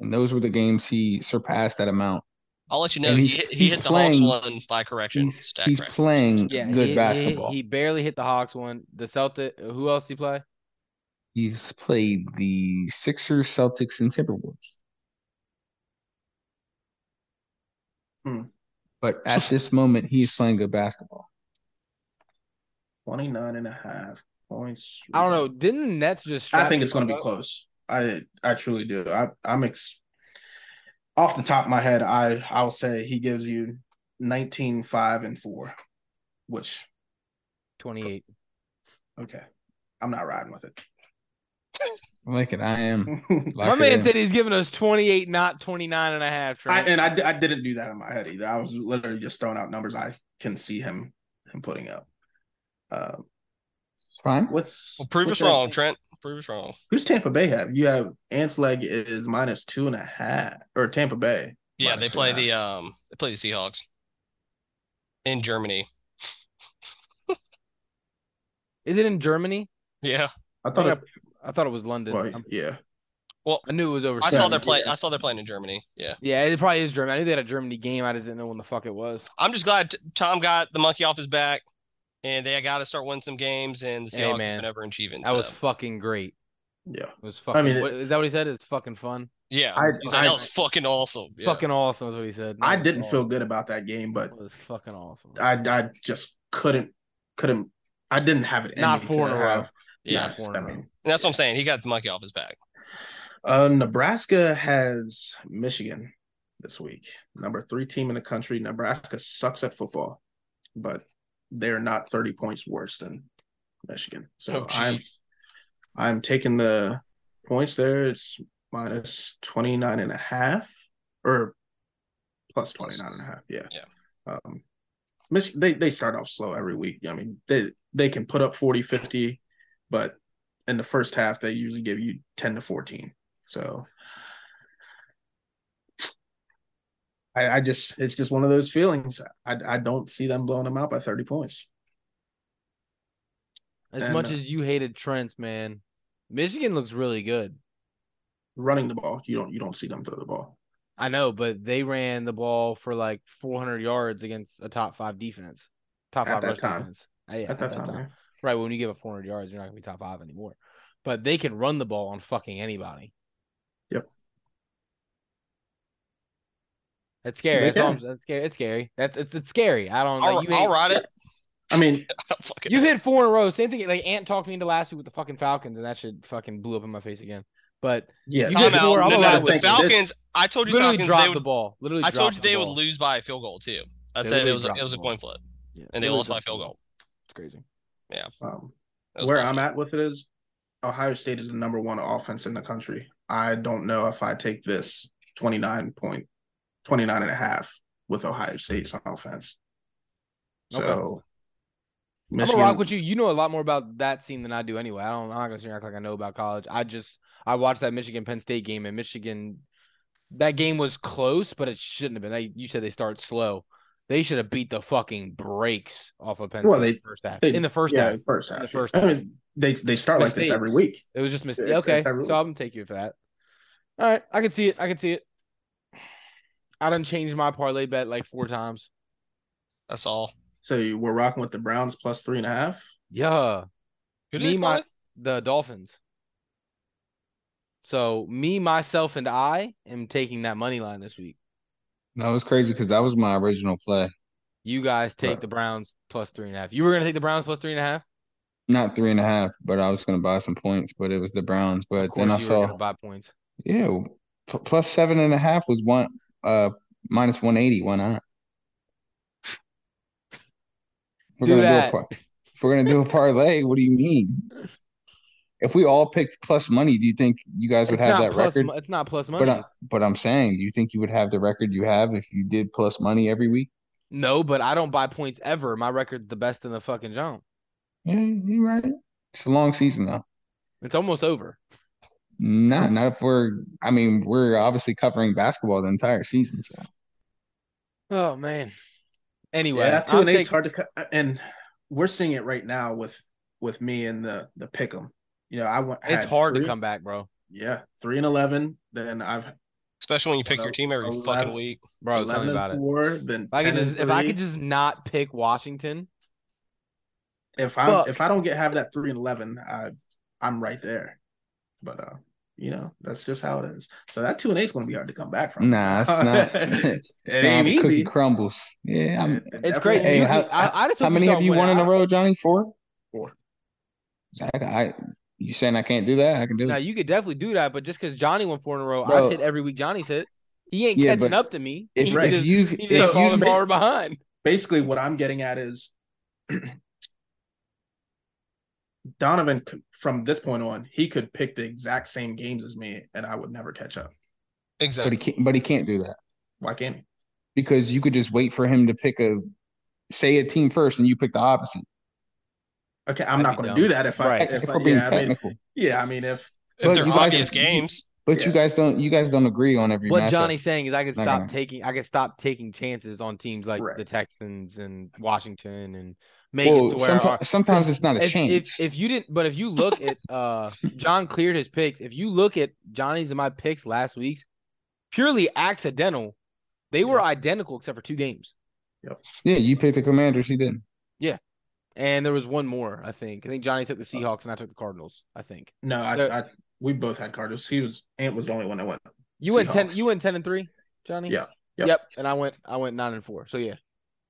[SPEAKER 2] And those were the games he surpassed that amount.
[SPEAKER 4] I'll let you know.
[SPEAKER 2] And
[SPEAKER 4] He
[SPEAKER 2] he's-
[SPEAKER 4] hit, he
[SPEAKER 2] he's
[SPEAKER 4] hit the
[SPEAKER 2] playing-
[SPEAKER 4] Hawks one by correction.
[SPEAKER 2] He's,
[SPEAKER 4] Stat
[SPEAKER 2] he's
[SPEAKER 4] correction.
[SPEAKER 2] playing
[SPEAKER 3] Yeah, he-
[SPEAKER 2] good
[SPEAKER 3] he,
[SPEAKER 2] basketball.
[SPEAKER 3] He, barely hit the Hawks one. The Celtic. Who else he play?
[SPEAKER 2] he's played the Sixers, Celtics, and Timberwolves.
[SPEAKER 1] Hmm.
[SPEAKER 2] But at
[SPEAKER 3] [laughs]
[SPEAKER 2] this moment, he's playing good basketball.
[SPEAKER 1] 29 and a half points.
[SPEAKER 3] I don't know. Didn't the Nets just?
[SPEAKER 1] I
[SPEAKER 3] strap
[SPEAKER 1] think it's going to be
[SPEAKER 3] themselves up?
[SPEAKER 1] close. I I truly do. I I'm ex- off the top of my head. I I'll say he gives you 19, 5, and four, which
[SPEAKER 3] Twenty-eight.
[SPEAKER 1] okay, I'm not riding with [laughs]
[SPEAKER 2] I like it. I
[SPEAKER 3] [laughs]
[SPEAKER 2] am.
[SPEAKER 1] it.
[SPEAKER 2] Lock
[SPEAKER 3] My
[SPEAKER 2] it
[SPEAKER 3] man
[SPEAKER 2] in.
[SPEAKER 3] said he's giving us 28, not 29 and a half.
[SPEAKER 1] I,
[SPEAKER 3] Trent.
[SPEAKER 1] and I di- I didn't do that in my head either. I was literally just throwing out numbers I can see him him putting up. Uh,
[SPEAKER 2] It's fine.
[SPEAKER 1] what's
[SPEAKER 4] Well, prove
[SPEAKER 1] what's
[SPEAKER 4] us
[SPEAKER 1] your-
[SPEAKER 4] wrong, Trent. Prove us wrong.
[SPEAKER 1] Who's Tampa Bay have? You have Ants leg is minus two and a half, or Tampa Bay.
[SPEAKER 4] Yeah,
[SPEAKER 1] minus
[SPEAKER 4] they
[SPEAKER 1] two
[SPEAKER 4] play
[SPEAKER 1] and a
[SPEAKER 4] the
[SPEAKER 1] half.
[SPEAKER 4] um they play the Seahawks in Germany.
[SPEAKER 3] Is it in Germany?
[SPEAKER 4] Yeah.
[SPEAKER 1] I thought
[SPEAKER 3] I
[SPEAKER 1] it,
[SPEAKER 3] think I thought it was London.
[SPEAKER 1] well,
[SPEAKER 3] I'm-
[SPEAKER 1] yeah.
[SPEAKER 3] I knew it was over.
[SPEAKER 4] I saw
[SPEAKER 3] seas.
[SPEAKER 4] their play uh,
[SPEAKER 1] yeah.
[SPEAKER 4] I saw they're playing in Germany. Yeah.
[SPEAKER 3] Yeah, it probably is Germany. I knew they had a Germany game. I just didn't know when the fuck it was.
[SPEAKER 4] I'm just glad t- Tom got the monkey off his back and they got to start winning some games and the
[SPEAKER 3] Hey,
[SPEAKER 4] Seahawks
[SPEAKER 3] man.
[SPEAKER 4] have been overachieving.
[SPEAKER 3] That
[SPEAKER 4] so.
[SPEAKER 3] was fucking great.
[SPEAKER 1] Yeah.
[SPEAKER 3] It was fucking.
[SPEAKER 1] mean, it-
[SPEAKER 3] what, is that what he said? It's fucking fun.
[SPEAKER 4] yeah.
[SPEAKER 1] I-
[SPEAKER 4] He's like,
[SPEAKER 1] I-
[SPEAKER 4] that was fucking awesome. Yeah.
[SPEAKER 3] Fucking awesome is what he said.
[SPEAKER 1] I
[SPEAKER 3] That was
[SPEAKER 1] didn't feel
[SPEAKER 3] awesome.
[SPEAKER 1] good about that game, but
[SPEAKER 3] That was fucking awesome.
[SPEAKER 1] I I just couldn't couldn't I didn't have it. in
[SPEAKER 3] Not
[SPEAKER 1] me
[SPEAKER 3] four in
[SPEAKER 1] to
[SPEAKER 3] a row.
[SPEAKER 1] have-
[SPEAKER 4] yeah.
[SPEAKER 3] Not four in
[SPEAKER 1] I
[SPEAKER 3] a row.
[SPEAKER 1] mean,
[SPEAKER 4] And that's what I'm saying. He got the monkey off his back.
[SPEAKER 1] uh, Nebraska has Michigan this week, number three team in the country. Nebraska sucks at football, but they're not thirty points worse than Michigan. So
[SPEAKER 4] Oh, gee.
[SPEAKER 1] I'm I'm taking the points there. It's minus 29 and a half or plus 29 and a half. Yeah.
[SPEAKER 4] Yeah.
[SPEAKER 1] Um, Mich- they, they start off slow every week. I mean, they, they can put up 40, 50, but in the first half, they usually give you 10 to 14. So I, I just, it's just one of those feelings. I, I don't see them blowing them out by 30 points.
[SPEAKER 3] As
[SPEAKER 1] And,
[SPEAKER 3] much
[SPEAKER 1] uh,
[SPEAKER 3] as you hated Trent's, man, Michigan looks really good.
[SPEAKER 1] Running the ball, you don't, you don't see them throw the ball.
[SPEAKER 3] I know, but they ran the ball for like 400 yards against a top five defense, top
[SPEAKER 1] At
[SPEAKER 3] five
[SPEAKER 1] that
[SPEAKER 3] rush
[SPEAKER 1] time.
[SPEAKER 3] defense. Uh, yeah,
[SPEAKER 1] At that time, yeah.
[SPEAKER 3] Right when you give up 400 yards, you're not gonna be top five anymore. But they can run the ball on fucking anybody.
[SPEAKER 1] Yep.
[SPEAKER 3] That's scary.
[SPEAKER 1] They
[SPEAKER 3] That's, all
[SPEAKER 1] can.
[SPEAKER 3] I'm, that's scary. It's scary. That's it's, it's scary. I don't.
[SPEAKER 4] I'll,
[SPEAKER 3] Like, you,
[SPEAKER 4] I'll
[SPEAKER 3] hate- [laughs]
[SPEAKER 4] ride it. [laughs]
[SPEAKER 1] I mean,
[SPEAKER 4] Fucking-
[SPEAKER 3] you hit four in a row. Same thing. Like Ant talked me into last week with the fucking Falcons, and that shit fucking blew up in my face again. But
[SPEAKER 1] yeah,
[SPEAKER 3] You
[SPEAKER 4] Time
[SPEAKER 3] did
[SPEAKER 4] out.
[SPEAKER 3] four, I'm
[SPEAKER 4] No, no,
[SPEAKER 3] allowed
[SPEAKER 4] the
[SPEAKER 3] with this.
[SPEAKER 4] Falcons. I told you
[SPEAKER 3] literally
[SPEAKER 4] Falcons. They
[SPEAKER 3] dropped
[SPEAKER 4] would
[SPEAKER 3] the ball. Literally,
[SPEAKER 4] I told
[SPEAKER 3] dropped
[SPEAKER 4] you
[SPEAKER 3] the
[SPEAKER 4] they would
[SPEAKER 3] ball.
[SPEAKER 4] lose by a field goal too. I
[SPEAKER 3] They
[SPEAKER 4] said
[SPEAKER 3] literally
[SPEAKER 4] it was a,
[SPEAKER 3] dropped
[SPEAKER 4] it was a
[SPEAKER 3] the ball.
[SPEAKER 4] coin flip,
[SPEAKER 3] Yeah,
[SPEAKER 4] and they
[SPEAKER 3] literally
[SPEAKER 4] lost by a
[SPEAKER 3] dropped the
[SPEAKER 4] field
[SPEAKER 3] ball.
[SPEAKER 4] goal.
[SPEAKER 3] It's crazy.
[SPEAKER 1] Um,
[SPEAKER 4] That was
[SPEAKER 1] where
[SPEAKER 4] my
[SPEAKER 1] I'm at with it is Ohio State is the number one offense in the country. I don't know if I take this 29 point, 29 and a half with Ohio State's offense.
[SPEAKER 3] Okay.
[SPEAKER 1] So,
[SPEAKER 3] I'm gonna rock
[SPEAKER 1] Michigan,
[SPEAKER 3] with you. You know a lot more about that scene than I do anyway. I don't. I'm not gonna sit here and act like I know about college. I just I watched that Michigan Penn State game and Michigan. That game was close, but it shouldn't have been. They, you said they start slow. They should have beat the fucking brakes off of Penn
[SPEAKER 1] Well,
[SPEAKER 3] State
[SPEAKER 1] they-
[SPEAKER 3] in the first half.
[SPEAKER 1] they-
[SPEAKER 3] in the first
[SPEAKER 1] yeah,
[SPEAKER 3] half,
[SPEAKER 1] first half.
[SPEAKER 3] the first
[SPEAKER 1] yeah. I
[SPEAKER 3] half.
[SPEAKER 1] mean, they they start like this every
[SPEAKER 3] Mistakes.
[SPEAKER 1] week.
[SPEAKER 3] it was just mistakes.
[SPEAKER 1] It's- it's
[SPEAKER 3] Okay,
[SPEAKER 1] every
[SPEAKER 3] so I'm gonna take you for that. All right, I can see it. I can see it. I done changed my parlay bet like four times.
[SPEAKER 4] That's all.
[SPEAKER 1] So you we're rocking with the Browns plus three and a half.
[SPEAKER 3] Yeah.
[SPEAKER 4] Who did
[SPEAKER 3] me,
[SPEAKER 4] they play?
[SPEAKER 3] my, the Dolphins. So me, myself, and I am taking that money line this week.
[SPEAKER 2] That was crazy because that was my original play.
[SPEAKER 3] You guys take
[SPEAKER 1] Right.
[SPEAKER 3] the Browns plus three and a half. You were gonna take the Browns plus three and a half.
[SPEAKER 2] Not three and a half, but I was going to buy some points, but it was the Browns. But
[SPEAKER 3] Of
[SPEAKER 2] then I
[SPEAKER 3] course, you were
[SPEAKER 2] saw,
[SPEAKER 3] gonna buy points.
[SPEAKER 2] yeah, p- plus seven and a half was one, uh, minus 180. Why not? If We're
[SPEAKER 3] Do
[SPEAKER 2] gonna
[SPEAKER 3] that.
[SPEAKER 2] do a par- if we're gonna do a parlay. What do you mean? If we all picked plus money, do you think you guys would
[SPEAKER 3] It's
[SPEAKER 2] have
[SPEAKER 3] not
[SPEAKER 2] that
[SPEAKER 3] plus
[SPEAKER 2] record?
[SPEAKER 3] mo- It's not plus money.
[SPEAKER 2] But I, but I'm saying, do you think you would have the record you have if you did plus money every week?
[SPEAKER 3] no, but I don't buy points ever. My record's the best in the fucking jump.
[SPEAKER 2] Yeah, you're right. It's a long season though.
[SPEAKER 3] It's almost over.
[SPEAKER 2] Not not if we're I mean, we're obviously covering basketball the entire season, so
[SPEAKER 3] Oh man. Anyway,
[SPEAKER 1] Yeah, that two
[SPEAKER 3] I'm
[SPEAKER 1] and eight's
[SPEAKER 3] taking-
[SPEAKER 1] hard to cut, and we're seeing it right now with with me and the the pick'em. You know, I went.
[SPEAKER 3] it's
[SPEAKER 1] had
[SPEAKER 3] hard to
[SPEAKER 1] three-
[SPEAKER 3] come back, bro.
[SPEAKER 1] Yeah, three and eleven. Then I've
[SPEAKER 4] especially when you pick your
[SPEAKER 1] Well,
[SPEAKER 4] team every
[SPEAKER 1] well,
[SPEAKER 4] fucking
[SPEAKER 1] that-
[SPEAKER 4] week.
[SPEAKER 3] Bro, tell
[SPEAKER 1] eleven
[SPEAKER 3] me about
[SPEAKER 1] and
[SPEAKER 3] it.
[SPEAKER 1] four. Then
[SPEAKER 3] If I could
[SPEAKER 1] 10 and
[SPEAKER 3] just if I could
[SPEAKER 1] three.
[SPEAKER 3] just not pick Washington,
[SPEAKER 1] if I'm
[SPEAKER 3] fuck.
[SPEAKER 1] if I don't get have that three and eleven, I I'm right there. But uh, you know, that's just how it is. So that two and eight's gonna be hard to come back from.
[SPEAKER 2] nah, it's not [laughs] it's
[SPEAKER 1] It
[SPEAKER 2] not
[SPEAKER 1] ain't
[SPEAKER 2] the cookie
[SPEAKER 1] easy.
[SPEAKER 2] crumbles. Yeah, I'm,
[SPEAKER 1] It- it
[SPEAKER 3] it's
[SPEAKER 1] definitely
[SPEAKER 3] great.
[SPEAKER 2] great. Hey,
[SPEAKER 1] ain't
[SPEAKER 3] You-
[SPEAKER 2] how-
[SPEAKER 3] I, I just
[SPEAKER 2] how
[SPEAKER 3] hope you
[SPEAKER 2] many have
[SPEAKER 3] don't
[SPEAKER 2] you
[SPEAKER 3] win.
[SPEAKER 2] won in
[SPEAKER 3] I-
[SPEAKER 2] a row, Johnny? Four?
[SPEAKER 1] Four.
[SPEAKER 2] I, I you saying I can't do that? I can do
[SPEAKER 3] Now
[SPEAKER 2] it.
[SPEAKER 3] you could definitely do that, but just because Johnny won four in a row, I
[SPEAKER 2] Mm. Bro.
[SPEAKER 3] hit every week. Johnny's hit. He ain't
[SPEAKER 2] Yeah,
[SPEAKER 3] catching
[SPEAKER 2] but
[SPEAKER 3] up to me. [laughs]
[SPEAKER 2] If,
[SPEAKER 3] He's
[SPEAKER 1] Right.
[SPEAKER 2] if
[SPEAKER 3] just,
[SPEAKER 2] you've
[SPEAKER 3] he's
[SPEAKER 2] if
[SPEAKER 3] just falling
[SPEAKER 2] you've
[SPEAKER 3] far behind.
[SPEAKER 1] Basically, what I'm getting at is [clears throat] Donovan c- from this point on, he could pick the exact same games as me, and I would never catch up.
[SPEAKER 2] but
[SPEAKER 4] Exactly.
[SPEAKER 2] he can't but he can't do that
[SPEAKER 1] Why can't he?
[SPEAKER 2] because you could just wait for him to pick a say a team first and you pick the opposite.
[SPEAKER 1] Okay, I'm
[SPEAKER 3] That'd
[SPEAKER 1] not
[SPEAKER 3] be
[SPEAKER 1] going
[SPEAKER 3] dumb.
[SPEAKER 1] to do that if I
[SPEAKER 3] Right.
[SPEAKER 2] If
[SPEAKER 1] if I,
[SPEAKER 2] we're being
[SPEAKER 1] yeah, I mean,
[SPEAKER 2] technical.
[SPEAKER 1] yeah, I mean if
[SPEAKER 4] If
[SPEAKER 2] But
[SPEAKER 4] they're
[SPEAKER 2] you guys-
[SPEAKER 4] obvious games,
[SPEAKER 2] but
[SPEAKER 1] yeah.
[SPEAKER 2] you guys don't you guys don't agree on every
[SPEAKER 3] What
[SPEAKER 2] matchup.
[SPEAKER 3] Johnny's saying is, I can
[SPEAKER 2] Not
[SPEAKER 3] stop
[SPEAKER 2] gonna-
[SPEAKER 3] taking, I can stop taking chances on teams like
[SPEAKER 1] Right.
[SPEAKER 3] the Texans and Washington and make it
[SPEAKER 2] well,
[SPEAKER 3] to where. our-
[SPEAKER 2] sometimes, sometimes it's not a
[SPEAKER 3] if,
[SPEAKER 2] chance.
[SPEAKER 3] if if you didn't, but if you look [laughs] at uh John cleared his picks. If you look at Johnny's and my picks last week's, purely accidental, they were
[SPEAKER 1] Yeah.
[SPEAKER 3] identical except for two games,
[SPEAKER 2] yeah, you picked the Commanders. He didn't.
[SPEAKER 3] and there was one more. I think. I think Johnny took the Seahawks and I took the Cardinals. I think.
[SPEAKER 1] no,
[SPEAKER 3] So-
[SPEAKER 1] I, I we both had Cardinals. He was Ant was the only one that went.
[SPEAKER 3] You went ten.
[SPEAKER 1] Seahawks.
[SPEAKER 3] You went ten and three, Johnny.
[SPEAKER 1] Yeah.
[SPEAKER 3] Yep.
[SPEAKER 1] Yep.
[SPEAKER 3] And I went. I went nine and four. So yeah,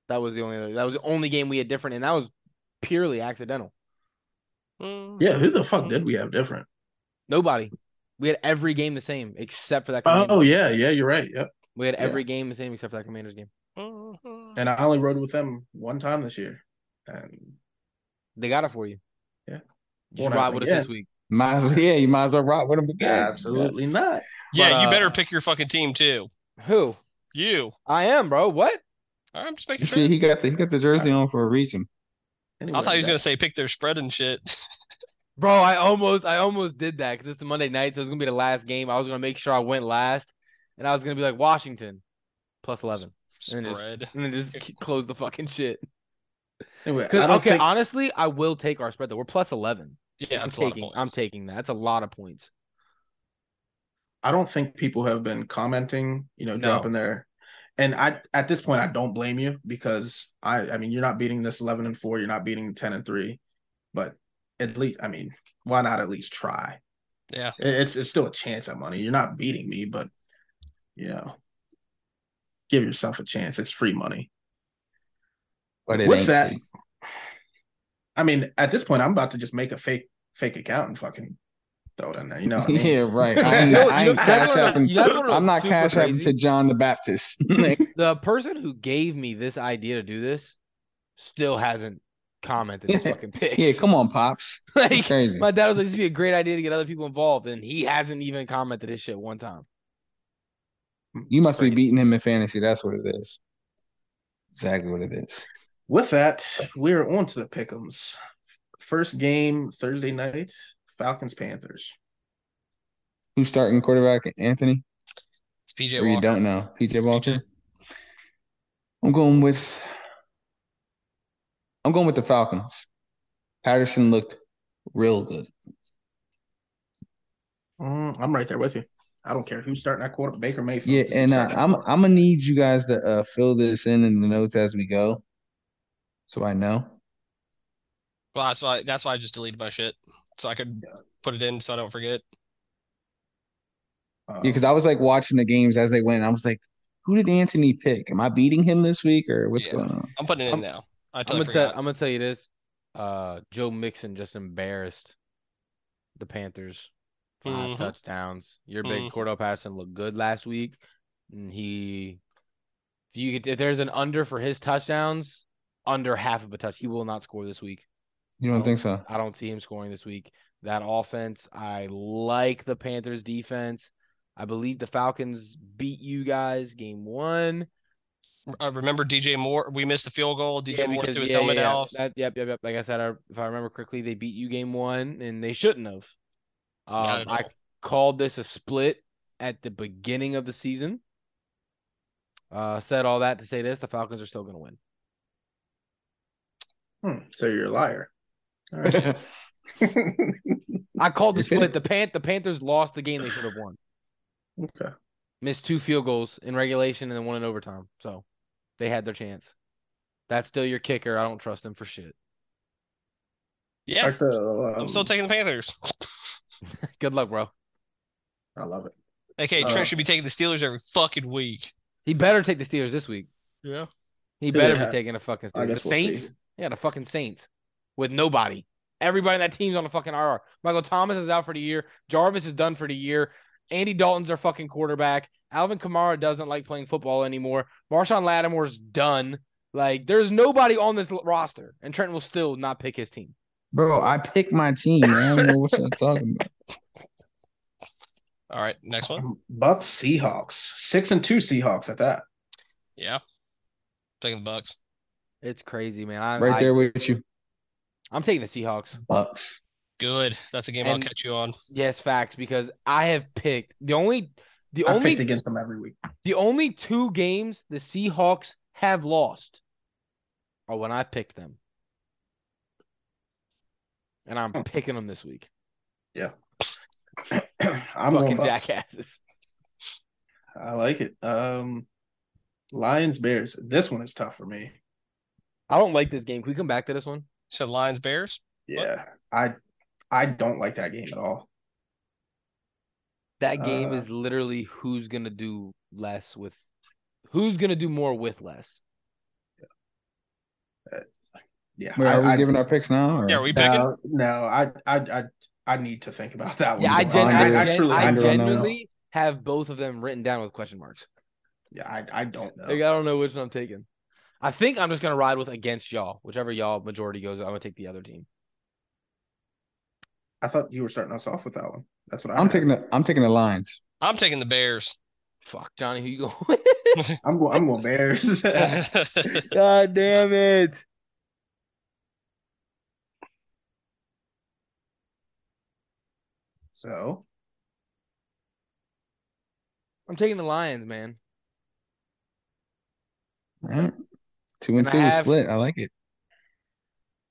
[SPEAKER 3] that was the only. other- That was the only game we had different, and that was purely accidental.
[SPEAKER 4] Mm,
[SPEAKER 1] Yeah, who the fuck did we have different?
[SPEAKER 3] Nobody. We had every game the same except for that.
[SPEAKER 1] Oh
[SPEAKER 3] Commanders game.
[SPEAKER 1] yeah, yeah, you're right. [laughs] Yep.
[SPEAKER 3] We had
[SPEAKER 1] yeah.
[SPEAKER 3] every game the same except for that Commanders game.
[SPEAKER 4] mm,
[SPEAKER 3] Mm-hmm.
[SPEAKER 4] mm.
[SPEAKER 1] And I only rode with them one time this year, and
[SPEAKER 3] They got it for you.
[SPEAKER 1] Yeah.
[SPEAKER 3] You should
[SPEAKER 1] Won't
[SPEAKER 3] ride
[SPEAKER 1] happen
[SPEAKER 3] with us
[SPEAKER 1] again.
[SPEAKER 3] this week.
[SPEAKER 2] Might as well, yeah, you might as well rock with him again.
[SPEAKER 1] absolutely not.
[SPEAKER 4] yeah,
[SPEAKER 3] but,
[SPEAKER 4] you
[SPEAKER 3] uh,
[SPEAKER 4] better pick your fucking team too.
[SPEAKER 3] Who?
[SPEAKER 4] You.
[SPEAKER 3] I am, bro. What?
[SPEAKER 4] I'm just
[SPEAKER 2] You
[SPEAKER 4] making
[SPEAKER 2] see,
[SPEAKER 4] sure.
[SPEAKER 2] he got the he got the jersey on for a reason.
[SPEAKER 1] Anyway,
[SPEAKER 4] I thought he was
[SPEAKER 1] that-
[SPEAKER 4] gonna say pick their spread and shit. [laughs]
[SPEAKER 3] Bro, I almost I almost did that because it's the Monday night, so it's gonna be the last game. I was gonna make sure I went last, and I was gonna be like Washington plus eleven, and then
[SPEAKER 4] spread.
[SPEAKER 3] just, and then just [laughs] k- close the fucking shit.
[SPEAKER 1] Anyway, I
[SPEAKER 3] 'Cause,
[SPEAKER 1] don't
[SPEAKER 3] okay,
[SPEAKER 1] think
[SPEAKER 3] honestly, I will take our spread though. We're plus eleven.
[SPEAKER 4] Yeah,
[SPEAKER 3] I'm
[SPEAKER 4] that's a lot of
[SPEAKER 3] taking.
[SPEAKER 4] points.
[SPEAKER 3] I'm taking that. That's a lot of [laughs] points.
[SPEAKER 1] I don't think people have been commenting, you know,
[SPEAKER 3] No.
[SPEAKER 1] dropping their and I at this point I don't blame you because I I mean you're not beating this eleven and four, you're not beating ten and three, but at least I mean, why not at least try?
[SPEAKER 4] Yeah.
[SPEAKER 1] It- It's it's still a chance at money. You're not beating me, but you know, give yourself a chance. It's free money.
[SPEAKER 2] But it
[SPEAKER 1] With
[SPEAKER 2] ain't
[SPEAKER 1] that-
[SPEAKER 2] free. [laughs]
[SPEAKER 1] I mean, at this point I'm about to just make a fake fake account and fucking throw it in there. You know what I
[SPEAKER 2] [laughs]
[SPEAKER 1] mean?
[SPEAKER 2] yeah,
[SPEAKER 3] [laughs]
[SPEAKER 2] right. I
[SPEAKER 3] You
[SPEAKER 2] ain't,
[SPEAKER 3] know-
[SPEAKER 2] I
[SPEAKER 3] you
[SPEAKER 2] ain't
[SPEAKER 3] know- you guys
[SPEAKER 2] cash
[SPEAKER 3] wanna-
[SPEAKER 2] apping.
[SPEAKER 3] you guys wanna know
[SPEAKER 2] I'm not
[SPEAKER 3] super
[SPEAKER 2] cash apping
[SPEAKER 3] crazy?
[SPEAKER 2] to John the Baptist. [laughs] Like,
[SPEAKER 3] The person who gave me this idea to do this still hasn't commented [laughs] his fucking picks.
[SPEAKER 2] yeah, come on, pops. It's
[SPEAKER 3] like
[SPEAKER 2] crazy.
[SPEAKER 3] my dad was like, "This would be a great idea to get other people involved," and he hasn't even commented his shit one time.
[SPEAKER 2] You must be
[SPEAKER 3] crazy.
[SPEAKER 2] beating him in fantasy. That's what it is. Exactly what it is.
[SPEAKER 1] With that, we're on to the pick'ems. First game Thursday night, Falcons Panthers.
[SPEAKER 2] Who's starting quarterback? Anthony,
[SPEAKER 4] It's PJ
[SPEAKER 2] or you
[SPEAKER 4] Walker.
[SPEAKER 2] don't know? PJ
[SPEAKER 4] It's
[SPEAKER 2] Walker.
[SPEAKER 4] PJ.
[SPEAKER 2] I'm going with I'm going with the Falcons. Patterson looked real good.
[SPEAKER 1] Mm, I'm right there with you. I don't care who's starting that quarter, Baker Mayfield.
[SPEAKER 2] Yeah,
[SPEAKER 1] dude,
[SPEAKER 2] and uh,
[SPEAKER 1] starting that
[SPEAKER 2] I'm
[SPEAKER 1] quarter.
[SPEAKER 2] I'm gonna need you guys to uh, fill this in in the notes as we go, so I know.
[SPEAKER 4] Well, that's why that's why I just deleted my shit. So I could put it in so I don't forget.
[SPEAKER 1] Uh,
[SPEAKER 2] Yeah, because I was like watching the games as they went. and I was like, who did Anthony pick? Am I beating him this week or what's
[SPEAKER 4] Yeah.
[SPEAKER 2] going on?
[SPEAKER 4] I'm putting it in
[SPEAKER 3] I'm-
[SPEAKER 4] now. I
[SPEAKER 3] I'm
[SPEAKER 4] totally
[SPEAKER 3] gonna tell.
[SPEAKER 4] forgot.
[SPEAKER 3] I'm gonna tell you this. Uh, Joe Mixon just embarrassed the Panthers. 5
[SPEAKER 4] Mhm.
[SPEAKER 3] touchdowns. Your big
[SPEAKER 4] Mhm.
[SPEAKER 3] Cordell Patterson looked good last week. And he, if you could, if there's an under for his touchdowns, under half of a touch, he will not score this week.
[SPEAKER 2] You don't think
[SPEAKER 3] [laughs]
[SPEAKER 2] so?
[SPEAKER 3] I don't see him scoring this week. That offense, I like the Panthers defense. I believe the Falcons beat you guys game one.
[SPEAKER 4] Uh, remember DJ Moore? We missed the field goal. DJ
[SPEAKER 3] Yeah,
[SPEAKER 4] Moore
[SPEAKER 3] because-
[SPEAKER 4] threw his
[SPEAKER 3] yeah, yeah,
[SPEAKER 4] helmet
[SPEAKER 3] yeah.
[SPEAKER 4] off.
[SPEAKER 3] That, yep, yep, yep. Like I said, I, if I remember correctly, they beat you game one, and they shouldn't have. Um,
[SPEAKER 4] Not at
[SPEAKER 3] I
[SPEAKER 4] all.
[SPEAKER 3] called this a split at the beginning of the season. Uh, said all that to say this: the Falcons are still going to win.
[SPEAKER 1] Hmm, so you're a liar. All
[SPEAKER 2] [laughs]
[SPEAKER 1] right. [laughs]
[SPEAKER 2] yeah,
[SPEAKER 3] I called the
[SPEAKER 2] You're kidding.
[SPEAKER 3] split. The Pan- the Panthers lost the game they should have won.
[SPEAKER 1] okay.
[SPEAKER 3] Missed two field goals in regulation and then one in overtime. So they had their chance. That's still your kicker. I don't trust him for shit.
[SPEAKER 4] Yeah,
[SPEAKER 1] So, um,
[SPEAKER 4] I'm still taking the Panthers.
[SPEAKER 3] Good luck, bro.
[SPEAKER 1] I love it.
[SPEAKER 4] Okay,
[SPEAKER 1] Uh,
[SPEAKER 4] Trent should be taking the Steelers every fucking week.
[SPEAKER 3] He better take the Steelers this week.
[SPEAKER 4] Yeah.
[SPEAKER 3] He better
[SPEAKER 1] Yeah.
[SPEAKER 3] be taking a fucking
[SPEAKER 1] I
[SPEAKER 3] Steelers. The
[SPEAKER 1] guess we'll see.
[SPEAKER 3] Saints? Yeah, the fucking Saints. With nobody. Everybody on that team's on a fucking RR. Michael Thomas is out for the year. Jarvis is done for the year. Andy Dalton's their fucking quarterback. Alvin Kamara doesn't like playing football anymore. Marshawn Lattimore's done. Like, there's nobody on this l- roster, and Trent will still not pick his team.
[SPEAKER 2] bro. I pick my team. Man. I don't know what y'all talking about.
[SPEAKER 4] All right, next
[SPEAKER 3] Um,
[SPEAKER 4] one.
[SPEAKER 1] Um, Bucks Seahawks. Six and two Seahawks at that.
[SPEAKER 4] Yeah, taking the Bucks.
[SPEAKER 3] It's crazy, man. I,
[SPEAKER 2] Right
[SPEAKER 3] I,
[SPEAKER 2] there with you,
[SPEAKER 3] I'm taking the Seahawks.
[SPEAKER 2] Bucks.
[SPEAKER 4] Good. That's a game I'll
[SPEAKER 3] And-
[SPEAKER 4] catch you on.
[SPEAKER 3] Yes, facts, because I have picked the only the
[SPEAKER 1] I've
[SPEAKER 3] only
[SPEAKER 1] picked against them every week. [clears throat]
[SPEAKER 3] The only two games the Seahawks have lost are when I picked them. And I'm
[SPEAKER 1] Hmm.
[SPEAKER 3] picking them this week.
[SPEAKER 1] I'm going
[SPEAKER 3] Fucking
[SPEAKER 1] Bucks.
[SPEAKER 3] jackasses.
[SPEAKER 1] I like it. Um, Lions Bears. This one is tough for me.
[SPEAKER 3] I don't like this game. Can we come back to this one?
[SPEAKER 4] Said Lions Bears.
[SPEAKER 1] Yeah, I I don't like that game at all.
[SPEAKER 3] That game
[SPEAKER 1] Uh,
[SPEAKER 3] is literally who's going to do less with who's going to do more with less.
[SPEAKER 1] Yeah,
[SPEAKER 2] Wait,
[SPEAKER 1] I,
[SPEAKER 2] are we
[SPEAKER 1] I-
[SPEAKER 2] giving our picks now? Or?
[SPEAKER 4] Yeah, are we picking?
[SPEAKER 3] Uh,
[SPEAKER 1] no, no, I I I I need to think about that one.
[SPEAKER 3] Yeah, I,
[SPEAKER 1] more.
[SPEAKER 3] gen- I,
[SPEAKER 2] Under-
[SPEAKER 3] gen-
[SPEAKER 1] truly-
[SPEAKER 2] under
[SPEAKER 3] I
[SPEAKER 2] on that one.
[SPEAKER 3] genuinely have both of them written down with question marks.
[SPEAKER 1] yeah, I I don't know.
[SPEAKER 3] Like, I don't know which one I'm taking. I think I'm just going to ride with against y'all. Whichever y'all majority goes, I'm going to take the other team.
[SPEAKER 1] I thought you were starting us off with that one. That's what I
[SPEAKER 2] I'm
[SPEAKER 1] had.
[SPEAKER 2] taking the I'm taking the Lions.
[SPEAKER 4] I'm taking
[SPEAKER 3] [laughs]
[SPEAKER 4] the Bears. [laughs]
[SPEAKER 3] Fuck, Johnny, who you going [laughs] with?
[SPEAKER 1] I'm going. I'm going Bears.
[SPEAKER 3] [laughs]
[SPEAKER 1] [laughs]
[SPEAKER 3] God damn it.
[SPEAKER 1] so
[SPEAKER 3] I'm taking the Lions, man.
[SPEAKER 2] All right. Two and
[SPEAKER 3] And I
[SPEAKER 2] two
[SPEAKER 3] have-
[SPEAKER 2] split. I like it.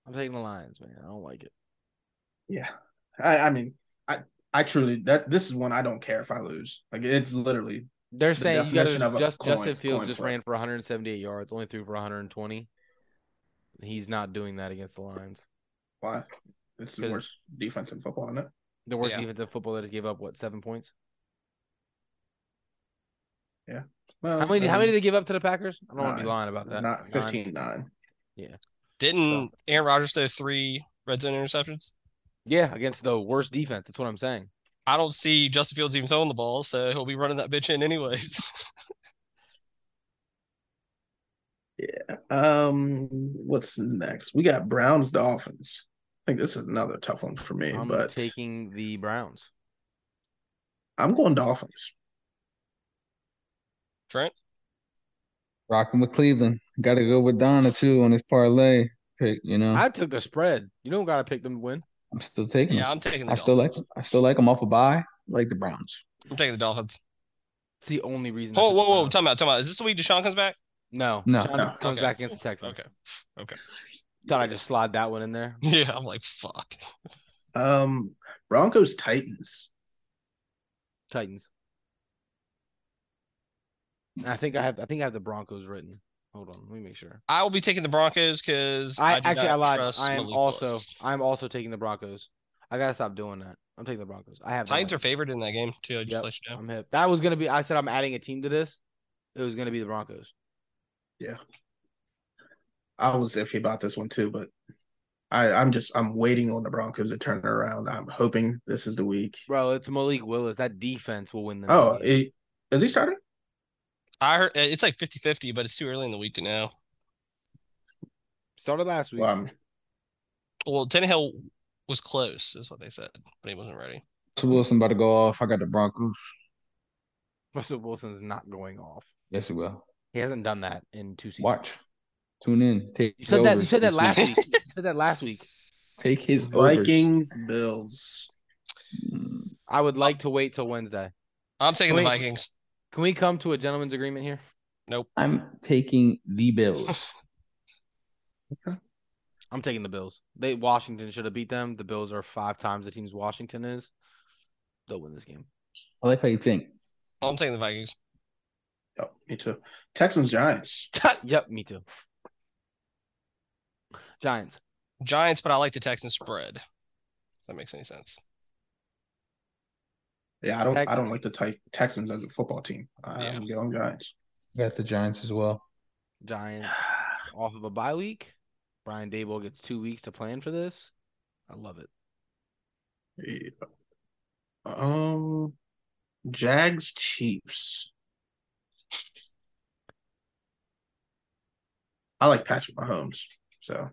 [SPEAKER 3] I'm taking the Lions, man. I don't like it.
[SPEAKER 1] yeah, I I mean I I truly that this is one I don't care if I lose. Like it's literally
[SPEAKER 3] They're
[SPEAKER 1] The
[SPEAKER 3] saying you
[SPEAKER 1] definition of
[SPEAKER 3] got
[SPEAKER 1] a
[SPEAKER 3] just
[SPEAKER 1] coin-
[SPEAKER 3] Justin Fields
[SPEAKER 1] coin
[SPEAKER 3] just
[SPEAKER 1] flip.
[SPEAKER 3] ran for 178 yards, only threw for 120. He's not doing that against the Lions.
[SPEAKER 1] why it's the
[SPEAKER 3] 'Cause-
[SPEAKER 1] worst defense in football, isn't it?
[SPEAKER 3] The worst
[SPEAKER 4] Yeah.
[SPEAKER 3] defensive football that just gave up what seven points?
[SPEAKER 1] Well,
[SPEAKER 3] How many?
[SPEAKER 1] I
[SPEAKER 3] How
[SPEAKER 1] mean,
[SPEAKER 3] many did they give up to the Packers? I don't want to be
[SPEAKER 1] Uh, nine.
[SPEAKER 3] lying about that.
[SPEAKER 1] Not
[SPEAKER 3] Nine.
[SPEAKER 1] 15 9.
[SPEAKER 4] Didn't Aaron Rodgers throw three red zone interceptions?
[SPEAKER 3] Yeah, against the worst defense. That's what I'm saying.
[SPEAKER 4] I don't see Justin Fields even throwing the ball, so he'll be running that bitch in anyways. [laughs]
[SPEAKER 1] Um, what's next? We got Browns Dolphins. I think this is another tough one for me,
[SPEAKER 3] I'm
[SPEAKER 1] but
[SPEAKER 3] taking the Browns.
[SPEAKER 1] I'm going Dolphins.
[SPEAKER 4] Trent,
[SPEAKER 2] Rocking with Cleveland. Got to go with Donna too on this parlay pick. You know,
[SPEAKER 1] Uh-huh.
[SPEAKER 2] I,
[SPEAKER 3] I took the spread. You don't gotta pick them to win.
[SPEAKER 2] am still taking.
[SPEAKER 4] yeah,
[SPEAKER 2] them.
[SPEAKER 4] I'm taking. The
[SPEAKER 2] I still like.
[SPEAKER 4] Dolphins.
[SPEAKER 2] I still like them off a bye. Like the Browns.
[SPEAKER 4] I'm taking the Dolphins.
[SPEAKER 3] It's the only reason. I
[SPEAKER 4] Oh,
[SPEAKER 3] took
[SPEAKER 4] whoa,
[SPEAKER 3] the
[SPEAKER 4] whoa,
[SPEAKER 3] Browns.
[SPEAKER 4] time out, time out. Is this the week Deshaun comes back?
[SPEAKER 3] No,
[SPEAKER 2] No.
[SPEAKER 3] John
[SPEAKER 1] No.
[SPEAKER 3] comes
[SPEAKER 4] Okay.
[SPEAKER 3] back against the Texans.
[SPEAKER 4] Okay, [laughs] okay.
[SPEAKER 3] Thought I just slide that one in there.
[SPEAKER 4] Yeah, I'm like fuck.
[SPEAKER 1] Um, Broncos Titans.
[SPEAKER 3] Titans. I think I have. I think I have the Broncos written. Hold on, let me make sure.
[SPEAKER 4] I will be taking the Broncos because
[SPEAKER 3] I,
[SPEAKER 4] do
[SPEAKER 3] actually I
[SPEAKER 4] not
[SPEAKER 3] lied.
[SPEAKER 4] trust
[SPEAKER 3] I am
[SPEAKER 4] Malik
[SPEAKER 3] also
[SPEAKER 4] Willis.
[SPEAKER 3] I am also taking the Broncos. I gotta stop doing that. I'm taking the Broncos. I have them
[SPEAKER 4] Titans are
[SPEAKER 3] written.
[SPEAKER 4] favored in that game too. I just
[SPEAKER 3] Yep,
[SPEAKER 4] let you know.
[SPEAKER 3] I'm hip. That was gonna be. I said I'm adding a team to this. It was gonna be the Broncos.
[SPEAKER 1] I was iffy about this one too, but I, I'm just I'm waiting on the Broncos to turn it around. I'm hoping this is the week.
[SPEAKER 3] Bro, it's Malik Willis. That defense will win the.
[SPEAKER 1] Oh,
[SPEAKER 3] game.
[SPEAKER 1] it, is he starting?
[SPEAKER 4] I heard it's like 50-50, but it's too early in the week to know.
[SPEAKER 3] started last week.
[SPEAKER 1] Well, I'm,
[SPEAKER 4] Well, Tannehill was close, is what they said, but he wasn't ready.
[SPEAKER 2] So Wilson about to go off. I got the Broncos.
[SPEAKER 3] [laughs] Russell Wilson's not going off.
[SPEAKER 2] Yes, it will.
[SPEAKER 3] He hasn't done that in two seasons.
[SPEAKER 2] Watch. Tune in. Take
[SPEAKER 3] You said that. You
[SPEAKER 2] overs
[SPEAKER 3] said that
[SPEAKER 2] this [laughs]
[SPEAKER 3] last
[SPEAKER 2] week.
[SPEAKER 3] week. You said that last week.
[SPEAKER 2] Take his overs.
[SPEAKER 1] Vikings Bills.
[SPEAKER 2] Mm.
[SPEAKER 3] I would like to wait till Wednesday.
[SPEAKER 4] I'm taking the
[SPEAKER 3] Wait.
[SPEAKER 4] Vikings.
[SPEAKER 3] Can we come to a gentleman's agreement here?
[SPEAKER 2] I'm taking the Bills.
[SPEAKER 3] I'm taking the Bills. They Washington should have beat them. The Bills are five times the teams Washington is. They'll win this game. [laughs]
[SPEAKER 2] I like how you think.
[SPEAKER 4] I'm taking the Vikings.
[SPEAKER 1] Oh, me too. Texans Giants.
[SPEAKER 3] yep, me too. Giants.
[SPEAKER 4] Giants, but I like the Texans spread. If that makes any sense.
[SPEAKER 1] Yeah, I don't. I
[SPEAKER 3] Texans.
[SPEAKER 1] don't like the Ti- Texans as a football team.
[SPEAKER 4] Yeah.
[SPEAKER 1] I'm going Giants.
[SPEAKER 2] Got the Giants as well.
[SPEAKER 4] [sighs]
[SPEAKER 3] Giants off of a bye week. Brian Dable gets two weeks to plan for this. I love it.
[SPEAKER 1] Yeah. Um, Jags Chiefs. I like Patrick Mahomes, so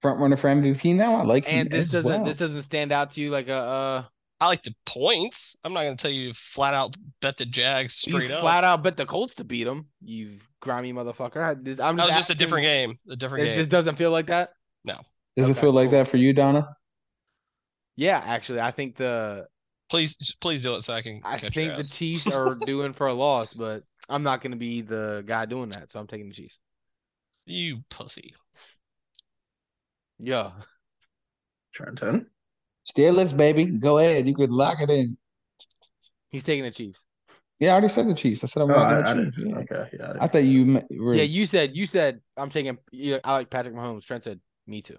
[SPEAKER 2] Front runner for MVP now. I like him
[SPEAKER 3] And this
[SPEAKER 2] as
[SPEAKER 3] doesn't
[SPEAKER 2] well.
[SPEAKER 3] this doesn't stand out to you like a uh
[SPEAKER 4] I like the points. I'm not going to tell you to flat out bet the Jags straight
[SPEAKER 3] you
[SPEAKER 4] up.
[SPEAKER 3] flat out bet the Colts to beat them. You grimy motherfucker. I- this- I'm
[SPEAKER 4] that was just a
[SPEAKER 3] asking-
[SPEAKER 4] different game. A different
[SPEAKER 3] This,
[SPEAKER 4] game.
[SPEAKER 3] this doesn't feel like that.
[SPEAKER 2] Does it
[SPEAKER 3] Okay,
[SPEAKER 2] feel like
[SPEAKER 3] cool.
[SPEAKER 2] that for you, Donna?
[SPEAKER 3] Yeah, actually, I think the
[SPEAKER 4] Please, just please do it so I can
[SPEAKER 3] I
[SPEAKER 4] catch
[SPEAKER 3] think
[SPEAKER 4] your
[SPEAKER 3] the
[SPEAKER 4] ass.
[SPEAKER 3] Chiefs
[SPEAKER 4] [laughs]
[SPEAKER 3] are doing for a loss, but I'm not going to be the guy doing that, so I'm taking the Chiefs.
[SPEAKER 4] you pussy.
[SPEAKER 3] Yeah,
[SPEAKER 1] Trenton.
[SPEAKER 2] Steelers, baby. Go ahead. You could lock it in.
[SPEAKER 3] he's taking the Chiefs.
[SPEAKER 2] Yeah, I already said the Chiefs. I said I'm
[SPEAKER 1] Oh,
[SPEAKER 2] rocking
[SPEAKER 1] I, I
[SPEAKER 2] the
[SPEAKER 1] didn't.
[SPEAKER 2] Chiefs. Yeah.
[SPEAKER 1] Okay, yeah. I
[SPEAKER 2] I thought you me- were.
[SPEAKER 3] Yeah, you said you said I'm taking. You I like Patrick Mahomes. Trent said me too.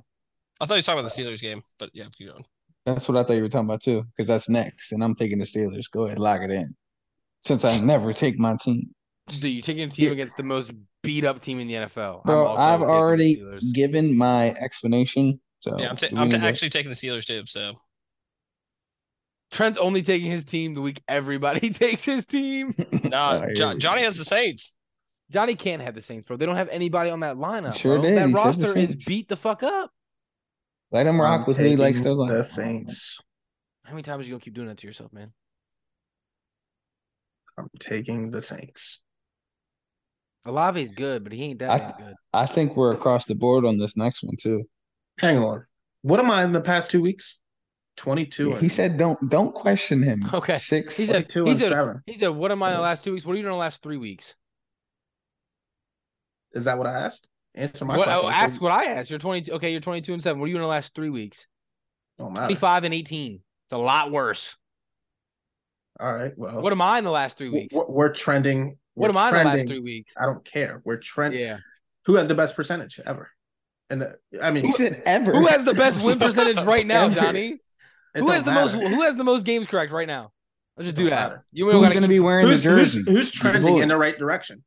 [SPEAKER 4] I thought you were talking about the Steelers game, but yeah, keep going.
[SPEAKER 2] That's what I thought you were talking about too, because that's next, and I'm taking the Steelers. Go ahead, lock it in. Since I never take my team,
[SPEAKER 3] So you're taking a team
[SPEAKER 1] Yeah.
[SPEAKER 3] against the most beat up team in the NFL. I'm
[SPEAKER 2] bro,
[SPEAKER 3] also
[SPEAKER 2] I've
[SPEAKER 3] taking the
[SPEAKER 2] already
[SPEAKER 3] Steelers.
[SPEAKER 2] given my explanation. So
[SPEAKER 4] yeah, I'm, ta-
[SPEAKER 2] do we
[SPEAKER 4] I'm ta-
[SPEAKER 2] need to-
[SPEAKER 4] actually taking the Steelers too. So
[SPEAKER 3] Trent's only taking his team the week everybody [laughs] takes his
[SPEAKER 2] [laughs]
[SPEAKER 3] team.
[SPEAKER 4] nah,
[SPEAKER 2] Oh, here
[SPEAKER 4] Jo-
[SPEAKER 2] we
[SPEAKER 4] Johnny
[SPEAKER 2] go.
[SPEAKER 4] has the Saints.
[SPEAKER 3] Johnny can't have the Saints, bro. They don't have anybody on that lineup.
[SPEAKER 2] Sure
[SPEAKER 3] bro.
[SPEAKER 2] did.
[SPEAKER 3] That
[SPEAKER 2] He said the
[SPEAKER 3] roster is
[SPEAKER 2] Saints.
[SPEAKER 3] beat the fuck up.
[SPEAKER 2] let him rock with who he likes to
[SPEAKER 1] the
[SPEAKER 2] like.
[SPEAKER 1] Saints.
[SPEAKER 3] How many times are you gonna keep doing that to yourself, man?
[SPEAKER 1] I'm taking the Saints.
[SPEAKER 3] Olave's good, but he ain't that
[SPEAKER 2] I-
[SPEAKER 3] damn good.
[SPEAKER 2] I think we're across the board on this next one too.
[SPEAKER 1] Hang on. What am I in the past two weeks? Twenty-two.
[SPEAKER 2] Yeah,
[SPEAKER 1] and-
[SPEAKER 2] he said, "Don't don't question him."
[SPEAKER 3] Okay.
[SPEAKER 2] six.
[SPEAKER 3] He said,
[SPEAKER 1] twenty-two
[SPEAKER 3] he
[SPEAKER 1] and
[SPEAKER 3] said,
[SPEAKER 1] seven.
[SPEAKER 3] he said, what am I in the last two weeks? What are you doing in the last three weeks?
[SPEAKER 1] Is that what I asked? Answer my
[SPEAKER 3] What,
[SPEAKER 1] question.
[SPEAKER 3] oh,
[SPEAKER 1] I said,
[SPEAKER 3] ask what I asked. You're 22. Okay, you're 22 and seven. What are you in the last three weeks?
[SPEAKER 1] Don't matter.
[SPEAKER 3] 25 and 18. It's a lot worse.
[SPEAKER 1] All right. Well,
[SPEAKER 3] What am I in the last three
[SPEAKER 1] w-
[SPEAKER 3] weeks?
[SPEAKER 1] w- We're trending.
[SPEAKER 3] What am
[SPEAKER 1] we're
[SPEAKER 3] I in the last
[SPEAKER 1] trending-
[SPEAKER 3] three weeks?
[SPEAKER 1] I don't care. We're trending. [laughs]
[SPEAKER 3] Yeah.
[SPEAKER 1] Who has the best percentage ever? And uh, I mean,
[SPEAKER 2] He said ever.
[SPEAKER 3] Who has the best
[SPEAKER 1] [laughs]
[SPEAKER 3] win percentage right now,
[SPEAKER 1] Every-
[SPEAKER 3] Johnny?
[SPEAKER 1] it
[SPEAKER 3] Who has
[SPEAKER 1] don't
[SPEAKER 3] the most?
[SPEAKER 1] matter.
[SPEAKER 3] Who has the most games correct right now? Let's just
[SPEAKER 1] It
[SPEAKER 3] do
[SPEAKER 1] don't
[SPEAKER 3] that.
[SPEAKER 1] matter.
[SPEAKER 3] You
[SPEAKER 2] Who's
[SPEAKER 3] gotta
[SPEAKER 2] going to
[SPEAKER 3] keep-
[SPEAKER 2] be wearing
[SPEAKER 1] Who's,
[SPEAKER 2] the jersey?
[SPEAKER 1] who's, [laughs] who's trending
[SPEAKER 2] Bullet.
[SPEAKER 1] in the right direction?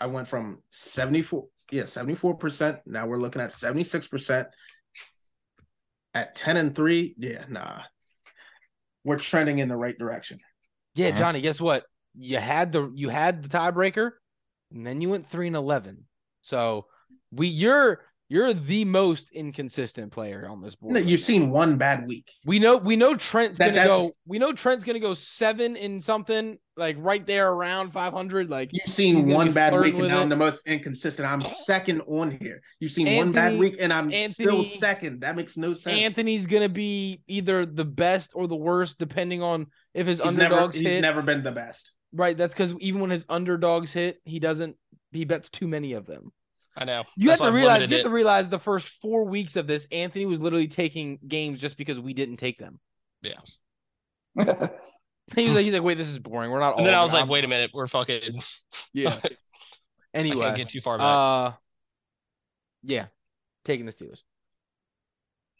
[SPEAKER 1] I went from 74, yeah, 74%. Now we're looking at 76%. At 10 and 3, yeah, nah. We're trending in the right direction.
[SPEAKER 3] Yeah,
[SPEAKER 2] Huh?
[SPEAKER 1] Uh-huh.
[SPEAKER 3] Johnny. Guess what? You had the you had the tiebreaker, and then you went three and eleven. So we you're you're the most inconsistent player on this board.
[SPEAKER 1] No,
[SPEAKER 3] right
[SPEAKER 1] You've
[SPEAKER 3] now.
[SPEAKER 1] seen one bad week.
[SPEAKER 3] we know we know Trent's
[SPEAKER 1] That-
[SPEAKER 3] gonna
[SPEAKER 1] that-
[SPEAKER 3] go. We know Trent's gonna go seven in something like right there around five hundred. Like
[SPEAKER 1] You've
[SPEAKER 3] He's
[SPEAKER 1] seen
[SPEAKER 3] gonna
[SPEAKER 1] one
[SPEAKER 3] be
[SPEAKER 1] bad week,
[SPEAKER 3] flirting
[SPEAKER 1] and
[SPEAKER 3] with
[SPEAKER 1] now
[SPEAKER 3] it.
[SPEAKER 1] I'm the most inconsistent. I'm second on here. You've seen one bad
[SPEAKER 3] Anthony-
[SPEAKER 1] week, and I'm still
[SPEAKER 3] Anthony-
[SPEAKER 1] second. That makes no sense.
[SPEAKER 3] Anthony's gonna be either the best or the worst, depending on if his
[SPEAKER 1] he's never,
[SPEAKER 3] underdogs
[SPEAKER 1] he's
[SPEAKER 3] hit.
[SPEAKER 1] never been the best.
[SPEAKER 3] Right. That's because even when his underdogs hit, he doesn't. He bets too many of them.
[SPEAKER 4] I know.
[SPEAKER 3] You
[SPEAKER 4] That's
[SPEAKER 3] have to
[SPEAKER 4] why I've
[SPEAKER 3] realize you
[SPEAKER 4] limited
[SPEAKER 3] have to
[SPEAKER 4] it.
[SPEAKER 3] realize the first four weeks of this, Anthony was literally taking games just because we didn't take them. [laughs] He was like, he's like, wait, this is boring. We're not. all
[SPEAKER 4] And then I
[SPEAKER 3] gonna-
[SPEAKER 4] was like,
[SPEAKER 3] I'm-
[SPEAKER 4] wait a minute, we're fucking. [laughs]
[SPEAKER 3] yeah.
[SPEAKER 4] I can't
[SPEAKER 3] anyway,
[SPEAKER 4] get too far back.
[SPEAKER 3] uh, yeah, taking the Steelers.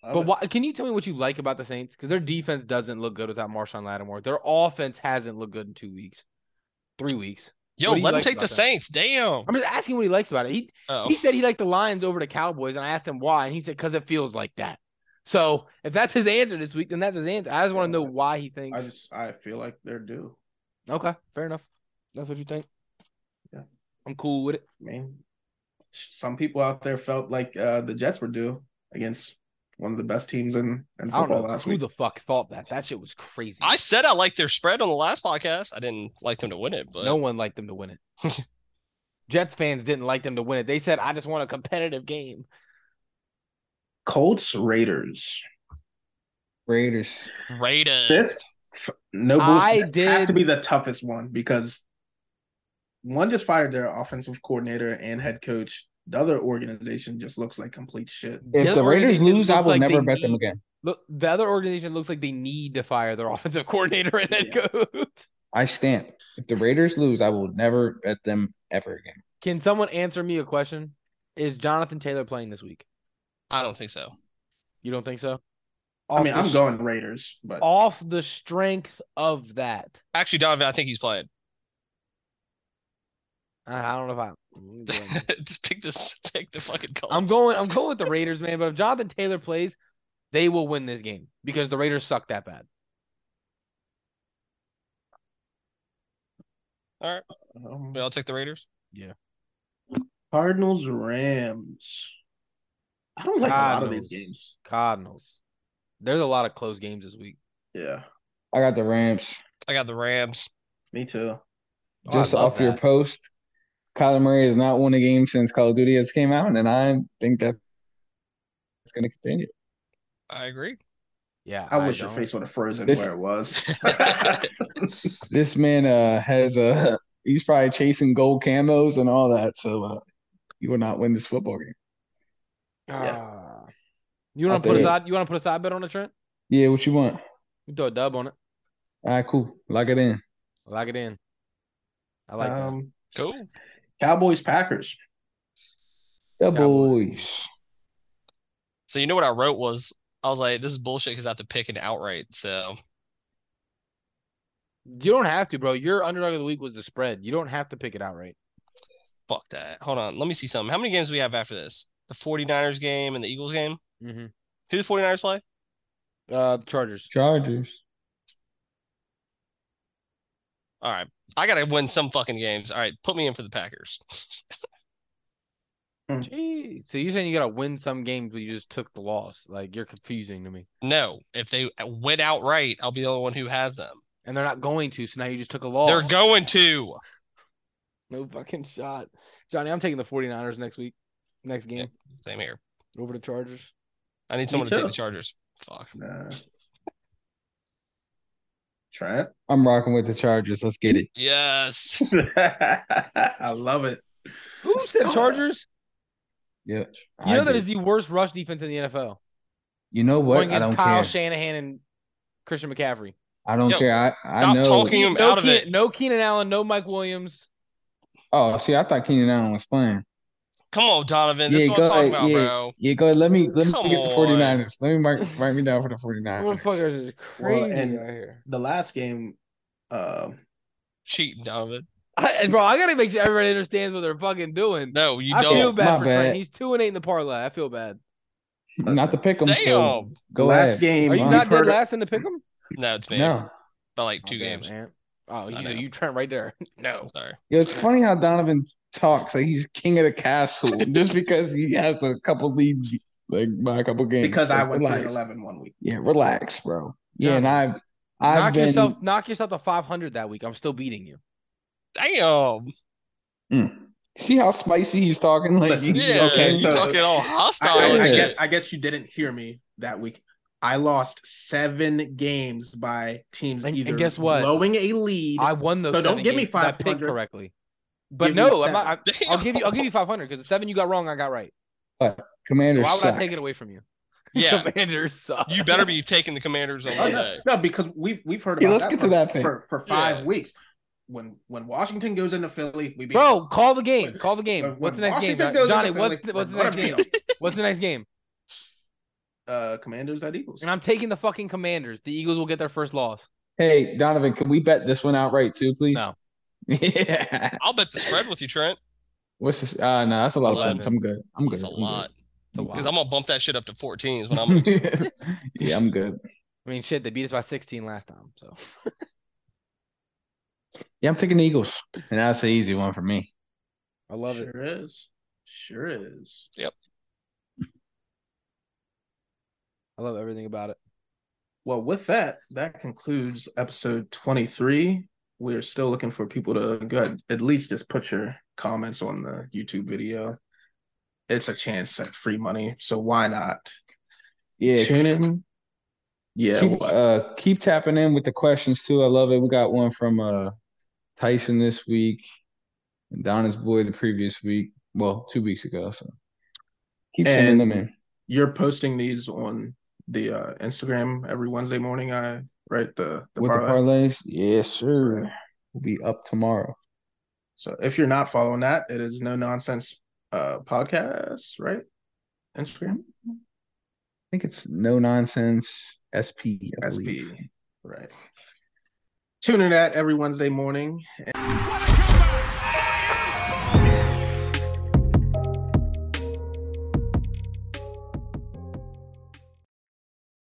[SPEAKER 3] But why, can you tell me what you like about the Saints? Because their defense doesn't look good without Marshawn Lattimore. Their offense hasn't looked good in two weeks, three weeks.
[SPEAKER 4] Yo,
[SPEAKER 3] what do you
[SPEAKER 4] let him
[SPEAKER 3] like
[SPEAKER 4] take the
[SPEAKER 3] about that?
[SPEAKER 4] Saints. Damn.
[SPEAKER 3] I'm just asking what he likes about it. He
[SPEAKER 4] Oh,
[SPEAKER 3] He said he liked the Lions over the Cowboys, and I asked him why, and he said because it feels like that. So if that's his answer this week, then that's his answer. I just want to know why he thinks.
[SPEAKER 1] I just I feel like they're due.
[SPEAKER 3] Okay, fair enough. That's what you think.
[SPEAKER 1] Yeah.
[SPEAKER 3] I'm cool with it.
[SPEAKER 1] I mean, some people out there felt like uh, the Jets were due against one of the best teams in, in
[SPEAKER 3] I don't
[SPEAKER 1] football
[SPEAKER 3] know
[SPEAKER 1] last
[SPEAKER 3] who
[SPEAKER 1] week.
[SPEAKER 3] the fuck thought that. That shit was crazy.
[SPEAKER 4] I said I liked their spread on the last podcast. I didn't like them to win it, but
[SPEAKER 3] No one liked them to win it.
[SPEAKER 4] [laughs]
[SPEAKER 3] Jets fans didn't like them to win it. They said, "I just want a competitive game."
[SPEAKER 1] Colts Raiders.
[SPEAKER 2] Raiders.
[SPEAKER 4] Raiders.
[SPEAKER 1] This No
[SPEAKER 3] I
[SPEAKER 1] bullshit. It has to
[SPEAKER 3] did-
[SPEAKER 1] be the toughest one because one just fired their offensive coordinator and head coach. The other organization just looks like complete shit.
[SPEAKER 2] If the
[SPEAKER 3] other
[SPEAKER 2] Raiders
[SPEAKER 3] organization
[SPEAKER 2] lose, I
[SPEAKER 3] looks
[SPEAKER 2] will
[SPEAKER 3] like they
[SPEAKER 2] never bet them
[SPEAKER 3] need-
[SPEAKER 2] again.
[SPEAKER 3] Look, the other organization looks like they need to fire their [laughs] offensive coordinator and head
[SPEAKER 1] Yeah.
[SPEAKER 3] coach.
[SPEAKER 2] I stamp. If the Raiders lose, I will never bet them ever again.
[SPEAKER 3] Can someone answer me a question? Is Jonathan Taylor playing this week?
[SPEAKER 4] I don't think so.
[SPEAKER 3] You don't think so?
[SPEAKER 1] I mean,
[SPEAKER 3] Off the
[SPEAKER 1] I'm
[SPEAKER 3] s-
[SPEAKER 1] going Raiders, but
[SPEAKER 3] off the strength of that.
[SPEAKER 4] Actually, Donovan, I think he's playing. [laughs]
[SPEAKER 3] I, I don't know if I. I'm going-
[SPEAKER 1] [laughs]
[SPEAKER 4] Just pick this, pick the fucking Colts.
[SPEAKER 3] I'm going. I'm going with the Raiders, man. But if Jonathan Taylor plays, they will win this game because the Raiders suck that bad.
[SPEAKER 1] um,
[SPEAKER 4] I'll take the Raiders.
[SPEAKER 1] Cardinals Rams. I don't like a lot of these
[SPEAKER 3] Cardinals.
[SPEAKER 1] games.
[SPEAKER 3] Cardinals. There's a lot of close games this week.
[SPEAKER 1] Yeah,
[SPEAKER 2] I got the Rams.
[SPEAKER 4] I got the Rams.
[SPEAKER 1] me too.
[SPEAKER 3] Oh, I
[SPEAKER 2] Just
[SPEAKER 3] love
[SPEAKER 2] off your
[SPEAKER 3] that.
[SPEAKER 2] post, Kyler Murray has not won a game since Call of Duty has came out, and I think that it's going to continue.
[SPEAKER 4] I agree.
[SPEAKER 3] Yeah,
[SPEAKER 1] I, wish your
[SPEAKER 3] don't.
[SPEAKER 1] face would have frozen
[SPEAKER 2] This-
[SPEAKER 1] where it
[SPEAKER 2] [laughs]
[SPEAKER 1] was. [laughs]
[SPEAKER 2] This man uh, [laughs] has a he's probably chasing gold camos and all that, so uh, you will not win this football game.
[SPEAKER 3] Ah. you want
[SPEAKER 2] I'll
[SPEAKER 3] to put
[SPEAKER 2] take
[SPEAKER 3] a
[SPEAKER 2] it.
[SPEAKER 3] side? You want to put a side bet on it, Trent?
[SPEAKER 2] Yeah, what you want?
[SPEAKER 3] You throw a dub on it.
[SPEAKER 2] All right, cool. Lock it in.
[SPEAKER 3] Lock it in. I like that.
[SPEAKER 1] um,
[SPEAKER 4] Cool.
[SPEAKER 1] Cowboys Packers.
[SPEAKER 2] The
[SPEAKER 3] Cowboys.
[SPEAKER 2] boys.
[SPEAKER 4] So you know what I wrote was I was like, this is bullshit because I have to pick an outright. So
[SPEAKER 3] You don't have to, bro. Your underdog of the week was the spread. You don't have to pick it out right.
[SPEAKER 4] fuck that. Hold on. Let me see something. How many games do we have after this? The 49ers game and the Eagles game.
[SPEAKER 3] Mm-hmm.
[SPEAKER 4] Who the 49ers play?
[SPEAKER 3] Uh, the Chargers.
[SPEAKER 2] Chargers.
[SPEAKER 4] All right. I gotta win some fucking games. All right, put me in for the Packers.
[SPEAKER 3] Jeez. So you're saying you gotta win some games, but you just took the loss. Like you're confusing to me.
[SPEAKER 4] No, if they win outright, I'll be the only one who has them.
[SPEAKER 3] And they're not going to, so now you just took a loss.
[SPEAKER 4] They're going to.
[SPEAKER 3] No fucking shot. Johnny, I'm taking the 49ers next week. Next
[SPEAKER 4] Yeah.
[SPEAKER 3] game.
[SPEAKER 4] Same here.
[SPEAKER 3] Over the Chargers.
[SPEAKER 4] I need someone to take
[SPEAKER 1] too.
[SPEAKER 4] the Chargers. Fuck.
[SPEAKER 1] Nah. Trent. [laughs]
[SPEAKER 2] I'm rocking with the Chargers. Let's get it.
[SPEAKER 4] Yes.
[SPEAKER 1] I love it.
[SPEAKER 3] Who
[SPEAKER 1] Let's
[SPEAKER 3] said
[SPEAKER 1] go.
[SPEAKER 3] Chargers?
[SPEAKER 2] Yeah.
[SPEAKER 3] You know that is
[SPEAKER 2] did.
[SPEAKER 3] the worst rush defense in the NFL.
[SPEAKER 2] You know
[SPEAKER 3] Going
[SPEAKER 2] what? I
[SPEAKER 3] against
[SPEAKER 2] don't
[SPEAKER 3] Kyle
[SPEAKER 2] care.
[SPEAKER 3] Shanahan and Christian McCaffrey.
[SPEAKER 2] I don't
[SPEAKER 4] Yo,
[SPEAKER 2] care. I, I
[SPEAKER 4] stop
[SPEAKER 2] know.
[SPEAKER 4] talking. Get him
[SPEAKER 3] no
[SPEAKER 4] out of
[SPEAKER 3] Keenan,
[SPEAKER 4] it.
[SPEAKER 3] no Keenan Allen, no Mike Williams.
[SPEAKER 2] Oh, see, I thought Keenan Allen was playing.
[SPEAKER 4] Come on, Donovan. This
[SPEAKER 2] Yeah,
[SPEAKER 4] is what I'm
[SPEAKER 2] go-
[SPEAKER 4] talking about,
[SPEAKER 2] yeah.
[SPEAKER 4] bro.
[SPEAKER 2] Yeah, go ahead. Let me let me
[SPEAKER 4] Come
[SPEAKER 2] get the
[SPEAKER 4] on.
[SPEAKER 2] 49ers. Let me mark write me down for the 49ers.
[SPEAKER 3] Motherfuckers is
[SPEAKER 1] Well,
[SPEAKER 3] crazy
[SPEAKER 1] and-
[SPEAKER 3] out here.
[SPEAKER 1] The last game, um,
[SPEAKER 4] Cheating, Donovan.
[SPEAKER 3] I, bro, I gotta make sure everybody understands what they're fucking doing.
[SPEAKER 4] No, you
[SPEAKER 3] I feel
[SPEAKER 4] don't.
[SPEAKER 3] bad
[SPEAKER 2] My
[SPEAKER 3] for
[SPEAKER 2] bad.
[SPEAKER 3] Trent. He's two and eight in the parlay. I feel bad.
[SPEAKER 2] [laughs] Not the pick 'em. So
[SPEAKER 4] Damn.
[SPEAKER 2] go
[SPEAKER 1] last
[SPEAKER 2] ahead.
[SPEAKER 1] game-
[SPEAKER 2] It's
[SPEAKER 3] Are you
[SPEAKER 1] We've
[SPEAKER 2] fine.
[SPEAKER 3] not dead
[SPEAKER 1] heard it-
[SPEAKER 3] last in the pick 'em?
[SPEAKER 4] No, it's me.
[SPEAKER 2] No.
[SPEAKER 4] By like two
[SPEAKER 3] two
[SPEAKER 4] games.
[SPEAKER 3] Oh, you
[SPEAKER 4] know.
[SPEAKER 3] you Trent right there. No.
[SPEAKER 4] Sorry.
[SPEAKER 2] Yo, it's funny how Donovan talks like he's king of the castle [laughs] just because he has a couple lead like by a couple games.
[SPEAKER 1] because I
[SPEAKER 2] Like,
[SPEAKER 1] went three and
[SPEAKER 2] relax.
[SPEAKER 1] eleven one week.
[SPEAKER 2] Yeah, relax, bro. Yeah, and
[SPEAKER 3] Jonathan,
[SPEAKER 2] I've I've
[SPEAKER 3] knock
[SPEAKER 2] been
[SPEAKER 3] yourself knock yourself to five hundred that week. I'm still beating you.
[SPEAKER 4] Damn.
[SPEAKER 2] Mm. see how spicy he's talking. Like, [laughs]
[SPEAKER 1] Listen,
[SPEAKER 2] he's
[SPEAKER 4] Yeah.
[SPEAKER 1] okay, so-
[SPEAKER 4] you talking all
[SPEAKER 1] I,
[SPEAKER 4] hostile
[SPEAKER 1] I-
[SPEAKER 4] and
[SPEAKER 1] I
[SPEAKER 2] Oh, yeah.
[SPEAKER 4] shit.
[SPEAKER 1] guess, I guess you didn't hear me that week. I lost seven games by teams
[SPEAKER 3] And- and
[SPEAKER 1] either
[SPEAKER 3] guess what?
[SPEAKER 1] blowing a lead.
[SPEAKER 3] I won those.
[SPEAKER 1] So don't
[SPEAKER 3] seven
[SPEAKER 1] give me
[SPEAKER 3] games 'cause I picked
[SPEAKER 1] 500.
[SPEAKER 3] correctly. But
[SPEAKER 1] Give me
[SPEAKER 3] no,
[SPEAKER 1] seven.
[SPEAKER 3] I'm not, I, will
[SPEAKER 4] Damn.
[SPEAKER 3] give you. I'll give you five hundred because the seven you got wrong, I got right. So
[SPEAKER 2] Commanders
[SPEAKER 3] why would I
[SPEAKER 2] suck.
[SPEAKER 3] take it away from you? [laughs]
[SPEAKER 4] Yeah.
[SPEAKER 3] Commanders suck.
[SPEAKER 4] You better be taking the commanders on
[SPEAKER 1] Oh, no, [laughs]
[SPEAKER 4] Monday.
[SPEAKER 1] no, because we've we've heard about
[SPEAKER 2] Yeah, let's
[SPEAKER 1] that
[SPEAKER 2] get
[SPEAKER 1] for,
[SPEAKER 2] to that thing.
[SPEAKER 1] for, for five
[SPEAKER 4] Yeah.
[SPEAKER 1] weeks. When when Washington goes into Philly, we beat
[SPEAKER 3] Bro, call the game.
[SPEAKER 1] When-
[SPEAKER 3] Call the game.
[SPEAKER 1] When- when
[SPEAKER 3] what's the next
[SPEAKER 1] Washington
[SPEAKER 3] game,
[SPEAKER 1] goes
[SPEAKER 3] Johnny?
[SPEAKER 1] into
[SPEAKER 3] What's
[SPEAKER 1] Philly,
[SPEAKER 3] the, what's the
[SPEAKER 1] we're
[SPEAKER 3] next
[SPEAKER 1] gonna
[SPEAKER 3] game?
[SPEAKER 1] beat 'em.
[SPEAKER 3] What's the next game?
[SPEAKER 1] Uh, Commanders at Eagles.
[SPEAKER 3] And I'm taking the fucking Commanders. The Eagles will get their first loss.
[SPEAKER 2] Hey, Donovan, can we bet this one outright too, please?
[SPEAKER 3] No.
[SPEAKER 2] [laughs] yeah.
[SPEAKER 4] I'll bet the spread with you, Trent.
[SPEAKER 2] What's this? Uh, no, that's a lot
[SPEAKER 4] Eleven.
[SPEAKER 2] of points. I'm good. I'm good.
[SPEAKER 4] That's a
[SPEAKER 2] I'm
[SPEAKER 4] lot.
[SPEAKER 3] It's a
[SPEAKER 4] Because
[SPEAKER 3] lot.
[SPEAKER 4] I'm gonna bump that shit up to 14 is
[SPEAKER 2] [laughs]
[SPEAKER 4] when I'm
[SPEAKER 2] good. yeah, I'm good.
[SPEAKER 3] I mean, shit, they beat us by 16 last time. So
[SPEAKER 2] Yeah, I'm taking the Eagles, and that's an easy one for me.
[SPEAKER 3] I love it.
[SPEAKER 1] sure is, Sure is.
[SPEAKER 3] I love everything about it.
[SPEAKER 1] Well, with that, that concludes episode 23. We're still looking for people to go ahead, at least just put your comments on the YouTube video. It's a chance at free money, so why not?
[SPEAKER 2] Yeah,
[SPEAKER 1] Tune in Yeah.
[SPEAKER 2] keep,
[SPEAKER 1] what?
[SPEAKER 2] uh, keep tapping in with the questions too. I love it. We got one from uh, Tyson this week, and Donna's boy the previous week. Well, two weeks ago. So keep sending them
[SPEAKER 1] And-
[SPEAKER 2] in.
[SPEAKER 1] You're posting these on the uh, Instagram every Wednesday morning. I write the, the
[SPEAKER 2] with
[SPEAKER 1] parlay.
[SPEAKER 2] the parlays, yes, sir. We'll be up tomorrow.
[SPEAKER 1] So if you're not following that, it is no nonsense uh, podcast, right? Instagram
[SPEAKER 2] I think it's no nonsense SP. I believe.
[SPEAKER 1] SP, right? Tune in that every Wednesday morning.
[SPEAKER 5] What a